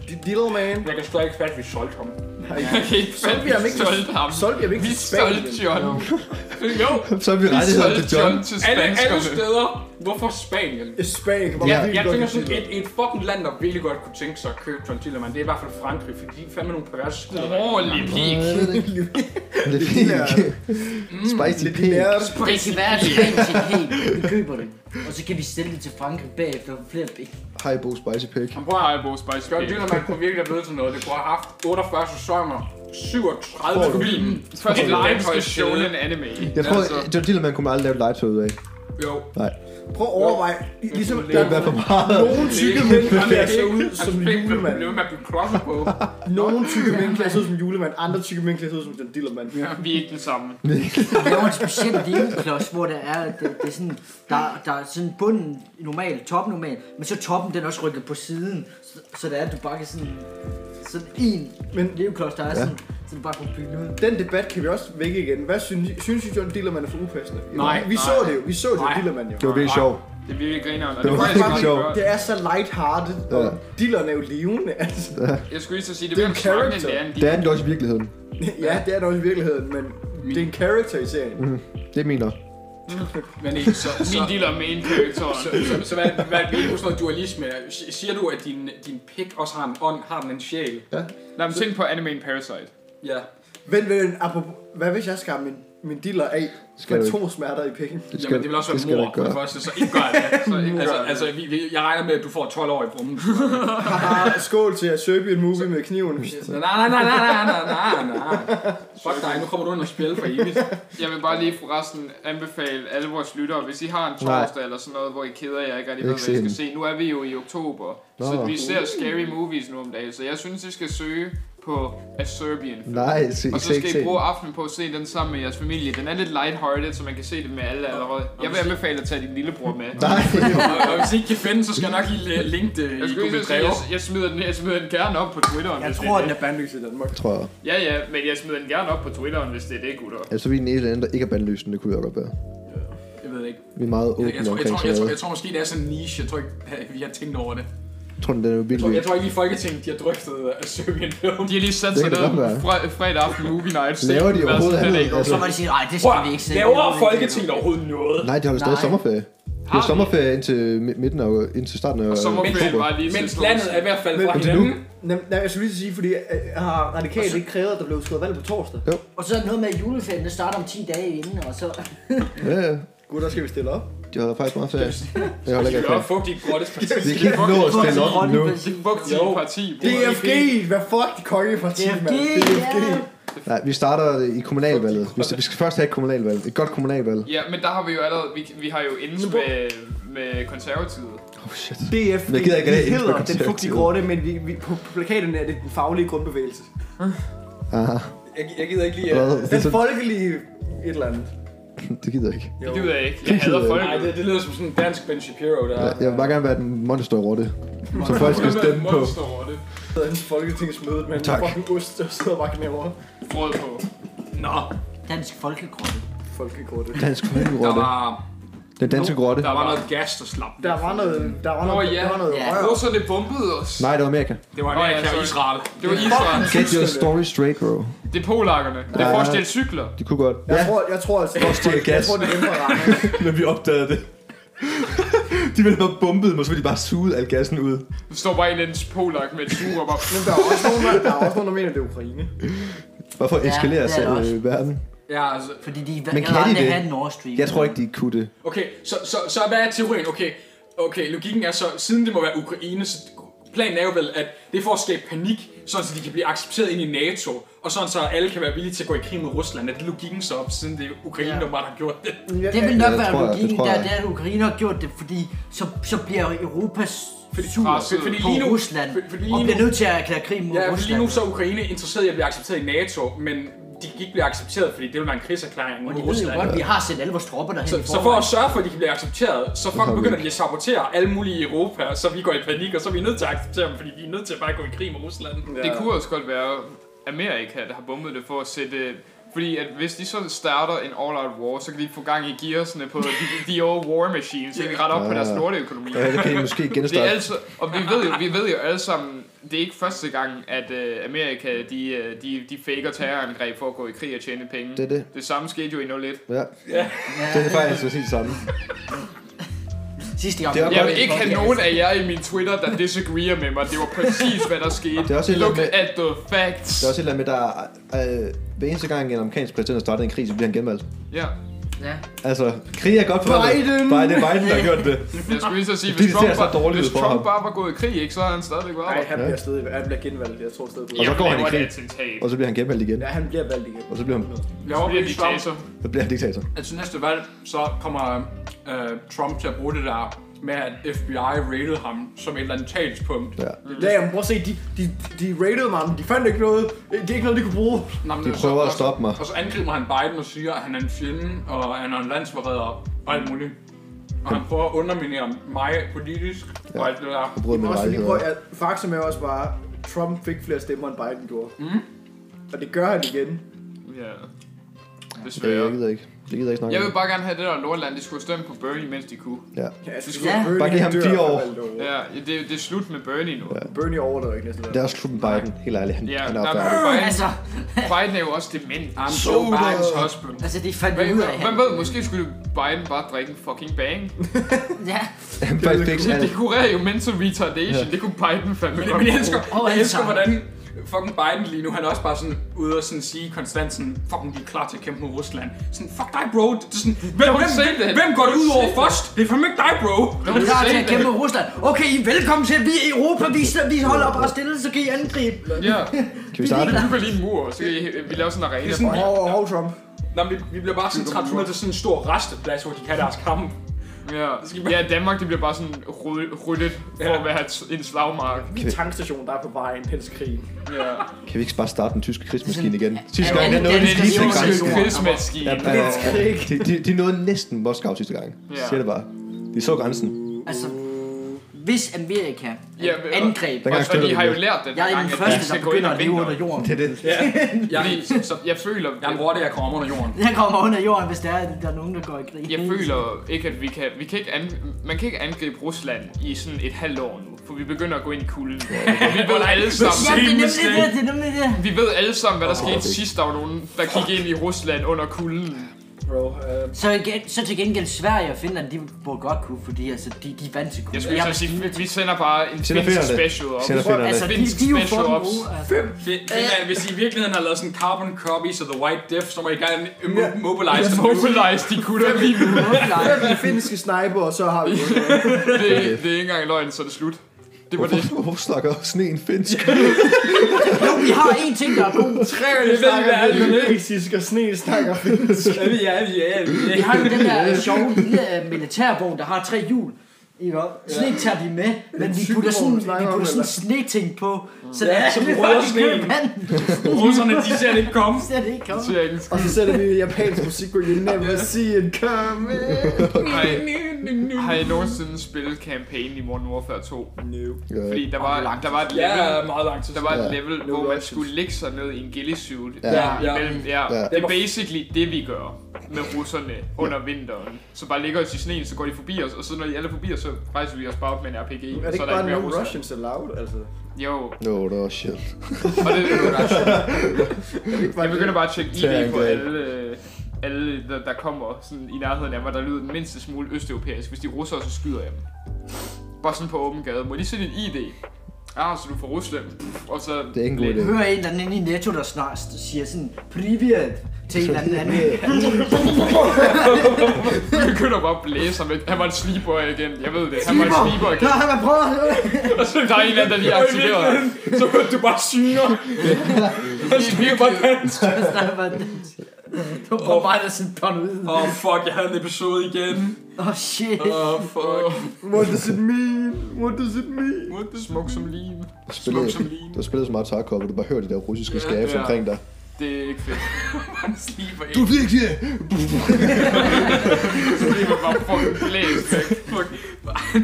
Speaker 3: Di- Dillerman?
Speaker 5: Jeg kan sgu ikke fatte, at vi solgte ham.
Speaker 3: Nej.
Speaker 1: Okay,
Speaker 3: Solgte vi ham ikke til
Speaker 1: stolte ham.
Speaker 3: Solgte vi ham ikke
Speaker 1: Vi
Speaker 3: til
Speaker 1: solgte
Speaker 3: Spanien?
Speaker 1: John.
Speaker 5: Jo,
Speaker 4: Så er vi rettigheder
Speaker 1: solgte
Speaker 4: til John.
Speaker 1: til
Speaker 5: alle, alle
Speaker 1: spanskerne.
Speaker 5: steder. Hvorfor Spanien?
Speaker 3: Spanien kan man
Speaker 4: Ja,
Speaker 3: virkelig
Speaker 5: Jeg
Speaker 3: godt
Speaker 5: tænker
Speaker 3: lide
Speaker 5: sådan, et, et fucking land, der virkelig godt kunne tænke sig at købe John Dillermand, det er i hvert fald Frankrig, fordi de er fandme nogle perverse skuder.
Speaker 1: Ordentlig pik.
Speaker 4: Det er fint. Spicy
Speaker 3: Dillermand. De lærer det.
Speaker 4: pig.
Speaker 2: Det kan være, at det er til helt. Vi køber det. Og så kan vi sælge det til Frankrig bagefter for flere penge.
Speaker 4: Hej, Bo Spicy pig.
Speaker 5: Men prøv at
Speaker 1: Ej, Bo Spice
Speaker 5: John
Speaker 1: Pig.
Speaker 5: Dillermand kunne virkelig have blevet til noget. Det kunne have haft 48 sæsoner, 37 film.
Speaker 1: Første
Speaker 5: Et
Speaker 1: live
Speaker 5: legetøjsstæde.
Speaker 1: show en anime.
Speaker 4: Jeg tror,
Speaker 1: Altså,
Speaker 4: John Dillermand kunne aldrig lave et legetøj ud af.
Speaker 5: Jo,
Speaker 4: Nej.
Speaker 3: Prøv at overveje, ligesom
Speaker 4: Det er i hvert fald meget.
Speaker 3: nogle tykke mænd klæder sig ud som
Speaker 5: julemand.
Speaker 3: julemand.
Speaker 5: Blev med at blive klokket på.
Speaker 3: Nogle tykke mænd klæder sig ud som julemand, andre tykke mænd klæder sig ud som John Dillermand.
Speaker 5: Ja.
Speaker 1: Vi er ikke den samme.
Speaker 2: Vi laver en speciel delklods, hvor der er, det, det er sådan, der, der er sådan bunden normal, toppen normal, men så toppen den er også rykket på siden, så, så der er, at du bare kan sådan, sådan en
Speaker 3: Men-
Speaker 2: men, leveklods, der er sådan, så du bare kan bygge ud.
Speaker 3: Den debat kan vi også vække igen. Hvad synes, synes I, John Dillermand er for upassende?
Speaker 5: Nej, nej.
Speaker 3: Vi så det jo. Vi så det
Speaker 5: Nej.
Speaker 3: jo, Dillermand jo.
Speaker 4: Det var virkelig sjovt.
Speaker 1: Det er virkelig griner.
Speaker 4: Det var faktisk
Speaker 1: godt
Speaker 4: sjovt.
Speaker 1: gjort.
Speaker 3: Det er så lighthearted, og
Speaker 4: Ja.
Speaker 3: Dilleren er jo levende, altså.
Speaker 1: Jeg skulle lige så sige, det,
Speaker 3: Det
Speaker 1: det
Speaker 3: er
Speaker 1: er
Speaker 3: en
Speaker 1: mere snakkende, end
Speaker 3: character.
Speaker 1: det andet.
Speaker 4: Det er den jo også i virkeligheden.
Speaker 3: Ja, det er det også i virkeligheden, men det er en character i serien.
Speaker 4: Det er min nok.
Speaker 5: Men ikke, så, så,
Speaker 1: Min dealer main character.
Speaker 5: så, så, så, hvad, hvad er det sådan noget dualisme? Si- Siger du, at din, din pik også har en ånd, har den en sjæl?
Speaker 1: Lad mig tænke på anime en Parasite.
Speaker 5: Ja.
Speaker 3: Vent, vent, apropos, hvad hvis jeg skar min, min diller af
Speaker 4: Skal
Speaker 3: med
Speaker 4: du ikke.
Speaker 3: to smerter i pikken?
Speaker 4: Det
Speaker 5: Jamen, det vil også
Speaker 4: det
Speaker 5: være
Speaker 4: skal
Speaker 5: mor
Speaker 4: det
Speaker 5: for det
Speaker 4: gøre.
Speaker 5: første, så ikke gør det. Så,
Speaker 1: Nu
Speaker 5: altså,
Speaker 1: gør det.
Speaker 5: altså, vi, vi, jeg regner med, at du får 12 år i brummen.
Speaker 3: Haha, Skål til at Serbian movie med kniven.
Speaker 5: Nej, nej, nej, nej, nej, nej, nej, nej. Fuck dig, nu kommer du ind og spille for evigt.
Speaker 1: Jeg vil bare lige forresten anbefale alle vores lyttere, hvis I har en torsdag eller sådan noget, hvor I keder jer ikke rigtig ved,
Speaker 4: Ikke
Speaker 1: hvad I skal
Speaker 4: se
Speaker 1: se. Nu er vi jo i oktober,
Speaker 4: Nå.
Speaker 1: så vi ser scary movies nu om dagen, så jeg synes, I skal søge på A Serbian.
Speaker 4: Nej, se,
Speaker 1: Og
Speaker 4: se,
Speaker 1: så skal
Speaker 4: se.
Speaker 1: I bruge aftenen på at se den sammen med jeres familie. Den er lidt lighthearted, så man kan se det med alle allerede. Jeg vil anbefale at tage din lillebror med.
Speaker 4: Nej,
Speaker 5: Og, og hvis I ikke kan finde, så skal jeg nok lige øh, linke det
Speaker 1: Jeg,
Speaker 5: i
Speaker 1: skulle lige
Speaker 5: Google
Speaker 1: så sige,
Speaker 5: Drive.
Speaker 1: jeg, jeg, smider den, jeg smider den gerne op på Twitteren,
Speaker 2: Jeg
Speaker 1: hvis
Speaker 2: tror,
Speaker 1: det er
Speaker 2: den
Speaker 1: det.
Speaker 2: er
Speaker 3: Bandløs i Danmark.
Speaker 4: tror jeg.
Speaker 1: Ja, ja, men jeg smider den gerne op på Twitteren, hvis det er det, gutter.
Speaker 4: Altså, vi er den ene eller anden, der ikke er bandlysen, det kunne vi også godt være.
Speaker 5: Jeg ved det ikke.
Speaker 4: Vi er meget
Speaker 5: Jeg,
Speaker 4: åbne
Speaker 5: jeg, tror, jeg,
Speaker 4: omkring
Speaker 5: tror,
Speaker 4: sådan
Speaker 5: jeg, tror, jeg
Speaker 4: noget.
Speaker 5: tror måske, det er sådan en niche. Jeg tror ikke, at vi har tænkt over det.
Speaker 4: Jeg tror, den er
Speaker 5: Jeg tror,
Speaker 4: virkelig...
Speaker 5: jeg tror ikke, vi i Folketinget de har drøftet øh, at søge en film.
Speaker 1: De har lige sat
Speaker 4: Det
Speaker 1: sig
Speaker 4: kan
Speaker 1: ned
Speaker 4: det godt være.
Speaker 1: fre- fredag aften movie night. set
Speaker 4: Laver de
Speaker 1: den, hvad
Speaker 4: overhovedet
Speaker 1: sådan, den
Speaker 4: andet?
Speaker 1: er i går.
Speaker 4: Altså,
Speaker 2: Så var de sige, nej, det skal vi ikke se.
Speaker 5: Laver Folketinget overhovedet noget?
Speaker 4: nej, de holder stadig
Speaker 2: Nej.
Speaker 4: sommerferie. De har sommerferie indtil mi- midten af, indtil starten af
Speaker 1: Og sommerferien
Speaker 4: oktober.
Speaker 1: var lige
Speaker 5: Mens
Speaker 1: til
Speaker 5: landet er i hvert fald fra
Speaker 3: Men-
Speaker 5: hinanden.
Speaker 3: Nej, nej, jeg skulle lige sige, fordi øh, har radikalt ikke krævet, at der blev skrevet valg på torsdag?
Speaker 2: Og så er der noget med at juleferien, der starter om 10 dage inden, og så...
Speaker 4: Ja, ja.
Speaker 3: Gud, der skal vi stille op.
Speaker 4: De holder faktisk meget ferie. Jeg holder ikke
Speaker 5: Vi
Speaker 4: af
Speaker 5: har
Speaker 4: ferie.
Speaker 5: fugtigt grottes parti.
Speaker 4: Vi kan ikke nå at stille op nu.
Speaker 1: Fugtige
Speaker 5: Jo.
Speaker 1: parti.
Speaker 3: DFG! Hvad fuck, det kongeparti,
Speaker 2: DFG,
Speaker 3: mand? DFG!
Speaker 2: ja.
Speaker 4: Nej, vi starter i kommunalvalget. Vi skal, vi skal først have et kommunalvalg. Et godt kommunalvalg.
Speaker 1: Ja, men der har vi jo allerede, vi, vi har jo ends med, med konservativet.
Speaker 4: Oh shit.
Speaker 3: DFG,
Speaker 4: Men jeg gider ikke have
Speaker 3: det
Speaker 4: det
Speaker 3: hedder den
Speaker 4: konservative.
Speaker 3: fugtige grotte, men vi, vi, på plakaten er det den faglige grundbevægelse.
Speaker 4: Aha.
Speaker 5: Jeg, jeg gider ikke lige...
Speaker 4: Hvad?
Speaker 5: Uh...
Speaker 4: Det,
Speaker 3: Den
Speaker 4: så-
Speaker 3: folkelige et eller andet.
Speaker 4: det gider jeg ikke.
Speaker 1: Det gider jeg ikke. Jeg hader folk.
Speaker 5: Nej, det, det lyder som sådan en dansk Ben Shapiro, der...
Speaker 4: Ja, Jeg vil bare gerne være den monster over det. Så folk skal stemme på.
Speaker 5: det.
Speaker 3: Der er en folketingsmøde med en
Speaker 4: Tak.
Speaker 3: fucking ost, der sidder og bare knæver.
Speaker 1: Brød på.
Speaker 5: Nå,
Speaker 2: Dansk Folkekroppe.
Speaker 3: Folkelige grotte.
Speaker 4: Dansk
Speaker 5: der
Speaker 4: kommunalgrotte.
Speaker 5: var,
Speaker 4: Den danske grotte.
Speaker 5: der var noget gas, der slap.
Speaker 3: Der var noget, der var noget,
Speaker 1: ja.
Speaker 3: der var noget
Speaker 2: Ja.
Speaker 3: rør.
Speaker 1: Russerne bombede os.
Speaker 4: Nej, det var Amerika.
Speaker 5: Det var
Speaker 1: Nå, ja,
Speaker 5: Amerika og
Speaker 1: sorry.
Speaker 5: Israel.
Speaker 1: Det var Israel.
Speaker 4: Get your story straight, bro.
Speaker 1: Det er polakkerne. Det er forestillet cykler.
Speaker 4: De kunne godt.
Speaker 3: Jeg tror, jeg tror altså, jeg
Speaker 4: stjæle gas.
Speaker 3: tror, det er nemmere at ramme.
Speaker 4: men vi opdagede det. de ville have bumpet dem, og så ville de bare suge al gassen ud.
Speaker 1: Der står bare en eller anden polak med et suger og bare...
Speaker 3: Men der er også nogen, der, der, er også nogen, der mener, det er Ukraine.
Speaker 4: Bare for at
Speaker 2: Ja,
Speaker 4: eskalere
Speaker 2: det er
Speaker 4: selv
Speaker 2: det også.
Speaker 4: øh, verden.
Speaker 5: Ja, altså,
Speaker 2: Fordi de
Speaker 4: Men
Speaker 2: kan
Speaker 4: kan de
Speaker 2: aldrig
Speaker 4: det?
Speaker 2: have Nord Stream.
Speaker 4: Jeg tror ikke, de kunne det.
Speaker 5: Okay, så, så, så hvad er teorien? Okay, okay, logikken er så, siden det må være Ukraine, så planen er jo vel, at det er for at skabe panik, sådan så de kan blive accepteret ind i NATO, og sådan så alle kan være villige til at gå i krig med Rusland. Er det logikken så op, siden det er Ukraine,
Speaker 2: Ja.
Speaker 5: der bare har gjort det?
Speaker 3: Jeg,
Speaker 2: Det vil nok
Speaker 4: det
Speaker 2: være
Speaker 4: tror jeg, det
Speaker 2: logikken,
Speaker 4: tror
Speaker 2: der
Speaker 4: jeg.
Speaker 2: det er, at Ukraine har gjort det, fordi så, så bliver Europa fordi, sur
Speaker 1: presset.
Speaker 2: fordi
Speaker 1: Fordi
Speaker 2: på
Speaker 5: lige nu-
Speaker 2: Rusland,
Speaker 5: fordi- fordi lige
Speaker 2: og bliver
Speaker 5: nu-
Speaker 2: nødt til at erklære krig mod
Speaker 5: Ja, fordi
Speaker 2: Rusland.
Speaker 5: lige nu så er Ukraine interesseret i at blive accepteret i NATO, men de kan ikke blive accepteret, fordi det vil være en krigserklæring
Speaker 2: og
Speaker 5: mod
Speaker 2: de ved jo
Speaker 5: Rusland.
Speaker 2: godt, at vi har sendt alle vores tropper derhen
Speaker 5: Så,
Speaker 2: i
Speaker 5: så for at
Speaker 2: forvejen.
Speaker 5: sørge for, at de kan blive accepteret, så
Speaker 4: har
Speaker 5: fuck
Speaker 4: vi
Speaker 5: begynder
Speaker 4: ikke.
Speaker 5: de at sabotere alle mulige i Europa, så vi går i panik, og så er vi nødt til at acceptere dem, fordi vi er nødt til at bare gå i krig med Rusland.
Speaker 1: Det kunne også godt være Amerika, der har bombet det for at sætte... Fordi at hvis de så starter en all-out war, så kan de få gang i gearsene på de, de old war machines, så kan de rette op på deres lorteøkonomi.
Speaker 4: Ja, det kan de måske
Speaker 1: Det er
Speaker 4: genstarte.
Speaker 1: altså, og vi ved, jo, vi ved jo alle sammen, det er ikke første gang, at øh, Amerika de, øh, de, de faker terrorangreb for at gå i krig og tjene penge.
Speaker 4: Det er det.
Speaker 1: Det samme skete jo i 01.
Speaker 4: Ja. Det er faktisk præcis det samme.
Speaker 2: Sidste gang.
Speaker 4: Det er
Speaker 1: Jeg
Speaker 4: godt.
Speaker 1: vil ikke have nogen af jer i min Twitter, der disagreeer med mig. Det var præcis, hvad der skete.
Speaker 4: Det er også et eller
Speaker 1: Look
Speaker 4: andet
Speaker 1: at the facts.
Speaker 4: Det er også et eller andet med, der er, øh, hver eneste gang en amerikansk præsident har startet en krig, så bliver han genvalgt.
Speaker 1: Ja.
Speaker 2: Ja.
Speaker 4: Altså, krig er godt for Biden! Bare det er Biden, der har gjort det.
Speaker 1: Jeg skulle lige så sige,
Speaker 4: Fordi
Speaker 1: hvis
Speaker 4: det ser
Speaker 1: Trump,
Speaker 4: så
Speaker 1: bare,
Speaker 4: dårligt
Speaker 1: hvis
Speaker 4: ud for
Speaker 1: Trump
Speaker 4: ham.
Speaker 1: bare var gået i krig, ikke, så havde han stadigvæk været
Speaker 3: Nej,
Speaker 1: der.
Speaker 3: han bliver stadig, han bliver genvalgt, jeg tror stadig.
Speaker 4: Og så går han i
Speaker 1: Laver et
Speaker 4: krig.
Speaker 1: attentat.
Speaker 4: Og så bliver han genvalgt igen.
Speaker 3: Ja, han bliver valgt igen.
Speaker 4: Og så bliver han,
Speaker 5: Jeg
Speaker 1: Så
Speaker 5: håber,
Speaker 1: bliver han
Speaker 5: vi
Speaker 1: diktator.
Speaker 4: så bliver han diktator.
Speaker 5: at til næste valg, så kommer øh, Trump til at bruge det der med, at FBI rated ham som et eller andet talspunkt.
Speaker 4: Ja.
Speaker 3: Ja, men prøv at se, de, de, de raidede mig, men de fandt ikke noget. Det er ikke noget, de kunne bruge.
Speaker 5: Nå, men
Speaker 4: De
Speaker 5: så-
Speaker 4: prøver at
Speaker 5: og så-
Speaker 4: stoppe mig.
Speaker 5: Og så angriber han Biden og siger, at han er en fjende, og han er en landsforræder og alt muligt. Og han prøver at underminere mig politisk ja. og alt det der.
Speaker 4: Brød med
Speaker 3: Også lige prøv,
Speaker 4: rettigheder.
Speaker 3: at faktum er også bare, Trump fik flere stemmer, end Biden gjorde. Mm. Og det gør han igen. Altså,
Speaker 1: Ja.
Speaker 4: Ja,
Speaker 1: Desværre.
Speaker 4: Øh, jeg gider ikke. Det gider jeg ikke snakke
Speaker 1: Jeg
Speaker 4: om.
Speaker 1: vil bare gerne have det der Lordland, de skulle stemme på Bernie, mens de kunne.
Speaker 4: Ja.
Speaker 3: Ja, altså,
Speaker 1: Det
Speaker 3: det
Speaker 1: skulle-
Speaker 3: skulle Bernie,
Speaker 4: Bare giv
Speaker 3: han
Speaker 4: ham
Speaker 3: dør
Speaker 4: fire år.
Speaker 3: for valget over.
Speaker 1: Ja, det, det er slut med Bernie nu. Ja,
Speaker 3: Bernie overlever ikke næste valg.
Speaker 4: Det er også Trump Biden, helt ærligt. Han, han
Speaker 1: nej,
Speaker 4: er
Speaker 1: men
Speaker 4: opfærdig.
Speaker 1: Biden,
Speaker 2: Altså,
Speaker 1: Biden er jo også dement.
Speaker 5: I'm so
Speaker 4: So
Speaker 5: Bidens
Speaker 4: bad.
Speaker 5: husband.
Speaker 2: altså det fandt vi
Speaker 1: Hvem
Speaker 2: ud
Speaker 1: ved,
Speaker 2: af.
Speaker 1: hvem ved, måske skulle Biden bare drikke en fucking bang.
Speaker 2: Ja.
Speaker 4: Han faktisk fik
Speaker 1: Det,
Speaker 4: alt.
Speaker 1: det kurerer jo mental retardation,
Speaker 4: Ja.
Speaker 1: det kunne Biden fandme
Speaker 5: Men,
Speaker 1: godt
Speaker 5: men jeg elsker,
Speaker 2: Åh,
Speaker 5: jeg elsker,
Speaker 2: altså.
Speaker 5: hvordan fucking Biden lige nu, han er også bare sådan ude og sådan sige konstant sådan, fucking de er klar til at kæmpe mod Rusland. Sådan, fuck dig bro, det er sådan, hvem,
Speaker 1: Don't
Speaker 5: hvem,
Speaker 1: say
Speaker 5: hvem,
Speaker 1: that.
Speaker 5: hvem går det ud
Speaker 1: Don't
Speaker 5: over
Speaker 1: say
Speaker 5: først? Det er fandme ikke dig bro.
Speaker 1: bruge.
Speaker 2: Vi er til at kæmpe mod Rusland. Okay, I er velkommen til, at vi er i Europa, vi, vi holder bare stille, så kan I angribe.
Speaker 1: Ja,
Speaker 4: Kan vi starte?
Speaker 1: vi bygger lige en mur, så kan I- vi laver sådan en arena.
Speaker 5: er sådan-
Speaker 1: for jer.
Speaker 3: Hov, hov, Trump.
Speaker 5: Nå, men vi, vi bliver bare sådan transformeret til sådan en stor resteplads, hvor de kan deres kamp.
Speaker 1: Ja, ja Danmark det bliver bare sådan ryd- ryddet for
Speaker 5: Ja.
Speaker 1: at være et- en slagmark.
Speaker 3: Vi er en tankstation, der er på vejen hen til krigen.
Speaker 1: Ja.
Speaker 4: Kan vi ikke bare starte den tyske krigsmaskine igen? Sidste
Speaker 2: Ja,
Speaker 4: gang,
Speaker 2: men
Speaker 4: der nåede
Speaker 2: den
Speaker 1: Det
Speaker 4: de
Speaker 1: er
Speaker 2: skal
Speaker 1: en
Speaker 4: lige til
Speaker 2: jo-
Speaker 1: sindssyg
Speaker 4: grænsen.
Speaker 1: krigsmaskine.
Speaker 4: Ja,
Speaker 1: Ja,
Speaker 4: øh, de, de, de nåede næsten Moskau sidste gang.
Speaker 1: Ja.
Speaker 4: Siger det bare. De så grænsen.
Speaker 2: Altså, hvis Amerika
Speaker 1: Ja, men-
Speaker 2: angreb...
Speaker 4: Den gang
Speaker 1: og
Speaker 4: støtter
Speaker 1: de har
Speaker 4: vi
Speaker 1: jo
Speaker 4: det.
Speaker 1: lært den
Speaker 2: Jeg er
Speaker 1: gang,
Speaker 2: den
Speaker 1: at de
Speaker 2: første,
Speaker 1: skal
Speaker 2: der
Speaker 1: gå ind
Speaker 2: begynder
Speaker 1: og
Speaker 2: at leve
Speaker 1: vinde.
Speaker 2: under jorden.
Speaker 4: Det er det.
Speaker 5: Jeg,
Speaker 1: Fordi så jeg føler,
Speaker 5: jeg er en rotte, jeg kommer under jorden.
Speaker 2: Jeg kommer under jorden, hvis der er, der er nogen, der går i krig.
Speaker 1: jeg føler ikke, at vi kan, vi kan ikke an, man kan ikke angribe Rusland i sådan et halvt år nu, for vi begynder at gå ind i kulden. vi ved alle
Speaker 2: Ja, det
Speaker 1: sammen,
Speaker 2: er nemlig det, det er nemlig det.
Speaker 1: vi ved alle sammen, hvad der skete sidst, der var nogen, der gik ind i Rusland under kulden.
Speaker 3: Bro, øh,
Speaker 2: Så, igen, så til gengæld Sverige og Finland, de burde godt kunne, fordi altså, de, de er vant til kulde.
Speaker 1: Jeg skulle
Speaker 2: Ja,
Speaker 1: så sige, vi- vi sender bare en
Speaker 4: sender
Speaker 1: finsk
Speaker 4: finderne.
Speaker 1: special op.
Speaker 4: Sender finderne.
Speaker 2: Altså, de,
Speaker 1: Finsk
Speaker 2: de er jo
Speaker 1: special
Speaker 2: fucking
Speaker 1: ops.
Speaker 2: gode. altså.
Speaker 5: Det, det, hvis I i virkeligheden har lavet sådan en carbon copy, så the white diff, så må I gerne immo- mobilize dem.
Speaker 1: Mobilize de kutter lige nu.
Speaker 3: hvem er de finske sniper, og så har vi
Speaker 1: Det, det er ikke engang løgn, så er det slut. Det var det.
Speaker 4: Hvorfor, hvorfor snakker sneen finsk?
Speaker 2: Jo, vi har én ting, der er god.
Speaker 5: Det ved I, hvad er det,
Speaker 3: snakker
Speaker 5: men ikke?
Speaker 3: kinesisk, og sne snakker finsk.
Speaker 5: Ja, vi er, vi er, vi
Speaker 2: Vi
Speaker 5: er.
Speaker 2: har jo den der øh, sjove lille øh, militærvogn, der har tre hjul. Ikke også? Sne tager vi med, men vi
Speaker 3: cykelvogn,
Speaker 2: putter sådan,
Speaker 3: vi
Speaker 2: vi
Speaker 3: snakker om,
Speaker 2: putter sådan
Speaker 3: eller?
Speaker 2: sneting på, så det er
Speaker 5: så
Speaker 2: sådan
Speaker 5: vi
Speaker 2: lidt
Speaker 5: rydder
Speaker 2: faktisk kød
Speaker 5: sneen.
Speaker 2: vand.
Speaker 5: Russerne, de ser det ikke komme.
Speaker 2: Så det ikke
Speaker 1: Det
Speaker 2: kommer.
Speaker 1: er ikke en skid.
Speaker 3: Og så sætter vi japansk musik på You never see it coming.
Speaker 1: Har I- Har I nogensinde spillet campaign i Modern Warfare 2?
Speaker 4: Ja.
Speaker 1: Fordi der var, der var et
Speaker 5: Ja,
Speaker 1: level,
Speaker 5: meget lang tid.
Speaker 1: der var et
Speaker 4: Ja.
Speaker 1: level hvor man skulle ligge sig ned i en ghillie-suit.
Speaker 5: Ja, ja.
Speaker 1: Imellem, ja.
Speaker 4: Ja.
Speaker 1: Det er basically det, vi gør med russerne under vinteren. Så bare ligger os i sneen, så går de forbi os, og så når de alle er forbi os, så rejser vi os bare op med en RPG.
Speaker 3: Er det
Speaker 1: så
Speaker 3: ikke
Speaker 1: er der
Speaker 3: bare
Speaker 1: ikke mere
Speaker 3: no
Speaker 1: Rusland.
Speaker 3: Russians allowed? Altså, er
Speaker 1: Jo,
Speaker 4: No, det var shit.
Speaker 1: og det,
Speaker 3: det ikke bare
Speaker 1: Jeg begynder bare at tjekke ID på
Speaker 4: Terrorangreb.
Speaker 1: alle, øh, alle der, der kommer sådan i nærheden af mig, der lyder den mindste smule østeuropæisk. Hvis de er russere, så skyder jeg dem. Bare sådan på åben gade. Må de se dit ID? Ah, så du er fra Rusland. Pff, Og så...
Speaker 4: Det er ikke en god idé.
Speaker 2: Hører en eller anden inde i Netto, der snart siger sådan, privet til en eller anden anden.
Speaker 1: Vi begynder bare at blæse ham lidt. Han var en sleeper igen. Jeg ved det. Han var en sleeper igen.
Speaker 2: Nå, han var prøvet.
Speaker 1: Og så der er en eller anden, der lige aktiverer ham.
Speaker 5: Så hørte du bare syner.
Speaker 1: Vi er bare
Speaker 2: Der var det var bare der sådan pån ud.
Speaker 5: Åh, oh, fuck, jeg havde en episode igen.
Speaker 2: Åh, oh, shit.
Speaker 5: Åh, oh, fuck.
Speaker 3: What does it mean? What does it mean?
Speaker 1: smuk som lim.
Speaker 4: Du spillede,
Speaker 1: som lin.
Speaker 4: du spillede så meget Tarkov, og du bare hørte de der russiske skabs
Speaker 1: ja.
Speaker 4: omkring dig.
Speaker 1: Det er ikke fedt.
Speaker 5: Han sliber
Speaker 4: Du
Speaker 5: ikke.
Speaker 4: bliver ikke det!
Speaker 1: Det var bare fucking blæst.
Speaker 5: Fuck.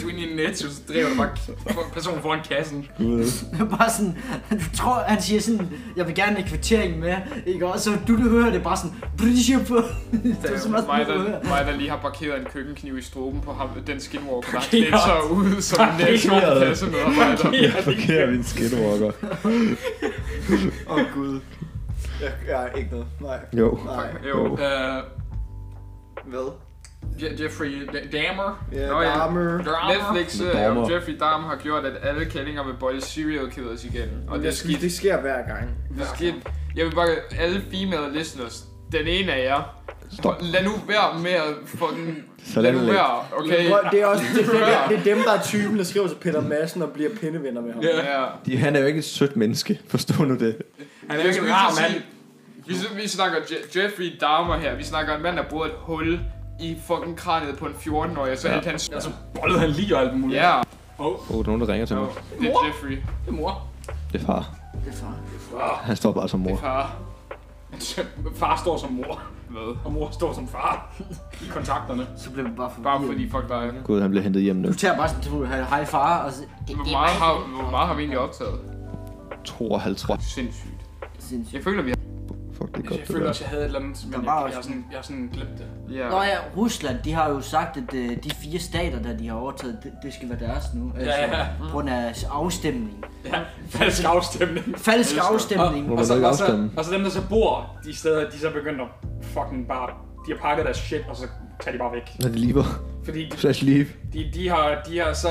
Speaker 5: Du er inde i Netto, så driver du bare fuck, personen foran kassen.
Speaker 2: Det var bare sådan, du tror, han siger sådan, jeg vil gerne have kvittering med, ikke også? Så du, du hører det bare sådan, bridge på. Det er så meget,
Speaker 1: Mig
Speaker 2: du hører.
Speaker 1: der, mig, der lige har parkeret en køkkenkniv i struben på ham, den skinwalker, der har
Speaker 5: Parkeret.
Speaker 1: klædt sig ud som en
Speaker 4: Parkeret.
Speaker 1: netto med
Speaker 5: Ja,
Speaker 4: Forkert min skinwalker.
Speaker 3: Åh oh, gud. Jeg, jeg er ikke noget. Nej.
Speaker 4: Jo.
Speaker 3: Nej.
Speaker 1: Jo,
Speaker 5: Øh,
Speaker 3: Hvad?
Speaker 5: Je- Øh, Jeffrey D- Dahmer.
Speaker 3: Ja,
Speaker 1: Nå ja.
Speaker 3: Dahmer.
Speaker 5: Dahmer.
Speaker 1: Netflix serien om Jeffrey Dahmer har gjort, at alle kællinger vil bolle serial killers igen. Og det er
Speaker 3: Jeg synes,
Speaker 1: skidt.
Speaker 3: det sker hver gang.
Speaker 1: Det er skidt. Jeg vil bare... Alle female listeners, den ene af jer,
Speaker 4: Stop.
Speaker 1: Lad nu være med at fucking...
Speaker 6: Så lad
Speaker 1: lad nu
Speaker 6: nu ligge.
Speaker 1: være, okay?
Speaker 3: Prøv, Det er også det, det, er, det er dem, der er typen, der skriver til Peter Madsen og bliver pindevenner med ham.
Speaker 5: Ja.
Speaker 1: Ja.
Speaker 4: De, han er jo ikke et sødt menneske, forstå nu det.
Speaker 5: Han er
Speaker 1: Jeg skal
Speaker 5: jo ikke en
Speaker 1: lige
Speaker 5: rar
Speaker 1: så sige,
Speaker 5: mand.
Speaker 1: Vi, vi snakker Je- Jeffrey Dahmer her. Vi snakker en mand, der boede et hul i fucking kraniet på en 14-årig, og så ja. alt hans... Altså,
Speaker 5: Og så bollede han lige og alt muligt.
Speaker 1: Ja,
Speaker 4: Åh, oh, der er nogen, der ringer til mig.
Speaker 1: det er Jeffrey.
Speaker 5: Det er mor.
Speaker 4: Det er far.
Speaker 2: Det er far.
Speaker 4: Han står bare som mor.
Speaker 1: Far.
Speaker 5: Far står som mor,
Speaker 1: Hvad?
Speaker 5: og mor står som far i kontakterne.
Speaker 2: Så bliver man bare for
Speaker 1: Bare fordi fuck dig.
Speaker 4: Gud, han bliver hentet hjem nu.
Speaker 2: Du tager bare sådan, du hej far, og så...
Speaker 1: Hvor meget har, hvor meget har vi egentlig optaget?
Speaker 4: 52.
Speaker 1: Sindssygt.
Speaker 2: Sindssygt.
Speaker 1: Jeg føler, vi har...
Speaker 4: Fuck, det er godt,
Speaker 5: Jeg
Speaker 4: det
Speaker 5: føler
Speaker 4: der.
Speaker 5: også, jeg havde et eller andet, men jeg,
Speaker 2: var
Speaker 5: jeg,
Speaker 2: også-
Speaker 5: har sådan, jeg har sådan glemt det.
Speaker 1: Ja.
Speaker 2: Nå ja, Rusland, de har jo sagt, at øh, de fire stater, der de har overtaget, det, det skal være deres nu. Altså,
Speaker 5: ja.
Speaker 2: På grund af afstemning.
Speaker 5: Ja, falsk afstemning.
Speaker 2: Falsk afstemning.
Speaker 4: Må
Speaker 5: Og
Speaker 4: man
Speaker 5: så,
Speaker 4: da ikke
Speaker 5: og, så,
Speaker 4: afstemme?
Speaker 5: og så dem, der så bor de steder, de er så begyndt at fucking bare... De har pakket deres shit, og så tager de bare væk.
Speaker 4: Når de lever.
Speaker 5: Fordi
Speaker 4: Flash leave.
Speaker 5: de, de, har, de har så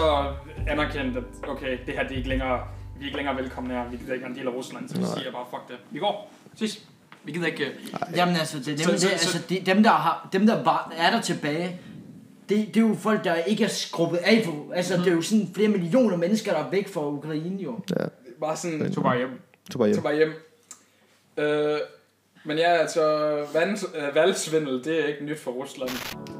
Speaker 5: anerkendt, at okay, det her det er ikke længere, vi er ikke længere velkomne her, vi gider ikke være en del af Rusland, så vi
Speaker 4: Nej.
Speaker 5: siger bare, fuck det. Vi går. Ses. Vi gider ikke... øh,
Speaker 2: Jamen altså, det er nemlig
Speaker 5: Så- så-
Speaker 2: det,
Speaker 5: så-
Speaker 2: altså, de, dem, der, har, dem, der var, er der tilbage, det, det er jo folk, der ikke er skruppet af på. Altså, mm-hmm. det er jo sådan flere millioner mennesker, der er væk fra Ukraine, jo.
Speaker 4: Ja,
Speaker 5: Bare sådan...
Speaker 1: Tog bare hjem.
Speaker 4: tog bare
Speaker 5: Så
Speaker 4: hjem.
Speaker 5: bare hjem. Øh, men ja, altså, vand, øh, valgsvindel, det er ikke nyt for Rusland.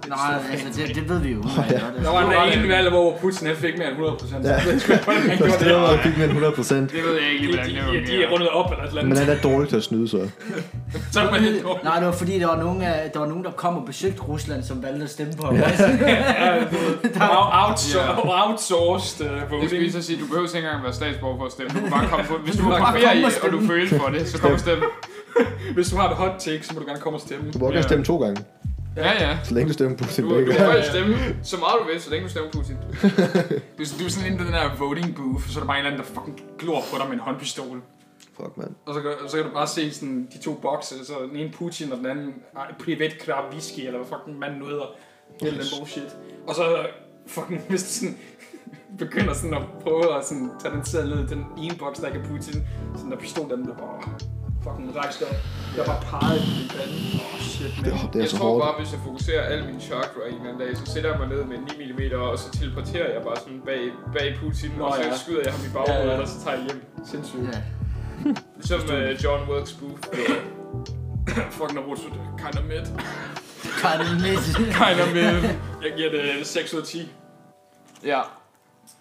Speaker 2: Nej, altså, det, det ved vi jo. Oh,
Speaker 4: ja.
Speaker 5: Der var en ene valg, hvor Putin han fik mere end 100 procent. Ja. Det skulle kun, han
Speaker 4: Der
Speaker 5: gjorde det.
Speaker 4: steder var fik med 100 procent.
Speaker 1: Det ved jeg ikke lige, hvordan det
Speaker 5: De, de, de er
Speaker 1: fungerer.
Speaker 5: rundet op eller et eller
Speaker 4: Men
Speaker 5: andet.
Speaker 4: han er dårlig til at snyde, så.
Speaker 5: Så er man helt dårlig.
Speaker 2: Nej, det var fordi, der var nogen, af, der, var nogen, der kom og besøgte Rusland, som valgte at stemme på ham.
Speaker 5: Out- outsour- Outsourced øh,
Speaker 1: Det skal
Speaker 5: voting.
Speaker 1: lige så sige, du behøver ikke engang være statsborger for at stemme. Du kan bare komme på, hvis du
Speaker 2: Du
Speaker 1: var
Speaker 2: kan
Speaker 1: på
Speaker 2: bare
Speaker 1: ferie,
Speaker 2: komme og
Speaker 1: og du
Speaker 2: stemme.
Speaker 1: følte for det, så kom og stem.
Speaker 5: Hvis du har et hot take, så må du gerne komme og stemme.
Speaker 4: Du må også
Speaker 1: Ja.
Speaker 4: stemme to gange.
Speaker 1: Ja, ja.
Speaker 4: Så længe du stemmer på sin
Speaker 1: Du,
Speaker 4: begge.
Speaker 1: du
Speaker 4: gange.
Speaker 1: kan jo stemme så meget du vil, så længe du stemmer Putin.
Speaker 5: Du, du er sådan inde i den der voting booth, så er der bare en eller anden, der fucking glor på dig med en håndpistol.
Speaker 4: Fuck, mand.
Speaker 5: Og så, kan- så kan du bare se sådan de to bokse, så den ene Putin og den anden ej, privat klar whisky, eller hvad fucking manden nu hedder. Hele den bullshit. Og så fucking, hvis du sådan begynder sådan at prøve at sådan, tage den sædel ned i den ene boks, der ikke er Putin, så den der pistol, den bliver bare fucking rejst op. Der var peget i den pande. Åh oh, shit,
Speaker 4: Det,
Speaker 5: man.
Speaker 4: det er
Speaker 1: Jeg
Speaker 4: så
Speaker 1: tror
Speaker 4: hårdt.
Speaker 1: bare, hvis jeg fokuserer alle mine chakra i en eller anden dag, så sætter jeg mig ned med 9 mm, og så teleporterer jeg bare sådan bag, bag Putin,
Speaker 5: Nå,
Speaker 1: og så
Speaker 5: ja.
Speaker 1: skyder jeg ham i baghovedet,
Speaker 5: Ja, ja.
Speaker 1: og så tager jeg hjem.
Speaker 5: Sindssygt.
Speaker 2: Ja.
Speaker 1: Ligesom uh, John Wilkes Booth.
Speaker 5: Fucking Naruto, det er kind of mid.
Speaker 2: Kardinal-
Speaker 5: Kind of mid. Jeg giver det 6 ud af 10.
Speaker 1: ja.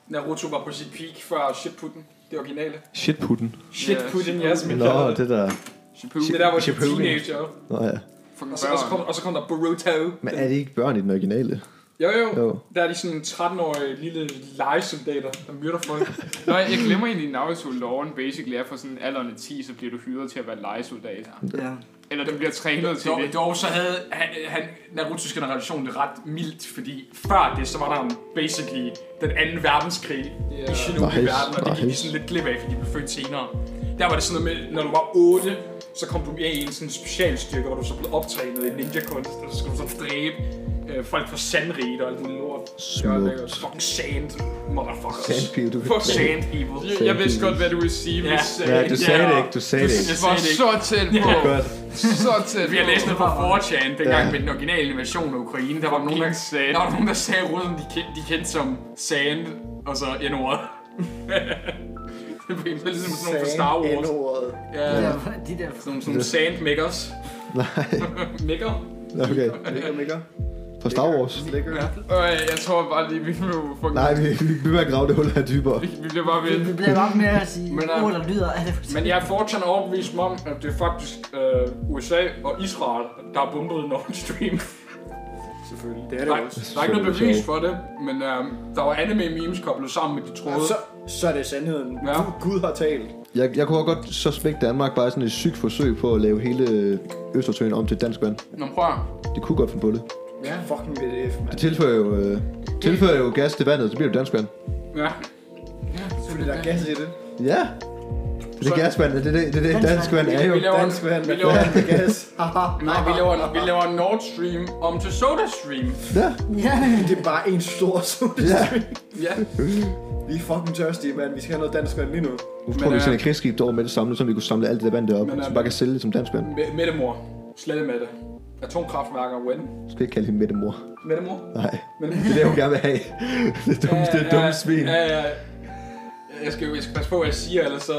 Speaker 5: Naruto var på sit peak før shitputten. Det originale.
Speaker 4: Shit putten.
Speaker 5: Shitputten, ja, som jeg
Speaker 4: Nå,
Speaker 5: kalder det.
Speaker 4: det der.
Speaker 1: Shampoo.
Speaker 5: Det er der, hvor de
Speaker 4: Shippuden.
Speaker 5: er teenager.
Speaker 4: Nå ja.
Speaker 5: Og så, og, så kom, og så kom der Boruto.
Speaker 4: Men er det ikke børn i den originale?
Speaker 5: Jo, jo.
Speaker 4: Jo.
Speaker 5: Der er de sådan 13-årige lille legesoldater, der myrder folk.
Speaker 1: Nå, jeg glemmer egentlig Naruto Loven basically er for sådan alderen af 10, så bliver du hyret til at være legesoldat.
Speaker 2: Ja.
Speaker 1: Eller du bliver trænet til
Speaker 5: dog,
Speaker 1: det.
Speaker 5: dog, så havde han, han, Naruto's generation det ret mildt, fordi før det, så var der jo basically den anden verdenskrig yeah. i Shinobi-verden, og det gik vi
Speaker 4: nice.
Speaker 5: sådan lidt glip af, fordi vi blev født senere. Der var det sådan noget med, når du var 8, så kom du med i en sådan specialstyrke, hvor du så blev optrænet i ninja-kunst, og så skulle du så dræbe øh, folk fra sandriget og alt muligt lort.
Speaker 4: Smukt.
Speaker 5: Fucking sand, motherfuckers.
Speaker 4: Sand people, du
Speaker 5: Fuck
Speaker 4: kan-
Speaker 5: sand people.
Speaker 1: Jeg vidste godt, hvad du ville sige,
Speaker 5: Ja.
Speaker 1: hvis... øh,
Speaker 4: Ja, du sagde
Speaker 5: Ja.
Speaker 4: det ikke. Du sagde det ikke.
Speaker 1: Jeg var
Speaker 5: sagde det
Speaker 1: så tæt på.
Speaker 4: Godt.
Speaker 1: Så tæt på.
Speaker 5: Vi har læst noget på 4chan, dengang
Speaker 4: Ja.
Speaker 5: med den originale invasion af Ukraine. Der var nogen, der,
Speaker 1: sand.
Speaker 5: der, var nogen, der sagde, at russerne de, kendte, de kendte som sand, og så N-ordet. det blev ligesom sådan nogle fra Star Wars.
Speaker 3: N-ordet.
Speaker 5: Ja,
Speaker 2: Ja,
Speaker 5: sådan
Speaker 2: de der...
Speaker 5: nogle, sådan nogle sandmakers.
Speaker 4: Nej.
Speaker 5: Maker?
Speaker 4: Okay.
Speaker 3: Lækker, lækker.
Speaker 4: På Star Wars.
Speaker 3: Lækker.
Speaker 5: Ja.
Speaker 1: Øh, jeg tror bare lige, vi må fucking...
Speaker 4: Nej, vi, vi bliver ved at grave det hul her dybere.
Speaker 1: Vi, vi bliver bare ved.
Speaker 2: Vi bliver nok med at sige
Speaker 5: Men, øh,
Speaker 2: ord, der lyder af det.
Speaker 5: Men jeg er fortjent overbevist mig om, at det er faktisk øh, USA og Israel, der har bombet Nord Stream.
Speaker 3: Selvfølgelig. Det er det
Speaker 5: Nej,
Speaker 3: også.
Speaker 5: der er ikke noget bevis for det, men øh, der var anime-memes koblet sammen med de
Speaker 3: Ja,
Speaker 5: tråde.
Speaker 3: Så, så er det sandheden.
Speaker 5: Ja.
Speaker 3: Gud, Gud har talt.
Speaker 4: Jeg, jeg kunne også godt så smække Danmark bare i sådan et sygt forsøg på at lave hele Østersøen om til dansk vand.
Speaker 5: Nå, men prøv at-
Speaker 4: Det kunne godt finde på det.
Speaker 5: Ja.
Speaker 3: Fucking VDF,
Speaker 4: Det
Speaker 3: mand.
Speaker 4: tilføjer jo, øh, tilføjer jo gas til vandet, så bliver det dansk vand.
Speaker 5: Ja.
Speaker 3: Fordi der er gas i det.
Speaker 4: Ja. Det er gasvand, det er det, det, er det dansk vand er jo.
Speaker 5: Vi laver,
Speaker 3: Dansk vand,
Speaker 5: vi
Speaker 3: mand.
Speaker 5: laver,
Speaker 3: Der er gas. Haha.
Speaker 5: nej, vi laver, vi laver Nord Stream om til Soda Stream.
Speaker 4: Ja,
Speaker 2: Ja,
Speaker 3: Det er bare en stor
Speaker 4: ja.
Speaker 3: sodastream.
Speaker 5: Ja.
Speaker 3: Vi er fucking tørstige, mand. Vi skal have noget dansk vand lige nu.
Speaker 4: Nu tror vi
Speaker 5: øh,
Speaker 4: sender krigsskib over med det samme, så vi kunne samle alt det der vand deroppe,
Speaker 5: Men,
Speaker 4: så
Speaker 5: øh,
Speaker 4: vi bare kan sælge det som dansk vand.
Speaker 5: Mette mor. Slet med det. atomkraftværker win.
Speaker 4: Du skal ikke kalde hende Mette mor.
Speaker 5: Med det, mor?
Speaker 4: Nej,
Speaker 5: Men, Øh,
Speaker 4: det er det, hun gerne vil have. Det dummeste, ja, dumme svin.
Speaker 5: Ja, ja. Jeg skal, jeg skal passe på, hvad jeg siger, ellers så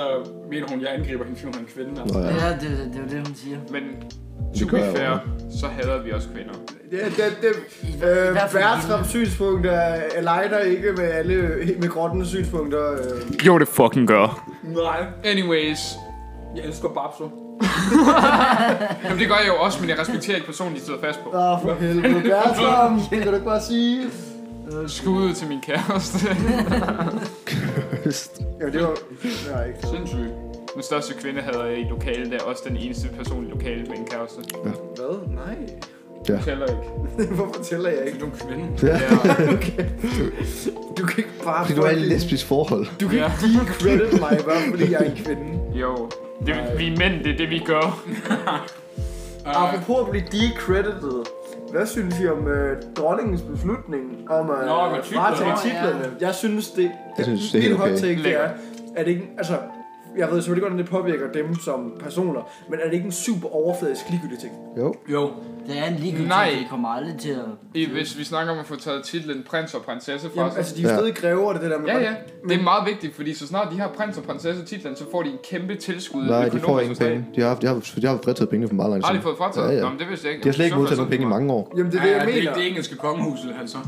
Speaker 5: mener hun, at jeg angriber hende, fordi hun er en kvinde.
Speaker 4: Nå ja,
Speaker 2: Ja, det, det, det var det, hun siger.
Speaker 1: Men to
Speaker 4: gør
Speaker 1: be
Speaker 4: jeg jo.
Speaker 1: fair, så hader vi også kvinder.
Speaker 3: Det, det, det,
Speaker 2: I- i
Speaker 3: øh,
Speaker 2: hvert fald
Speaker 3: Bertrams synspunkt er aligner ikke med alle med grottens synspunkter. Øh.
Speaker 1: Jo, det fucking gør.
Speaker 5: Nej.
Speaker 1: Anyways.
Speaker 5: Jeg elsker Babso.
Speaker 1: Jamen, det gør jeg jo også, men jeg respekterer ikke personen, de sidder fast på.
Speaker 3: Nå, for helvede, Bertram, kan du ikke bare sige?
Speaker 1: Skud ud til min kæreste.
Speaker 3: Ja, det var... Nej, ikke.
Speaker 5: Sindssygt.
Speaker 1: Den største kvinde hader jeg i lokalet er også den eneste person i lokalet med en kæreste.
Speaker 3: Hvad? Nej.
Speaker 1: Det tæller ikke.
Speaker 3: Hvorfor tæller jeg ikke?
Speaker 5: Du er en kvinde.
Speaker 1: Ja,
Speaker 3: Du kan ikke bare...
Speaker 4: fordi du er i et lesbisk forhold.
Speaker 3: Du kan ikke give credit mig, bare fordi jeg er en kvinde.
Speaker 1: jo. Det, vi er mænd, det er det, vi gør.
Speaker 3: Apropos at blive decredited. Hvad synes I om øh, dronningens beslutning om at
Speaker 5: Nå, med
Speaker 3: øh,
Speaker 5: titler.
Speaker 3: fratage
Speaker 5: Nå,
Speaker 2: ja.
Speaker 3: titlerne? Jeg synes, det,
Speaker 4: Jeg synes, det er
Speaker 3: min
Speaker 4: helt okay.
Speaker 3: hot take, det er,
Speaker 1: Lækkert.
Speaker 3: er det ikke, altså, jeg ved selvfølgelig godt, at det påvirker dem som personer, men er det ikke en super overfladisk ligegyldig ting?
Speaker 4: Jo.
Speaker 5: Jo.
Speaker 2: Det er en ligegyldig
Speaker 1: Nej.
Speaker 2: ting, det kommer aldrig til at...
Speaker 1: I, hvis vi snakker om at få taget titlen prins og prinsesse fra
Speaker 3: Jamen,
Speaker 1: sig.
Speaker 3: altså, de er jo
Speaker 4: Ja.
Speaker 3: stadig grever det, det der med...
Speaker 1: Ja, ja. Det er meget vigtigt, fordi så snart de har prins og prinsesse titlen, så får de en kæmpe tilskud.
Speaker 4: Nej, de
Speaker 1: økonomisk
Speaker 4: får ingen
Speaker 1: fra staten.
Speaker 4: penge. De har, de har, de har fritaget penge for meget lang tid.
Speaker 1: Har de fået frataget?
Speaker 4: Ja,
Speaker 1: Ja,
Speaker 4: ja.
Speaker 1: ja. Nå, men det vidste jeg ikke.
Speaker 4: De har slet ikke
Speaker 1: Så-
Speaker 4: modtaget
Speaker 1: så-
Speaker 4: nogen penge i mange år.
Speaker 3: Jamen, det er det,
Speaker 5: Ja,
Speaker 3: jeg
Speaker 5: det er
Speaker 3: mener.
Speaker 5: ikke det engelske kongehuset, altså.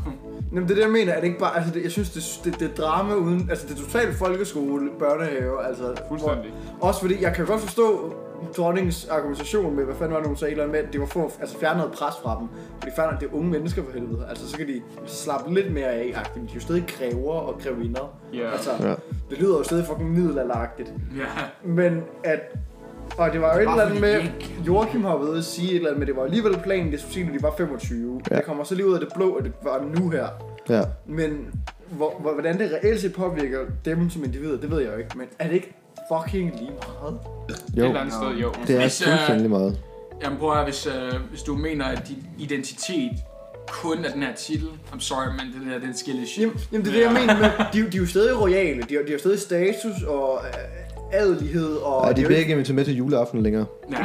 Speaker 3: Jamen, det er det, jeg mener. Er det ikke bare, altså, det, jeg synes, det, det, det er drama uden... Altså, det er totalt folkeskole, børnehave, altså...
Speaker 1: Fuldstændig.
Speaker 3: Hvor, også fordi, jeg kan godt forstå dronningens argumentation med, hvad fanden var det, hun sagde, et eller andet med, at det var for altså, fjerne noget pres fra dem. Fordi fanden, det er unge mennesker for helvede. Altså, så kan de slappe lidt mere af, agtigt. men De er jo stadig kræver og krævinder.
Speaker 1: Ja.
Speaker 3: Altså,
Speaker 4: Ja.
Speaker 3: det lyder jo stadig fucking middelalderagtigt.
Speaker 5: Ja.
Speaker 3: Men at... Og det var jo et eller
Speaker 2: bare
Speaker 3: andet
Speaker 2: fordi,
Speaker 3: med...
Speaker 2: de ikke
Speaker 3: Joachim har været ude at sige et eller andet, men det var alligevel planen, det skulle sige, når de var 25.
Speaker 4: Ja.
Speaker 3: Ja. Det kommer så lige ud af det blå, at det var nu her.
Speaker 4: Ja.
Speaker 3: Men hvor, hvor, hvordan det reelt set påvirker dem som individer, det ved jeg jo ikke. Men er det ikke fucking lige meget?
Speaker 1: Et
Speaker 4: Jo.
Speaker 1: eller andet sted,
Speaker 2: Altså,
Speaker 1: jo.
Speaker 4: Det er
Speaker 5: Hvis, øh,
Speaker 4: fuldstændig meget.
Speaker 5: Jamen prøv at høre, hvis, øh, hvis du mener, at din identitet kun er den her titel. I'm sorry, men den her, den skiller shit.
Speaker 3: Jamen, jamen det er det, jeg mener med, de, de er jo stadig royale, de, har- de har jo stadig status og øh, adelighed og...
Speaker 4: Ej, de
Speaker 3: det er
Speaker 4: bliver
Speaker 3: jo
Speaker 4: ikke inviteret med til juleaften længere.
Speaker 5: Ja.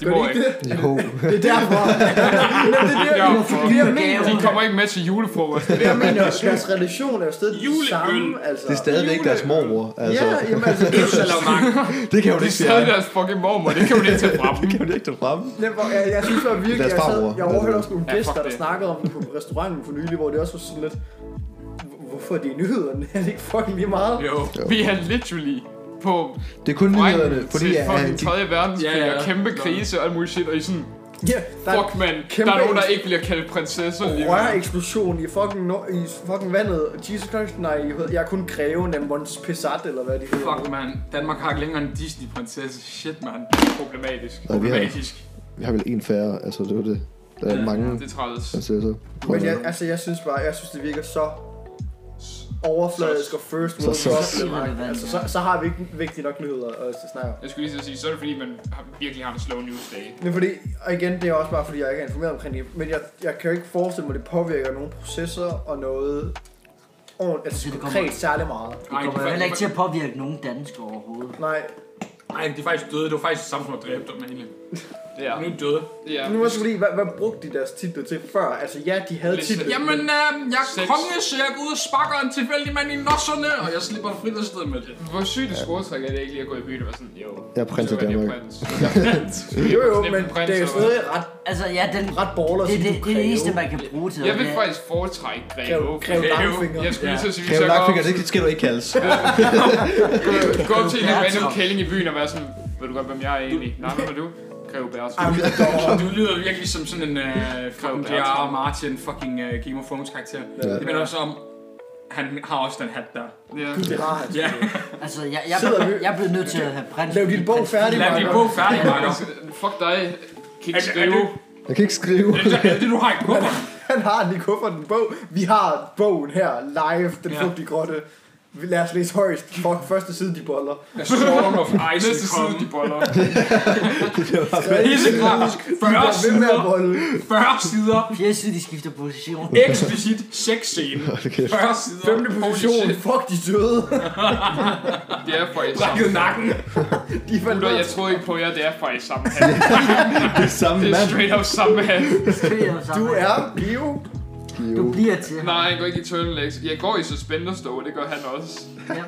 Speaker 1: De
Speaker 3: Gør
Speaker 1: må
Speaker 3: de ikke
Speaker 1: ikke.
Speaker 3: det?
Speaker 4: Jo.
Speaker 3: Det er derfor. Jamen, det, er det, jeg-
Speaker 1: Ja,
Speaker 3: det, er det, jeg mener.
Speaker 1: De kommer ikke med til julefrokost.
Speaker 3: Det er det, jeg mener. Deres relation er jo stadig den
Speaker 5: Juleøl.
Speaker 3: samme. Altså.
Speaker 4: Det er stadigvæk deres mormor. Altså,
Speaker 3: Altså. Ja, jamen altså, det er jo
Speaker 5: Salamanca.
Speaker 4: det kan jo
Speaker 1: Det er
Speaker 4: ikke
Speaker 1: stadig
Speaker 4: fjerne.
Speaker 1: deres fucking mormor, det kan man ikke tage fra dem.
Speaker 4: Det kan jo ikke tage frem.
Speaker 3: nemt, og jeg, jeg synes bare virkelig,
Speaker 4: Deres
Speaker 3: jeg, sad,
Speaker 4: farmor.
Speaker 3: jeg overhørte også nogle
Speaker 1: Ja, fuck
Speaker 3: gæster, der
Speaker 1: det.
Speaker 3: snakkede om det på restauranten for nylig, hvor det også var sådan lidt, "Hvor- hvorfor er det i nyhederne? Er det ikke fucking lige meget?
Speaker 5: Jo.
Speaker 1: Vi er literally på
Speaker 4: Det er kun nyhederne,
Speaker 1: drengen
Speaker 4: fordi
Speaker 1: til
Speaker 4: at han,
Speaker 1: fucking 3. verdenskrig
Speaker 5: Ja, ja.
Speaker 1: og kæmpe krise og alt muligt shit, og I er sådan,
Speaker 3: Ja, der er
Speaker 1: fuck mand,
Speaker 3: kæmpe
Speaker 1: der er nogen, der
Speaker 3: en-
Speaker 1: ikke bliver kaldt prinsesser
Speaker 3: en
Speaker 1: lige nu.
Speaker 3: røreksplosion i fucking, no- i fucking vandet. Og Jesus Christ, nej, jeg ved- jeg er kun greven af Mons Pesat, eller hvad de hedder.
Speaker 5: Fuck, man. Danmark har ikke længere en Disney-prinsesse. Shit, man.
Speaker 1: Problematisk.
Speaker 4: Nej, vi har,
Speaker 5: Problematisk.
Speaker 4: vi har vel en færre. Altså, det var det. Der er mange
Speaker 1: Det er træls.
Speaker 4: prinsesser.
Speaker 3: Men jeg, altså, jeg synes bare, jeg synes, det virker så overfladisk og first world
Speaker 4: så-
Speaker 3: problem. Altså, så, så har vi ikke vigtige nok nyheder at snakke om.
Speaker 1: Jeg skulle lige så sige, så er det fordi, man har, virkelig har en slow news dag.
Speaker 3: Men fordi, og igen, det er også bare fordi, jeg ikke er informeret omkring det, men jeg, jeg kan jo ikke forestille mig, at det påvirker nogle processer og noget ordentligt, altså
Speaker 2: Det kommer-
Speaker 3: konkret særlig meget.
Speaker 5: Nej,
Speaker 2: Det kommer jo heller ikke til at påvirke nogen danskere overhovedet.
Speaker 3: Nej,
Speaker 5: Nej, de er faktisk døde. Det var faktisk samme som at dræbe dem egentlig.
Speaker 1: Det er,
Speaker 5: Nu er de døde.
Speaker 1: det er.
Speaker 3: nu er det fordi, hvad, hvad brugte de deres titler til før? Altså ja, de havde
Speaker 1: Lidt
Speaker 3: titler.
Speaker 5: Jamen, øh, jeg er
Speaker 1: Sex.
Speaker 5: konge, så jeg går ud og sparker en tilfældig mand i nosserne, og jeg slipper fri afsted med det.
Speaker 1: Hvor sygt et scoretræk er det ikke lige at gå i byen og være sådan, jo.
Speaker 4: Jeg er prins af
Speaker 1: det var, jeg er
Speaker 4: Danmark.
Speaker 1: prins.
Speaker 3: Jo jo,
Speaker 1: Sådan en
Speaker 3: men
Speaker 1: prins,
Speaker 3: det er jo
Speaker 1: eller
Speaker 3: stadig ret,
Speaker 2: Altså, ja, den,
Speaker 3: ret baller,
Speaker 2: det,
Speaker 3: som
Speaker 2: det,
Speaker 3: du
Speaker 2: det, er det eneste,
Speaker 3: kræver.
Speaker 2: man kan bruge til
Speaker 1: Jeg vil
Speaker 2: det.
Speaker 1: faktisk foretrække Greve.
Speaker 3: Greve- Greve Langfinger.
Speaker 1: Jeg skulle lige så sige, hvis
Speaker 4: Kræve
Speaker 1: jeg går,
Speaker 4: langfinger, det skal du ikke kaldes.
Speaker 1: gå op til en
Speaker 2: Greve
Speaker 1: random
Speaker 2: Bertram.
Speaker 1: kælling i byen og være sådan, ved du godt, hvem jeg er egentlig? Nej, hvem er du? Greve Bærsson.
Speaker 3: Jamen, dog.
Speaker 5: Du lyder virkelig som sådan en øh, fucking J.R. Martin fucking øh, Game of Thrones karakter. Det minder også om, han har også den hat der.
Speaker 1: Ja.
Speaker 3: Det har han.
Speaker 5: Ja,
Speaker 2: Altså, jeg, jeg,
Speaker 3: Sidder vi-
Speaker 2: jeg, jeg blev nødt til at have prins.
Speaker 3: Lav din bog
Speaker 2: prins-
Speaker 3: færdig,
Speaker 5: lad
Speaker 3: Marker.
Speaker 5: din bog færdig, Marker.
Speaker 1: Fuck dig. Kan ikke
Speaker 5: Er- er
Speaker 1: skrive.
Speaker 5: du-
Speaker 4: Jeg kan ikke skrive.
Speaker 5: Det er det, du har i kuffert.
Speaker 3: Han har den i kufferten bog. Vi har bogen her live, den
Speaker 5: Ja.
Speaker 3: fugtige grotte. Lad os læse højst. Fuck, første side, de boller.
Speaker 5: A storm of ice
Speaker 1: Næste
Speaker 5: is
Speaker 1: side, de
Speaker 5: coming.
Speaker 1: boller.
Speaker 5: Helt klart.
Speaker 3: De
Speaker 5: 40
Speaker 3: bliver ved med at
Speaker 5: sider.
Speaker 3: bolle.
Speaker 5: 40 sider.
Speaker 2: Fjerde side, de skifter position.
Speaker 5: Eksplicit sexscene. 40 sider.
Speaker 3: Femte position. Fuck, de er døde.
Speaker 1: Det er faktisk samme.
Speaker 5: Brækket nakken.
Speaker 3: De faldt
Speaker 1: Gutter,
Speaker 3: ned.
Speaker 1: jeg tror ikke på jer, det er faktisk samme hand.
Speaker 4: Det er samme
Speaker 1: Det er
Speaker 4: mand.
Speaker 1: straight up samme hand.
Speaker 3: Du er bio.
Speaker 4: Jo.
Speaker 2: Du bliver til ham.
Speaker 1: Nej, han går ikke i turtle legs. Jeg går i suspender stå, det gør han også.
Speaker 2: Ja, det,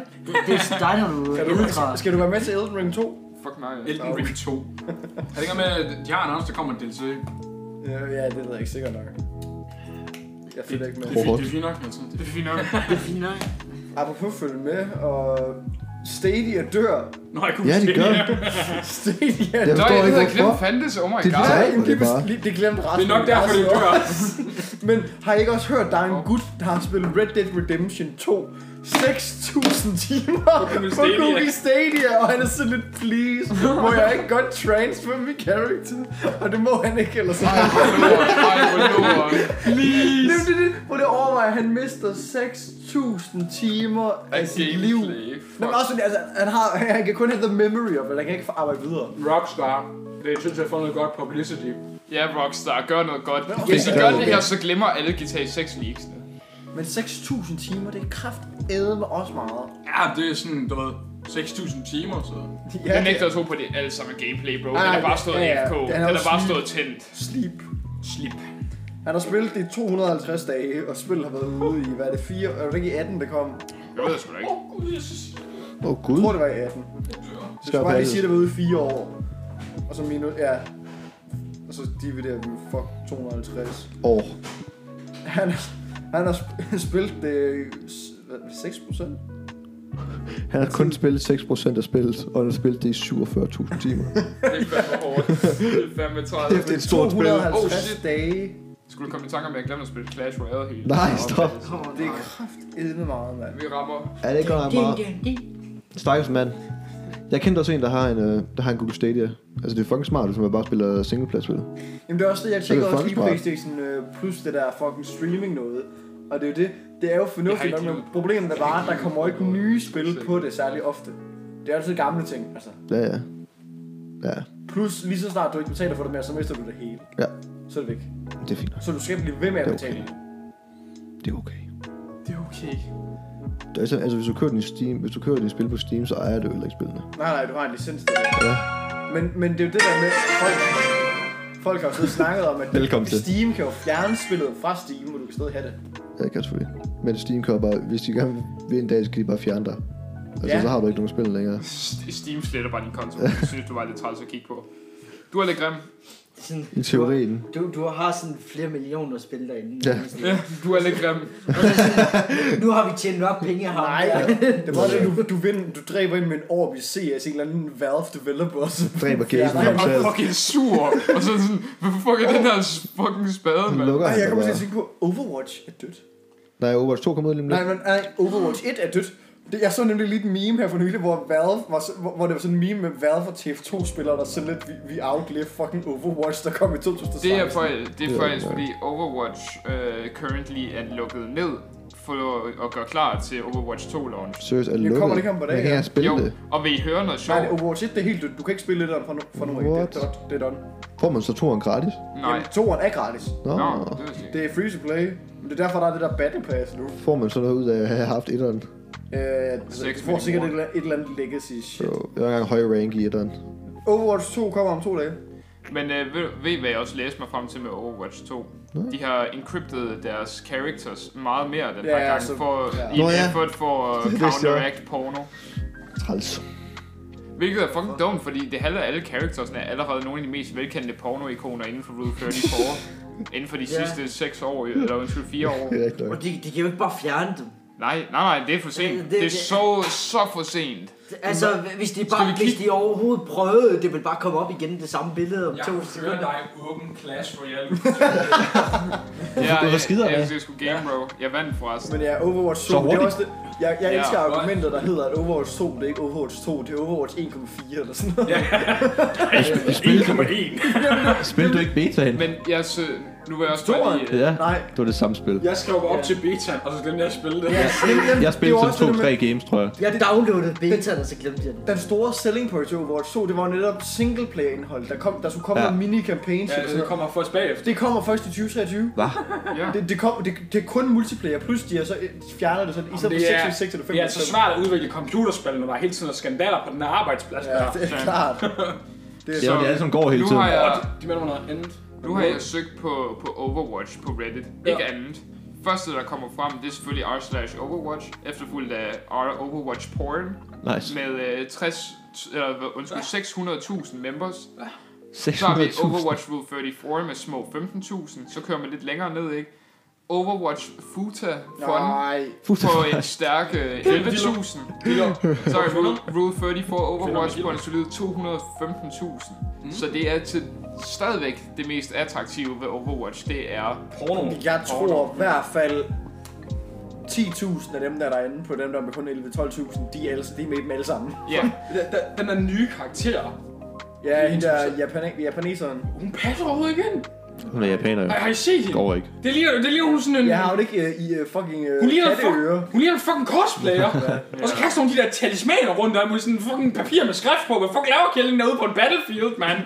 Speaker 2: det er sådan dig, når du
Speaker 3: Skal
Speaker 2: ældrer.
Speaker 3: du, skal du være med til Elden Ring 2?
Speaker 1: Fuck nej.
Speaker 5: Elden Ring 2. Er det ikke med, at de har en der kommer en DLC? Det
Speaker 3: Ja, ja, det ved jeg ikke sikkert nok. Jeg følger ikke med.
Speaker 5: er fint- det er fint nok. Altså.
Speaker 1: Det er fint nok.
Speaker 2: Det er fint nok.
Speaker 3: Apropos følge med, og Stadia dør.
Speaker 5: Nå, jeg kunne
Speaker 4: Ja, de
Speaker 5: se
Speaker 4: gør.
Speaker 3: Stadia
Speaker 4: Jeg
Speaker 1: Nå,
Speaker 4: forstår
Speaker 1: jeg ved, jeg
Speaker 4: ikke, hvorfor.
Speaker 1: glemte fandtes. Oh my
Speaker 4: Det er
Speaker 1: god.
Speaker 4: de
Speaker 3: Nej,
Speaker 4: Ej,
Speaker 3: men
Speaker 4: det
Speaker 3: det,
Speaker 4: er bare-
Speaker 3: det, det glemte resten.
Speaker 5: Det er nok derfor, det
Speaker 3: resten
Speaker 5: dør.
Speaker 3: Men har I ikke også hørt, der er en gut, der har spillet Red Dead Redemption 2 6.000 timer
Speaker 5: Google
Speaker 3: på
Speaker 5: Stadia.
Speaker 3: Google Stadia, og han er sådan lidt, please, må jeg ikke godt transfer min character? Og det må han ikke, ellers har han
Speaker 1: Ej, hvor lort.
Speaker 3: det. er jo Det, det, hvor det overvejer, han mister 6.000 timer af sit liv.
Speaker 1: Gameplay.
Speaker 3: Men
Speaker 1: Fuck.
Speaker 3: også sådan, altså, han, har, han kan kun have the memory of it, han kan ikke få arbejde videre.
Speaker 5: Rockstar. Det er til at få noget godt publicity.
Speaker 1: Ja, Rockstar, gør noget godt.
Speaker 3: Nå,
Speaker 1: Hvis I
Speaker 4: okay.
Speaker 1: gør det her, så glemmer alle Guitar 6 leaks.
Speaker 3: Men 6.000 timer, det er kraft med også meget.
Speaker 5: Ja, det er sådan, du ved, 6.000 timer, så...
Speaker 3: Ja,
Speaker 1: Jeg
Speaker 3: det-
Speaker 1: nægter at tro på, at det er alle sammen er gameplay, bro. Den
Speaker 3: Nej,
Speaker 1: er bare
Speaker 3: det-
Speaker 1: stået
Speaker 3: ja, ja.
Speaker 1: AFK.
Speaker 3: Den er
Speaker 1: Den
Speaker 3: jo
Speaker 1: er bare
Speaker 3: syg.
Speaker 1: stået tændt.
Speaker 3: Sleep.
Speaker 5: Slip.
Speaker 3: Han har spillet det i 250 dage, og spillet har været ude i, hvad er det, 4, er det ikke i 18, det kom? Jeg
Speaker 1: Jeg ved det sgu da ikke.
Speaker 4: Åh, oh, gud.
Speaker 3: tror, det var i 18. Så
Speaker 4: Større
Speaker 3: jeg bare lige
Speaker 4: ballade.
Speaker 3: sige, det var ude i 4 år. Og så minus, ja. Og så dividerer vi, fuck, 250.
Speaker 4: Åh,
Speaker 3: Han, han har sp- spillet det s- hvad, 6%?
Speaker 4: han har kun spillet 6% af spillet, og han har spillet det i 47.000 timer.
Speaker 1: Det er fandme hårdt. Det er fandme træt.
Speaker 4: Kæft, det er et stort spil.
Speaker 3: 250
Speaker 1: Oh, shit.
Speaker 3: dage.
Speaker 1: Skulle du komme i tanke om, at jeg glemte at spille Clash Royale hele
Speaker 4: Nej,
Speaker 1: tiden?
Speaker 4: stop.
Speaker 3: Det er kraftedme meget, mand.
Speaker 1: Vi rammer.
Speaker 4: Ja, det er godt nok meget. Stakkels mand. Jeg kendte også en, der har en, øh, der har en Google Stadia. Altså, det er fucking smart, hvis man bare spiller singleplayer-spil.
Speaker 3: Jamen det er også det, jeg tjekkede
Speaker 4: Det er
Speaker 3: også lige
Speaker 4: fucking
Speaker 3: Playstation øh, plus det der fucking streaming noget. Og det er jo det, det er jo
Speaker 1: Jeg
Speaker 3: fornuftigt
Speaker 1: har
Speaker 3: nok,
Speaker 1: ikke
Speaker 3: men
Speaker 1: noget.
Speaker 3: problemet er bare, at der kommer ikke nye spil på det særlig ofte. Det er altid gamle ting, altså.
Speaker 4: Ja, ja. Ja,
Speaker 3: Plus, lige så snart du ikke betaler for det mere, så mister du det hele.
Speaker 4: Ja.
Speaker 3: Så er det væk.
Speaker 4: det er fint. nok.
Speaker 3: Så du skal blive ved med at
Speaker 4: Det er
Speaker 3: betale.
Speaker 4: okay. Det er okay.
Speaker 1: Det er okay.
Speaker 4: Det er, altså- altså, hvis du kører din Steam, hvis du kører din spil på Steam, så ejer du heller ikke spillene.
Speaker 3: Nej, nej, du har en licens til det.
Speaker 4: Ja.
Speaker 3: Men, men det er jo det der med, at folk, folk har jo siddet og snakket om, at
Speaker 4: Velkommen til.
Speaker 3: Steam kan jo fjerne spillet fra Steam, og du kan stadig have det.
Speaker 4: Ja, det kan jeg selvfølgelig. Men Steam kører bare, hvis de gerne vil en dag, så kan de bare fjerne dig. Altså,
Speaker 3: Ja.
Speaker 4: ja. så har du ikke nogen spil længere.
Speaker 1: Steam sletter bare din konto. Jeg synes, du var lidt træls at kigge på. Du er lidt grim.
Speaker 2: Sådan,
Speaker 4: I teorien.
Speaker 2: Du, du har sådan flere millioner spil derinde.
Speaker 4: Ja.
Speaker 1: Ja, du er lidt grim.
Speaker 2: Nu har vi tjent nok penge her.
Speaker 3: Nej, det var det, du, du, vinder, du dræber ind med en orb i CS, en eller anden Valve developer, som
Speaker 4: Dræber Gaten
Speaker 3: Ja,
Speaker 4: ham
Speaker 1: Jeg
Speaker 4: selv.
Speaker 1: er fucking sur. Og så sådan, hvorfor fuck er den her fucking spade,
Speaker 4: Han
Speaker 1: mand?
Speaker 4: lukker
Speaker 3: Ej,
Speaker 4: ham
Speaker 3: jeg kommer til at
Speaker 4: bare.
Speaker 3: tænke på, Overwatch er dødt.
Speaker 4: Nej, Overwatch 2 kommer ud lige om
Speaker 3: Nej,
Speaker 4: lidt.
Speaker 3: men nej, Overwatch 1 er dødt. Det, jeg så nemlig lige et meme her for nylig, hvor, Valve var, så- hvor, hvor det var sådan en meme med Valve og TF2-spillere, der sådan lidt, vi, vi outlive fucking Overwatch, der kom i 2016.
Speaker 1: Det er faktisk, det
Speaker 4: Det
Speaker 1: er
Speaker 4: er
Speaker 1: faktisk
Speaker 4: nok.
Speaker 1: fordi Overwatch øh, currently er lukket ned for at gøre klar til Overwatch 2 launch.
Speaker 4: Seriøst, er det
Speaker 3: Jeg
Speaker 4: lukket?
Speaker 3: kommer ikke om på
Speaker 4: Man
Speaker 3: det,
Speaker 4: kan ikke
Speaker 3: ja.
Speaker 4: engang spille
Speaker 1: Jo,
Speaker 4: det.
Speaker 1: og vil I høre noget sjovt?
Speaker 3: Nej, det, Overwatch 1 det er helt dødt. Du kan ikke spille det der fra nu, fra nu af.
Speaker 4: What?
Speaker 3: Det, er done. det er done.
Speaker 4: Får man så toeren gratis?
Speaker 1: Nej.
Speaker 3: Jamen, toeren er gratis.
Speaker 4: Nå.
Speaker 1: Nå, det vidste jeg ikke.
Speaker 3: Det er free to play. Men det er derfor, der er det der battle pass nu.
Speaker 4: Får man så noget ud af at have haft etteren?
Speaker 3: Øh,
Speaker 1: Seks
Speaker 3: du får sikkert
Speaker 1: millioner.
Speaker 3: et, eller- et eller andet legacy shit.
Speaker 4: Jo, jeg var engang høj rank i etteren.
Speaker 3: Overwatch 2 kommer om to dage.
Speaker 1: Men øh, ved, ved I, hvad jeg også læste mig frem til med Overwatch 2? De har encryptet deres characters meget mere den
Speaker 3: Ja,
Speaker 1: her gang,
Speaker 3: så-
Speaker 1: for,
Speaker 3: ja.
Speaker 1: i
Speaker 4: Nå,
Speaker 1: en
Speaker 4: ja.
Speaker 1: effort for at øh,
Speaker 4: vidste jeg.
Speaker 1: counteract porno.
Speaker 4: Træls.
Speaker 1: Hvilket er fucking dumt, fordi det halve af alle charactersne er allerede nogle af de mest velkendte porno-ikoner inden for Rule 34. inden for de
Speaker 2: Ja.
Speaker 1: sidste 6 år, eller undskyld, 4 år.
Speaker 4: Det er rigtigt
Speaker 2: Og
Speaker 4: nok.
Speaker 2: de, de kan jo ikke bare fjerne dem.
Speaker 1: Nej, nej, nej, det er for sent. Det,
Speaker 2: Det-
Speaker 1: det er
Speaker 2: det-
Speaker 1: så, så for sent.
Speaker 2: Altså, hvis de, bare,
Speaker 1: vi
Speaker 2: hvis
Speaker 1: kigge-
Speaker 2: de overhovedet prøvede, det ville bare komme op igen det samme billede om
Speaker 5: Jeg
Speaker 2: to
Speaker 5: kunne høre
Speaker 2: sekunder.
Speaker 5: dig åben Clash Royale.
Speaker 1: Jeg,
Speaker 4: du var skider
Speaker 1: jeg,
Speaker 4: af.
Speaker 1: jeg, jeg skulle game, bro. Jeg vandt forresten.
Speaker 3: Men ja, Overwatch 2,
Speaker 4: Så
Speaker 3: det er
Speaker 4: hurtigt.
Speaker 3: også det. Jeg, jeg
Speaker 1: Ja,
Speaker 3: elsker
Speaker 1: godt.
Speaker 3: argumentet, der hedder, at Overwatch 2, det er ikke Overwatch 2, det er Overwatch 1,4 eller sådan noget.
Speaker 4: Spil,
Speaker 5: 1,1.
Speaker 4: spil du ikke betaen?
Speaker 1: Men jeg, sø- Nu vil jeg også bare
Speaker 3: Toren?
Speaker 1: lige... øh,
Speaker 4: Ja,
Speaker 3: Nej.
Speaker 4: det var det samme spil.
Speaker 5: Jeg skrev op til beta, og så glemte jeg at spille det.
Speaker 3: Ja, jamen, jamen,
Speaker 4: Jeg
Speaker 3: det
Speaker 4: spillede
Speaker 3: var
Speaker 4: sådan
Speaker 3: også det der med-
Speaker 4: to-tre games, tror jeg.
Speaker 2: Jeg downloadede betaen, og så glemte jeg den.
Speaker 3: Den store selling point til Overwatch 2, det var jo netop singleplayer indhold. Der, kom, der skulle komme
Speaker 4: Ja.
Speaker 3: ja. nogle mini-campaigns.
Speaker 5: Ja,
Speaker 3: Ja,
Speaker 5: det kommer først bagefter.
Speaker 3: det kommer først i 2023.
Speaker 4: Hva?
Speaker 1: Ja.
Speaker 3: Det, det, kom, det, det er kun multiplayer, plus de har så de fjerner det sådan, i stedet for
Speaker 5: det er-
Speaker 3: 6 eller 6 eller 5
Speaker 5: Det er altså svært at udvikle computerspil, når der hele tiden er skandaler på den her arbejdsplads.
Speaker 3: Ja, det er klart. Det er
Speaker 4: Det
Speaker 3: så,
Speaker 4: var det alle, som går hele
Speaker 1: Nu
Speaker 4: tiden.
Speaker 1: har jeg,
Speaker 5: Og de mener noget andet.
Speaker 1: nu har jeg søgt på, på Overwatch på Reddit.
Speaker 5: Ja.
Speaker 1: Ikke andet. Første, der kommer frem, det er selvfølgelig r slash Overwatch, efterfulgt af r Overwatch porn,
Speaker 4: Nice.
Speaker 1: med øh, 60, eller, hvad, undskyld, 600.000 members. Så har vi
Speaker 4: 600.000.
Speaker 1: Overwatch Rule 34 med små 15.000. Så kører man lidt længere ned, ikke? Overwatch Futa Fun
Speaker 3: nej.
Speaker 1: på en stærk øh, 11.000. Så er Rule, Rule 34 Overwatch på en solid 215.000. Så det er til stadigvæk det mest attraktive ved Overwatch, det er...
Speaker 5: Porno.
Speaker 3: Jeg tror i hvert fald 10.000 af dem, der er derinde på dem, der er med kun 11-12.000, de er, alle, de er med dem alle sammen.
Speaker 1: Ja,
Speaker 5: Den- den- Den der nye karakter.
Speaker 3: Ja, hende der japaner, japaneseren.
Speaker 5: Hun passer overhovedet ikke ind.
Speaker 4: Hun er japaner, jo.
Speaker 5: Ej, har I set hende?
Speaker 4: Går ikke.
Speaker 5: Det ligner, det ligner hun sådan en...
Speaker 3: Jeg har jo ikke øh, i øh, fucking øh,
Speaker 5: Hun ligner, en
Speaker 3: katteører.
Speaker 5: fuck, hun ligner en fucking cosplayer. Og så kaster hun de der talismaner rundt der med sådan en fucking papir med skrift på. Hvad fuck laver kælden derude på en battlefield, mand?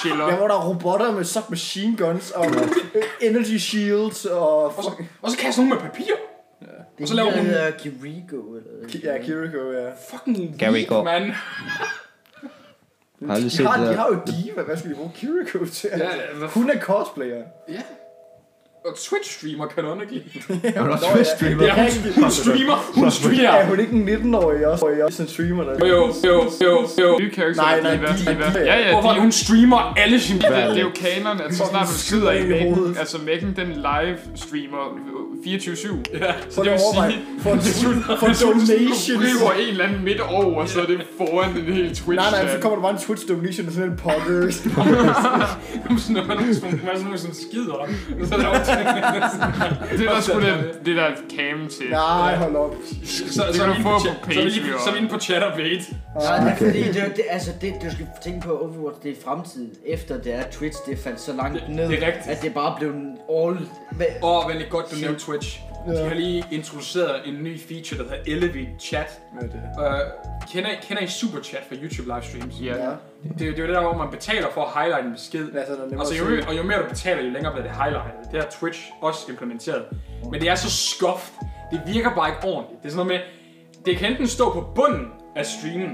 Speaker 1: chiller.
Speaker 3: Ja, hvor der er robotter med submachine guns og øh, energy shields og
Speaker 5: Og så,
Speaker 3: fucking...
Speaker 5: og så kaster hun med papir.
Speaker 2: Det
Speaker 5: så laver
Speaker 2: er
Speaker 5: hun-
Speaker 2: hende, der hedder Kiriko, eller...
Speaker 3: Ja, Kiriko, ja.
Speaker 5: Fucking
Speaker 4: Gary
Speaker 5: weak,
Speaker 4: går.
Speaker 5: mand.
Speaker 4: Jeg har aldrig
Speaker 3: De
Speaker 4: set
Speaker 3: har,
Speaker 4: det
Speaker 3: de
Speaker 4: der.
Speaker 3: har jo diva, hvad skal de bruge Kiriko til?
Speaker 5: Ja, hvad
Speaker 3: Hun er cosplayer.
Speaker 5: Ja. Og Twitch-streamer, canonically.
Speaker 4: Hun er også Twitch streamer.
Speaker 5: Ja, hun, hun streamer. Hun streamer.
Speaker 3: Er hun ikke en 19-årig også? Og jeg sådan streamer der.
Speaker 5: Jo, jo, jo, jo, jo.
Speaker 1: Nye karakterer,
Speaker 3: Nej, nej,
Speaker 1: de er værd,
Speaker 3: de-
Speaker 1: de er værd.
Speaker 3: de-
Speaker 1: Ja, ja,
Speaker 5: Hvorfor
Speaker 1: de,
Speaker 5: hun streamer alle sine...
Speaker 1: det, det er jo kanon, at så snart du skider i
Speaker 3: skyder i
Speaker 1: Megan,
Speaker 3: hovedet.
Speaker 1: altså Megan, den live-streamer 24-7.
Speaker 5: Ja.
Speaker 1: Så
Speaker 3: For
Speaker 1: det
Speaker 3: at
Speaker 1: vil
Speaker 3: overveje,
Speaker 1: sige,
Speaker 3: for, for
Speaker 1: du
Speaker 3: donations.
Speaker 1: river en eller anden midt over, så er det foran den hele Twitch.
Speaker 3: Nej, nej, så
Speaker 1: chat.
Speaker 3: kommer der bare en Twitch donation og sådan en potter.
Speaker 5: Sådan, når man er sådan man er sådan nogen, som skider. Så er der jo
Speaker 1: Det er der sgu det, det der cam til.
Speaker 3: Nej, hold op.
Speaker 5: så,
Speaker 1: Det
Speaker 5: så,
Speaker 1: kan
Speaker 5: er
Speaker 1: du
Speaker 5: vi
Speaker 1: få
Speaker 5: inde
Speaker 1: på
Speaker 5: på chat- så er vi lige-
Speaker 1: Patreon.
Speaker 5: så er vi inde på chatterbait.
Speaker 2: Nej, det er fordi, det, er- det, altså, det, du skal tænke på, Overwatch, det er fremtiden, efter det er Twitch, det faldt så langt
Speaker 5: Det-
Speaker 2: ned,
Speaker 5: det er rigtigt.
Speaker 2: at det bare blev en all... Hvad,
Speaker 5: Åh, oh, veldig godt, du nævnte Twitch. De har lige introduceret en ny feature, der hedder Elevate Chat. Uh, kender, I- kender I Super Chat fra YouTube livestreams?
Speaker 1: Ja.
Speaker 3: Ja.
Speaker 5: Det, er jo- det er jo det der, hvor man betaler for at highlighte en besked.
Speaker 3: Ja, så er der nemmere
Speaker 5: Altså,
Speaker 3: at
Speaker 5: jo,
Speaker 3: se.
Speaker 5: mere- og jo mere du betaler, jo længere bliver det highlightet. Det har Twitch også implementeret. Men det er så skuft. Det virker bare ikke ordentligt. Det er sådan noget med, det kan enten stå på bunden af streamen,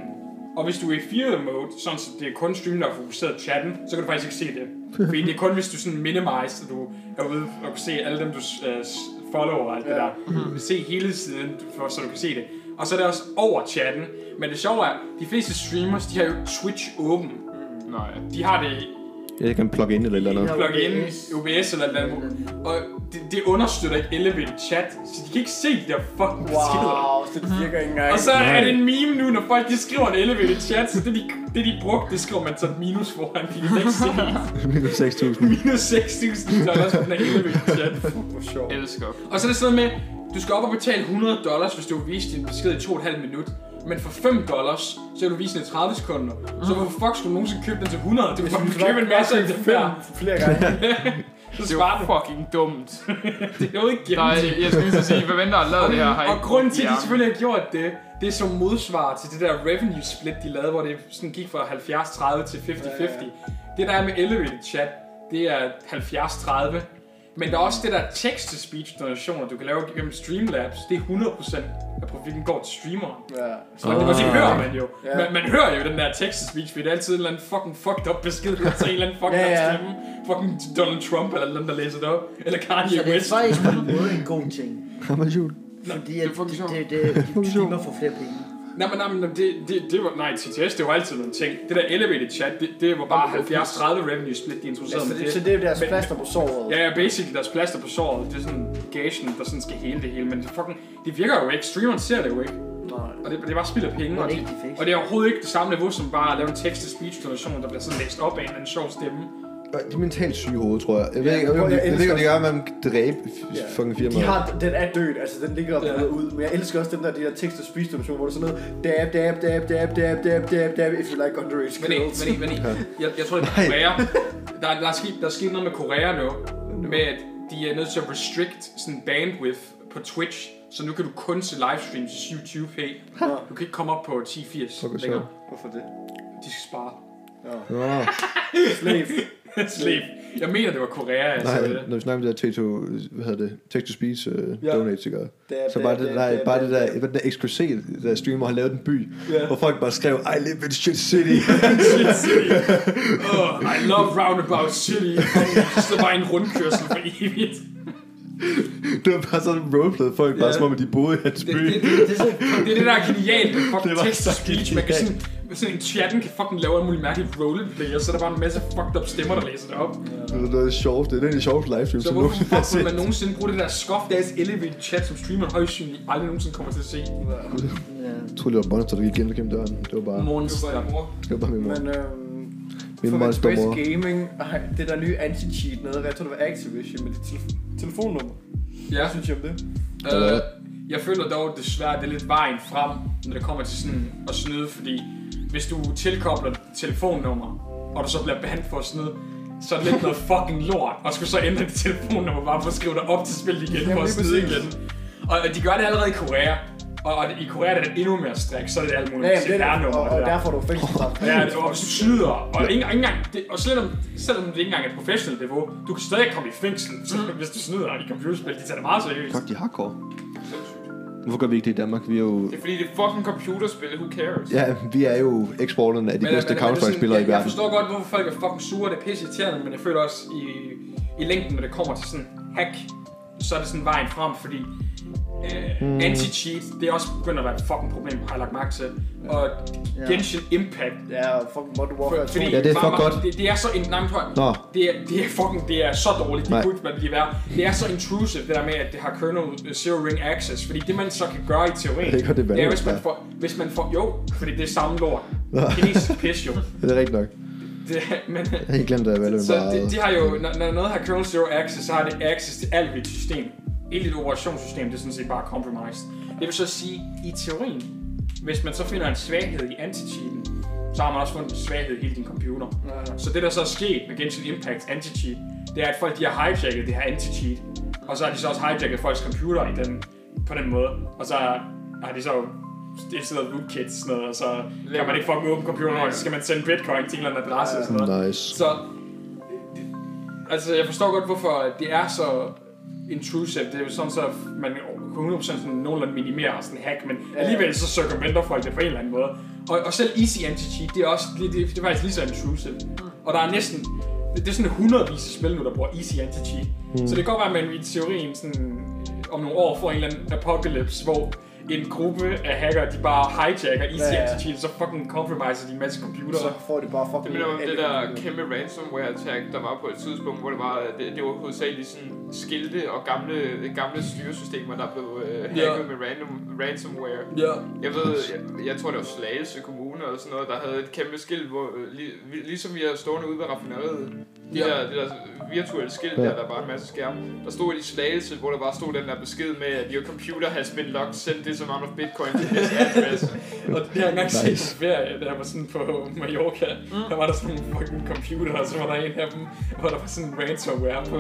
Speaker 5: og hvis du er i fear mode, sådan så det er kun streamen, der er fokuseret på chatten, så kan du faktisk ikke se det. Fordi det er kun, hvis du sådan minimize, at du er ude og kan se alle dem, du øh, s- follower og alt det
Speaker 3: Ja.
Speaker 5: der. Du kan se hele siden, for, så du kan se det. Og så er det også over chatten. Men det sjove er, at de fleste streamers, de har jo Twitch åben.
Speaker 1: Nej.
Speaker 5: De har det
Speaker 4: Jeg kan plugge ind eller et eller andet.
Speaker 5: plugge ind OBS eller et eller andet. Og det, det understøtter ikke Elevate Chat, så de kan ikke se de der fucking beskeder.
Speaker 3: Wow, så det virker ikke engang.
Speaker 5: Og så er det en meme nu, når folk de skriver en Elevate Chat, så det de, det de brugte, det skriver man så et minus foran, fordi de kan ikke se
Speaker 4: Minus 6.000.
Speaker 5: minus 6.000 dollars på den her Elevate Chat.
Speaker 3: Hvor sjovt.
Speaker 1: Elsker.
Speaker 5: Og så er det sådan noget med, du skal op og betale 100 dollars, hvis du vil vise din besked i 2,5 minut. Men for 5 dollars, så kan du vise den i 30 sekunder. Så hvorfor fuck skulle du nogensinde købe den til 100? Du kan fucking købe en masse af det der.
Speaker 3: flere gange.
Speaker 5: Så
Speaker 1: Det var
Speaker 5: sparer du.
Speaker 1: fucking dumt.
Speaker 5: Det er jo ikke gennem.
Speaker 1: Nej, jeg skulle lige så sige, hvem end der har lavet det her, har
Speaker 5: Og
Speaker 1: ikke-
Speaker 5: grunden til, at
Speaker 1: Ja.
Speaker 5: de selvfølgelig har gjort det, det er som modsvar til det der revenue split, de lavede, hvor det sådan gik fra 70-30 til 50-50. Det, der er med Elevated Chat, det er 70-30. Men der er også det der text-to-speech donationer, du kan lave gennem Streamlabs. Det er 100% af profitten går til streameren.
Speaker 3: Ja.
Speaker 5: Og det, og
Speaker 1: Ah.
Speaker 5: det hører man jo.
Speaker 3: Ja.
Speaker 5: Man, man hører jo den der text-to-speech, fordi det er altid en eller anden fucking fucked up besked, der til en eller anden fucked
Speaker 3: Ja,
Speaker 5: up
Speaker 3: ja.
Speaker 5: stemme. Fucking Donald Trump eller den, der læser det op. Eller
Speaker 2: Så
Speaker 5: Kanye
Speaker 2: altså, det er
Speaker 5: West.
Speaker 2: faktisk på en måde en god ting,
Speaker 4: Gammel jul.
Speaker 2: fordi at
Speaker 1: det er fucking sjovt.
Speaker 2: det, det, det, det streamer for flere penge.
Speaker 5: Nej, men, nej, men det, det, det var, nej, TTS, det var altid en ting. Det der elevated chat, det, det var bare 70-30 revenue split, de
Speaker 3: Ja,
Speaker 5: introducerede
Speaker 3: så
Speaker 5: med
Speaker 3: Altså, det,
Speaker 5: det.
Speaker 3: så det er deres
Speaker 5: Men-
Speaker 3: plaster på såret.
Speaker 5: Ja, ja, basically deres plaster på såret, det er sådan gagen, der sådan skal hele det hele, men det, fucking, det virker jo ikke, streameren ser det jo ikke,
Speaker 3: Nej.
Speaker 5: og det, det er bare spild af penge,
Speaker 2: Hvor
Speaker 5: og
Speaker 2: er det
Speaker 5: det,
Speaker 2: ikke, de fik?
Speaker 5: og det er overhovedet ikke det samme niveau som bare at lave en tekst-to-speech-donation, der bliver sådan læst op af en eller anden sjov stemme.
Speaker 4: De er mentalt syge i hovedet, tror jeg. Jeg ved
Speaker 3: Ja,
Speaker 4: ikke, om
Speaker 3: jeg
Speaker 4: det- jeg ved ikke,
Speaker 3: elsker
Speaker 4: om det gør, at man kan dræbe f-
Speaker 3: Ja.
Speaker 4: fucking
Speaker 3: De
Speaker 4: firmaer.
Speaker 3: har, den er død, altså den ligger og
Speaker 5: Ja.
Speaker 3: ja. ud, men jeg elsker også den der, de der tekst og speech donationer, hvor der er sådan noget, dab, dab, dab, dab, dab, dab, dab, dab, if you like underage
Speaker 5: Men ikke,
Speaker 3: girls.
Speaker 5: men ikke, men ikke. Jeg, jeg tror, det er Korea. Der, er- der, er sket, der er sket noget med Korea nu, med, at de er nødt til at restrict sådan bandwidth på Twitch, så nu kan du kun se livestreams i 720p. Du kan ikke komme op på 1080
Speaker 4: Fuck,
Speaker 5: længere.
Speaker 3: Hvorfor det?
Speaker 5: De skal spare.
Speaker 4: Nå,
Speaker 3: Slave.
Speaker 5: Slave. Jeg mener, det var Korea, jeg
Speaker 4: nej,
Speaker 5: sagde det.
Speaker 4: når vi snakker om det der take to, hvad hedder det, take to speech uh,
Speaker 3: Ja.
Speaker 4: ja. donates, ikke?
Speaker 3: Da,
Speaker 4: Så
Speaker 3: da,
Speaker 4: bare det,
Speaker 3: da,
Speaker 4: nej,
Speaker 3: da,
Speaker 4: bare
Speaker 3: da,
Speaker 4: det
Speaker 3: da.
Speaker 4: der, hvad den der XQC, der streamer, har lavet en by,
Speaker 3: Ja.
Speaker 4: hvor folk bare skrev, I live in shit city.
Speaker 5: Oh, I love Roundabout City. Så bare en rundkørsel for evigt.
Speaker 4: det var bare sådan roleplay, folk bare
Speaker 3: Ja.
Speaker 4: som om, at de boede i hans by.
Speaker 5: Det, det, det, det, det, det er det, der er genialt med fucking
Speaker 4: Det var
Speaker 5: text
Speaker 4: så
Speaker 5: speech. Man kan sådan, med sådan en chatten kan fucking lave en mulig mærkelig roleplay, og så er der bare en masse fucked up stemmer, der læser det op.
Speaker 4: Det var noget sjovt, det er den sjoveste livestream,
Speaker 5: Så
Speaker 4: som
Speaker 5: hvorfor
Speaker 4: nogensinde har
Speaker 5: fuck vil
Speaker 4: set.
Speaker 5: man nogensinde bruge det der skof deres elevated chat, som streameren højst synlig aldrig nogensinde kommer til at se?
Speaker 2: Ja.
Speaker 4: Jeg troede, det var monster, der gik gennem gennem døren. Det var bare,
Speaker 5: Monster.
Speaker 4: det var bare min mor.
Speaker 3: Men øhm,
Speaker 4: Min
Speaker 3: for
Speaker 4: monster
Speaker 3: Express
Speaker 4: mor.
Speaker 3: Gaming, ej, det der nye anti-cheat nede, jeg tror det var Activision med dit tele- telefonnummer.
Speaker 5: Ja,
Speaker 3: Hvad synes jeg om det?
Speaker 5: øh, jeg føler dog desværre, det er lidt vejen frem, når det kommer til sådan at snyde, fordi hvis du tilkobler dit telefonnummer, og du så bliver bandt for at snyde, så er det lidt noget fucking lort, og skulle så ændre dit telefonnummer bare for at skrive dig op til spillet igen,
Speaker 3: Jamen,
Speaker 5: for at
Speaker 3: lige
Speaker 5: snyde
Speaker 3: præcis.
Speaker 5: igen. Og og de gør det allerede i Korea, og, og i Korea er det endnu mere strik, så er det alt muligt
Speaker 3: Ja, det er,
Speaker 5: CPR-nummer,
Speaker 3: og, og
Speaker 5: der.
Speaker 3: der får du fængselsstraf.
Speaker 5: Ja, det var snyder, og, ikke, ikke engang, det, og selvom, selvom det ikke engang er et professionelt niveau, du kan stadig komme i fængsel, så,
Speaker 3: Mm.
Speaker 5: hvis du snyder i computerspil. De tager det meget seriøst.
Speaker 6: Fuck, de er hardcore. Hvorfor gør vi ikke det i Danmark? Vi er jo...
Speaker 1: Det er fordi, det er fucking computerspil, who cares?
Speaker 4: Ja, vi er jo eksporterne af de
Speaker 5: Men-
Speaker 4: bedste
Speaker 5: men- men-
Speaker 4: Counter-Strike-spillere
Speaker 5: jeg-
Speaker 4: i
Speaker 5: Jeg
Speaker 4: verden.
Speaker 5: forstår godt, hvorfor folk er fucking sure, det er pisse irriterende, men jeg føler også i, i længden, når det kommer til sådan hack, så er det sådan vejen frem, fordi øh,
Speaker 4: Mm.
Speaker 5: anti-cheat, det er også begyndt at være et fucking problem, har jeg lagt mærke til. Og Genshin Impact,
Speaker 3: Ja, og fucking Modern Warfare 2.
Speaker 5: Fordi
Speaker 4: Ja, det er
Speaker 5: bare-
Speaker 4: fuck
Speaker 5: bare-
Speaker 4: godt.
Speaker 5: Det, det er så en nej, men prøv at-
Speaker 4: Nå.
Speaker 5: Det er, det er fucking det er så dårligt. Det
Speaker 4: Nej.
Speaker 5: kunne ikke være- blive værre. Det er så intrusive det der med at det har kernel øh, zero ring access, fordi det man så kan gøre i teorien.
Speaker 4: Det gør det
Speaker 5: det er hvis man
Speaker 4: vanvittigt,
Speaker 5: får hvis man får jo, fordi det er samme lort. Kinesisk pis jo.
Speaker 4: Det er rigtigt nok.
Speaker 5: Det, men
Speaker 4: Jeg har helt glemt, at Valve
Speaker 5: så
Speaker 4: var...
Speaker 5: det, de har jo, når, når noget har kernel zero access, så har det access til alt dit system. Hele dit operationssystem, det er sådan set bare compromised. Det vil så sige, i teorien, hvis man så finder en svaghed i anti-cheaten, så har man også fundet en svaghed i hele din computer.
Speaker 3: Ja.
Speaker 5: Så det, der så er sket med Genshin Impact anti-cheat, det er, at folk de har hijacket det her anti-cheat, og så har de så også hijacket folks computer i den, på den måde, og så har de så det er sådan noget rootkits, sådan noget, og så kan man ikke fucking åbne computeren, og så skal man sende bitcoin til en eller anden adresse og sådan noget.
Speaker 4: Nice.
Speaker 5: Så, det- altså jeg forstår godt, hvorfor det er så intrusive. Det er jo sådan, så man kan 100% sådan nogenlunde minimere sådan en hack, men alligevel så circumventer folk det på en eller anden måde. Og, og selv easy anti-cheat, det er også det, det, det er faktisk lige så intrusive. Og der er næsten, det, det er sådan hundredvis af spil nu, der bruger easy anti-cheat.
Speaker 3: Hmm.
Speaker 5: Så det kan godt være, at man i teorien sådan, øh, om nogle år får en eller anden apocalypse, hvor en gruppe af hacker, de bare hijacker easy
Speaker 3: Ja, ja.
Speaker 5: anti-cheat, så fucking compromiser de en masse computere.
Speaker 3: så får de bare
Speaker 1: Det
Speaker 3: fucking...
Speaker 1: minder om
Speaker 3: alt
Speaker 1: det der
Speaker 3: muligt.
Speaker 1: kæmpe ransomware-attack, der var på et tidspunkt, hvor det var, det, det var hovedsageligt sådan skilte og gamle, gamle styresystemer, der blev øh, hacket
Speaker 5: Ja.
Speaker 1: med random, ransomware.
Speaker 5: Ja.
Speaker 1: Jeg ved, jeg, jeg tror det var Slagelse Kommune eller sådan noget, der havde et kæmpe skilt, hvor, øh, li, vi- ligesom vi er stående ude ved raffineriet, de
Speaker 5: Ja.
Speaker 1: ja. der, det der virtuelle skilt der, der var en masse skærme, der stod i Slagelse, hvor der bare stod den der besked med, at your computer has been locked, send this amount of bitcoin to this address.
Speaker 5: Og det har jeg engang set
Speaker 4: Nice.
Speaker 5: på ferie, da jeg var sådan på Mallorca. Der var der sådan nogle fucking computer, og så var der en af dem, hvor der var sådan en ransomware på.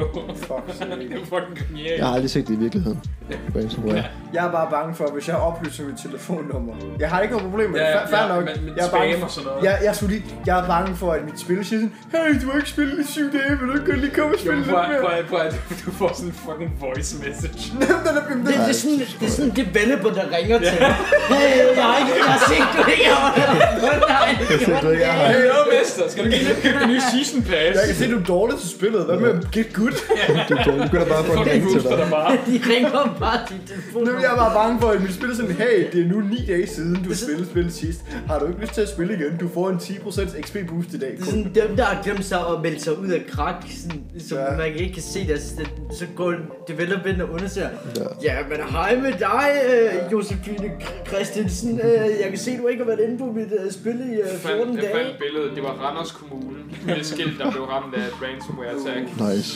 Speaker 3: Fuck,
Speaker 5: det var fucking genialt.
Speaker 4: Jeg har aldrig set det i virkeligheden. Ransomware.
Speaker 3: Jeg er bare bange for, hvis jeg oplyser mit telefonnummer. Jeg har ikke noget problem med det.
Speaker 5: Ja,
Speaker 3: Fa- Fair
Speaker 5: ja,
Speaker 3: nok.
Speaker 5: men- men
Speaker 3: jeg er bange
Speaker 5: spam
Speaker 3: for,
Speaker 5: og sådan noget.
Speaker 3: Jeg, jeg, er sgu lige, jeg er bange for, at mit spil siger sådan, Hey, du har ikke spillet i syv dage, vil du ikke godt lige komme og spille
Speaker 5: Jo,
Speaker 3: lidt
Speaker 5: prøv, at- prøv,
Speaker 3: mere?
Speaker 5: at- prøv, at- du får sådan en fucking voice message.
Speaker 3: Den er blevet
Speaker 2: Det, det, er sådan, det er sådan en developer, der ringer til mig. Hey, jeg har ikke jeg har set du ikke har været Nej,
Speaker 4: set, du ikke har været
Speaker 5: Hey, jo, mester, skal du ikke lige købe en ny season pass?
Speaker 3: Jeg kan se, du er dårlig til spillet. Hvad med get good?
Speaker 4: Du, du begynder bare at få en
Speaker 5: Fucking
Speaker 4: ring til
Speaker 5: booster
Speaker 4: dig.
Speaker 5: dig bare.
Speaker 2: De ringer bare til telefonen.
Speaker 3: Jamen, jeg er bare bange for, at mit spil er sådan, hey, det er nu 9 dage siden, du spillede spillet sidst. Har du ikke lyst til at spille igen? Du får en 10% XP boost i dag.
Speaker 2: Det er sådan dem, der har glemt sig at melde sig ud af krak, sådan, som
Speaker 3: Ja.
Speaker 2: ja. man ikke kan se deres sted. Så går developeren og undersøger. Ja. men hej med dig, øh, Josefine K- Christensen. Øh, jeg kan se, du ikke har været inde på mit øh, spil i øh,
Speaker 1: Jeg fandt,
Speaker 2: 14
Speaker 1: jeg fandt et
Speaker 2: dage.
Speaker 1: billede, det var Randers Kommune, det skilt, der blev ramt af et ransomware-attack.
Speaker 4: Nice.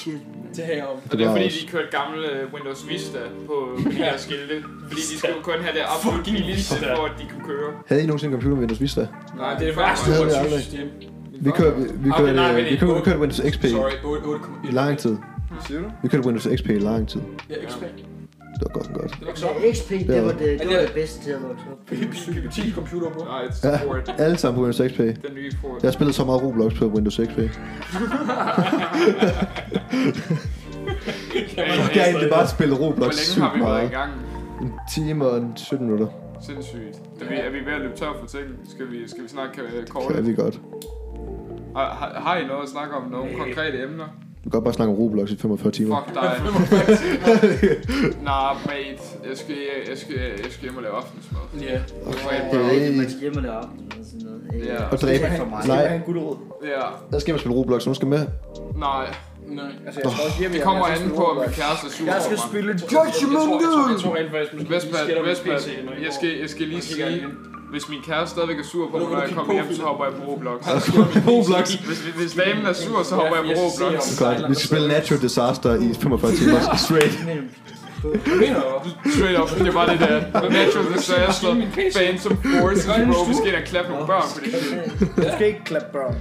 Speaker 5: Damn.
Speaker 1: Og det er
Speaker 4: var
Speaker 1: fordi,
Speaker 4: også-
Speaker 1: de kørte gamle øh, Windows Vista på de her skilte. Fordi de skulle kun have det absolut
Speaker 5: Fucking
Speaker 1: billigste,
Speaker 5: Vista.
Speaker 1: for at de kunne køre.
Speaker 4: Havde I nogensinde en computer med Windows Vista?
Speaker 1: Nej,
Speaker 5: Det er det værste
Speaker 1: faktisk...
Speaker 4: Det havde vi
Speaker 5: operationssystem.
Speaker 4: aldrig. Vi kørte, vi, vi
Speaker 1: Okay,
Speaker 4: kørte,
Speaker 1: nej,
Speaker 4: vi
Speaker 1: Ah, men
Speaker 4: kørte, vi
Speaker 1: det-
Speaker 4: kørte, vi kørte Windows XP
Speaker 5: Sorry,
Speaker 4: i lang
Speaker 5: 8,1.
Speaker 4: tid.
Speaker 3: Hvad siger du?
Speaker 4: Vi kørte Windows XP i lang tid.
Speaker 5: Ja, expert.
Speaker 4: Det var godt godt.
Speaker 5: Det var så.
Speaker 2: XP, det var det, det, var det bedste til at vokse op.
Speaker 5: Bibliotek computer på.
Speaker 1: Nej, it's
Speaker 4: Ja.
Speaker 1: port.
Speaker 4: Alle sammen på Windows XP.
Speaker 1: Den nye port.
Speaker 4: Jeg spillede så meget Roblox på Windows XP. Jeg har egentlig bare spillet
Speaker 1: Hvor
Speaker 4: Roblox
Speaker 1: længe har
Speaker 4: sygt
Speaker 1: vi været
Speaker 4: meget.
Speaker 1: i gang?
Speaker 4: En time og en 17 minutter.
Speaker 1: Sindssygt. Er vi, er vi ved at løbe tør for ting? Skal vi, skal vi snart øh,
Speaker 4: Det er
Speaker 1: korte?
Speaker 4: vi godt.
Speaker 1: Har, har- har I noget at snakke om? Nogle konkrete emner?
Speaker 4: Vi kan godt bare snakke om Roblox i 45 timer.
Speaker 1: Fuck dig. Nah, mate. Jeg skal, jeg skal, jeg skal hjem og lave aftensmad.
Speaker 5: Ja.
Speaker 2: Det er rigtigt, man skal hjem og lave aften og sådan noget. ikke?
Speaker 1: Ja.
Speaker 4: Og dræbe.
Speaker 2: Det er for meget.
Speaker 4: Nej,
Speaker 3: Jeg har en guldråd.
Speaker 1: Ja.
Speaker 4: jeg skal hjem og spille Roblox, så nu skal med.
Speaker 1: Nej.
Speaker 5: Nej.
Speaker 3: Altså, jeg skal også hjem,
Speaker 1: Det
Speaker 3: jeg
Speaker 1: kommer
Speaker 3: skal
Speaker 1: an
Speaker 3: spille
Speaker 1: på, om min
Speaker 3: Roblox.
Speaker 1: kæreste er sur
Speaker 3: Jeg skal
Speaker 1: over mig.
Speaker 3: spille
Speaker 5: Jeg
Speaker 3: Judgment
Speaker 5: tror, jeg tror,
Speaker 3: Doom!
Speaker 5: jeg tror rent faktisk, måske
Speaker 1: Vespa,
Speaker 5: skætter med
Speaker 1: Vespa,
Speaker 5: PC, når I
Speaker 1: jeg
Speaker 5: går.
Speaker 1: skal, jeg skal lige
Speaker 5: Jeg kigger
Speaker 1: sige, hvis min kæreste stadigvæk er sur på
Speaker 5: Nu
Speaker 1: mig,
Speaker 5: vil
Speaker 1: når
Speaker 5: du
Speaker 1: jeg
Speaker 5: kigge
Speaker 1: kommer
Speaker 5: på
Speaker 1: hjem, så
Speaker 5: filmen.
Speaker 1: hopper jeg på Roblox.
Speaker 4: Roblox.
Speaker 1: Hvis, hvis damen er sur, så hopper jeg på
Speaker 5: Jeg skal se
Speaker 1: Roblox.
Speaker 5: om-
Speaker 4: Godt. Vi skal spille Natural Disaster i 45 timer straight.
Speaker 2: Men-
Speaker 5: Mener du?
Speaker 1: Straight up, det var det der. Natural disaster, fans som force, bro, vi skal ind og klappe nogle børn for det shit.
Speaker 3: Du skal ikke klappe børn.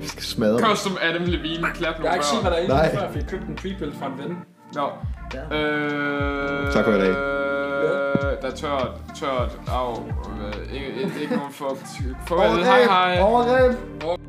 Speaker 4: Vi skal smadre.
Speaker 1: Custom Adam Levine, klap
Speaker 5: Jeg
Speaker 1: nogle
Speaker 5: har ikke set, hvad
Speaker 1: børn.
Speaker 5: der er inde
Speaker 4: Nej.
Speaker 5: i den før, for jeg købte en prebuild fra en ven.
Speaker 1: Nå.
Speaker 2: Ja.
Speaker 1: Øh,
Speaker 4: Tak for i dag.
Speaker 1: Øh, der er tørt, tørt, au, øh, ikke, ikke, ikke nogen fugt. Farvel,
Speaker 3: Overgreb!
Speaker 1: hej hej.
Speaker 3: Overgreb!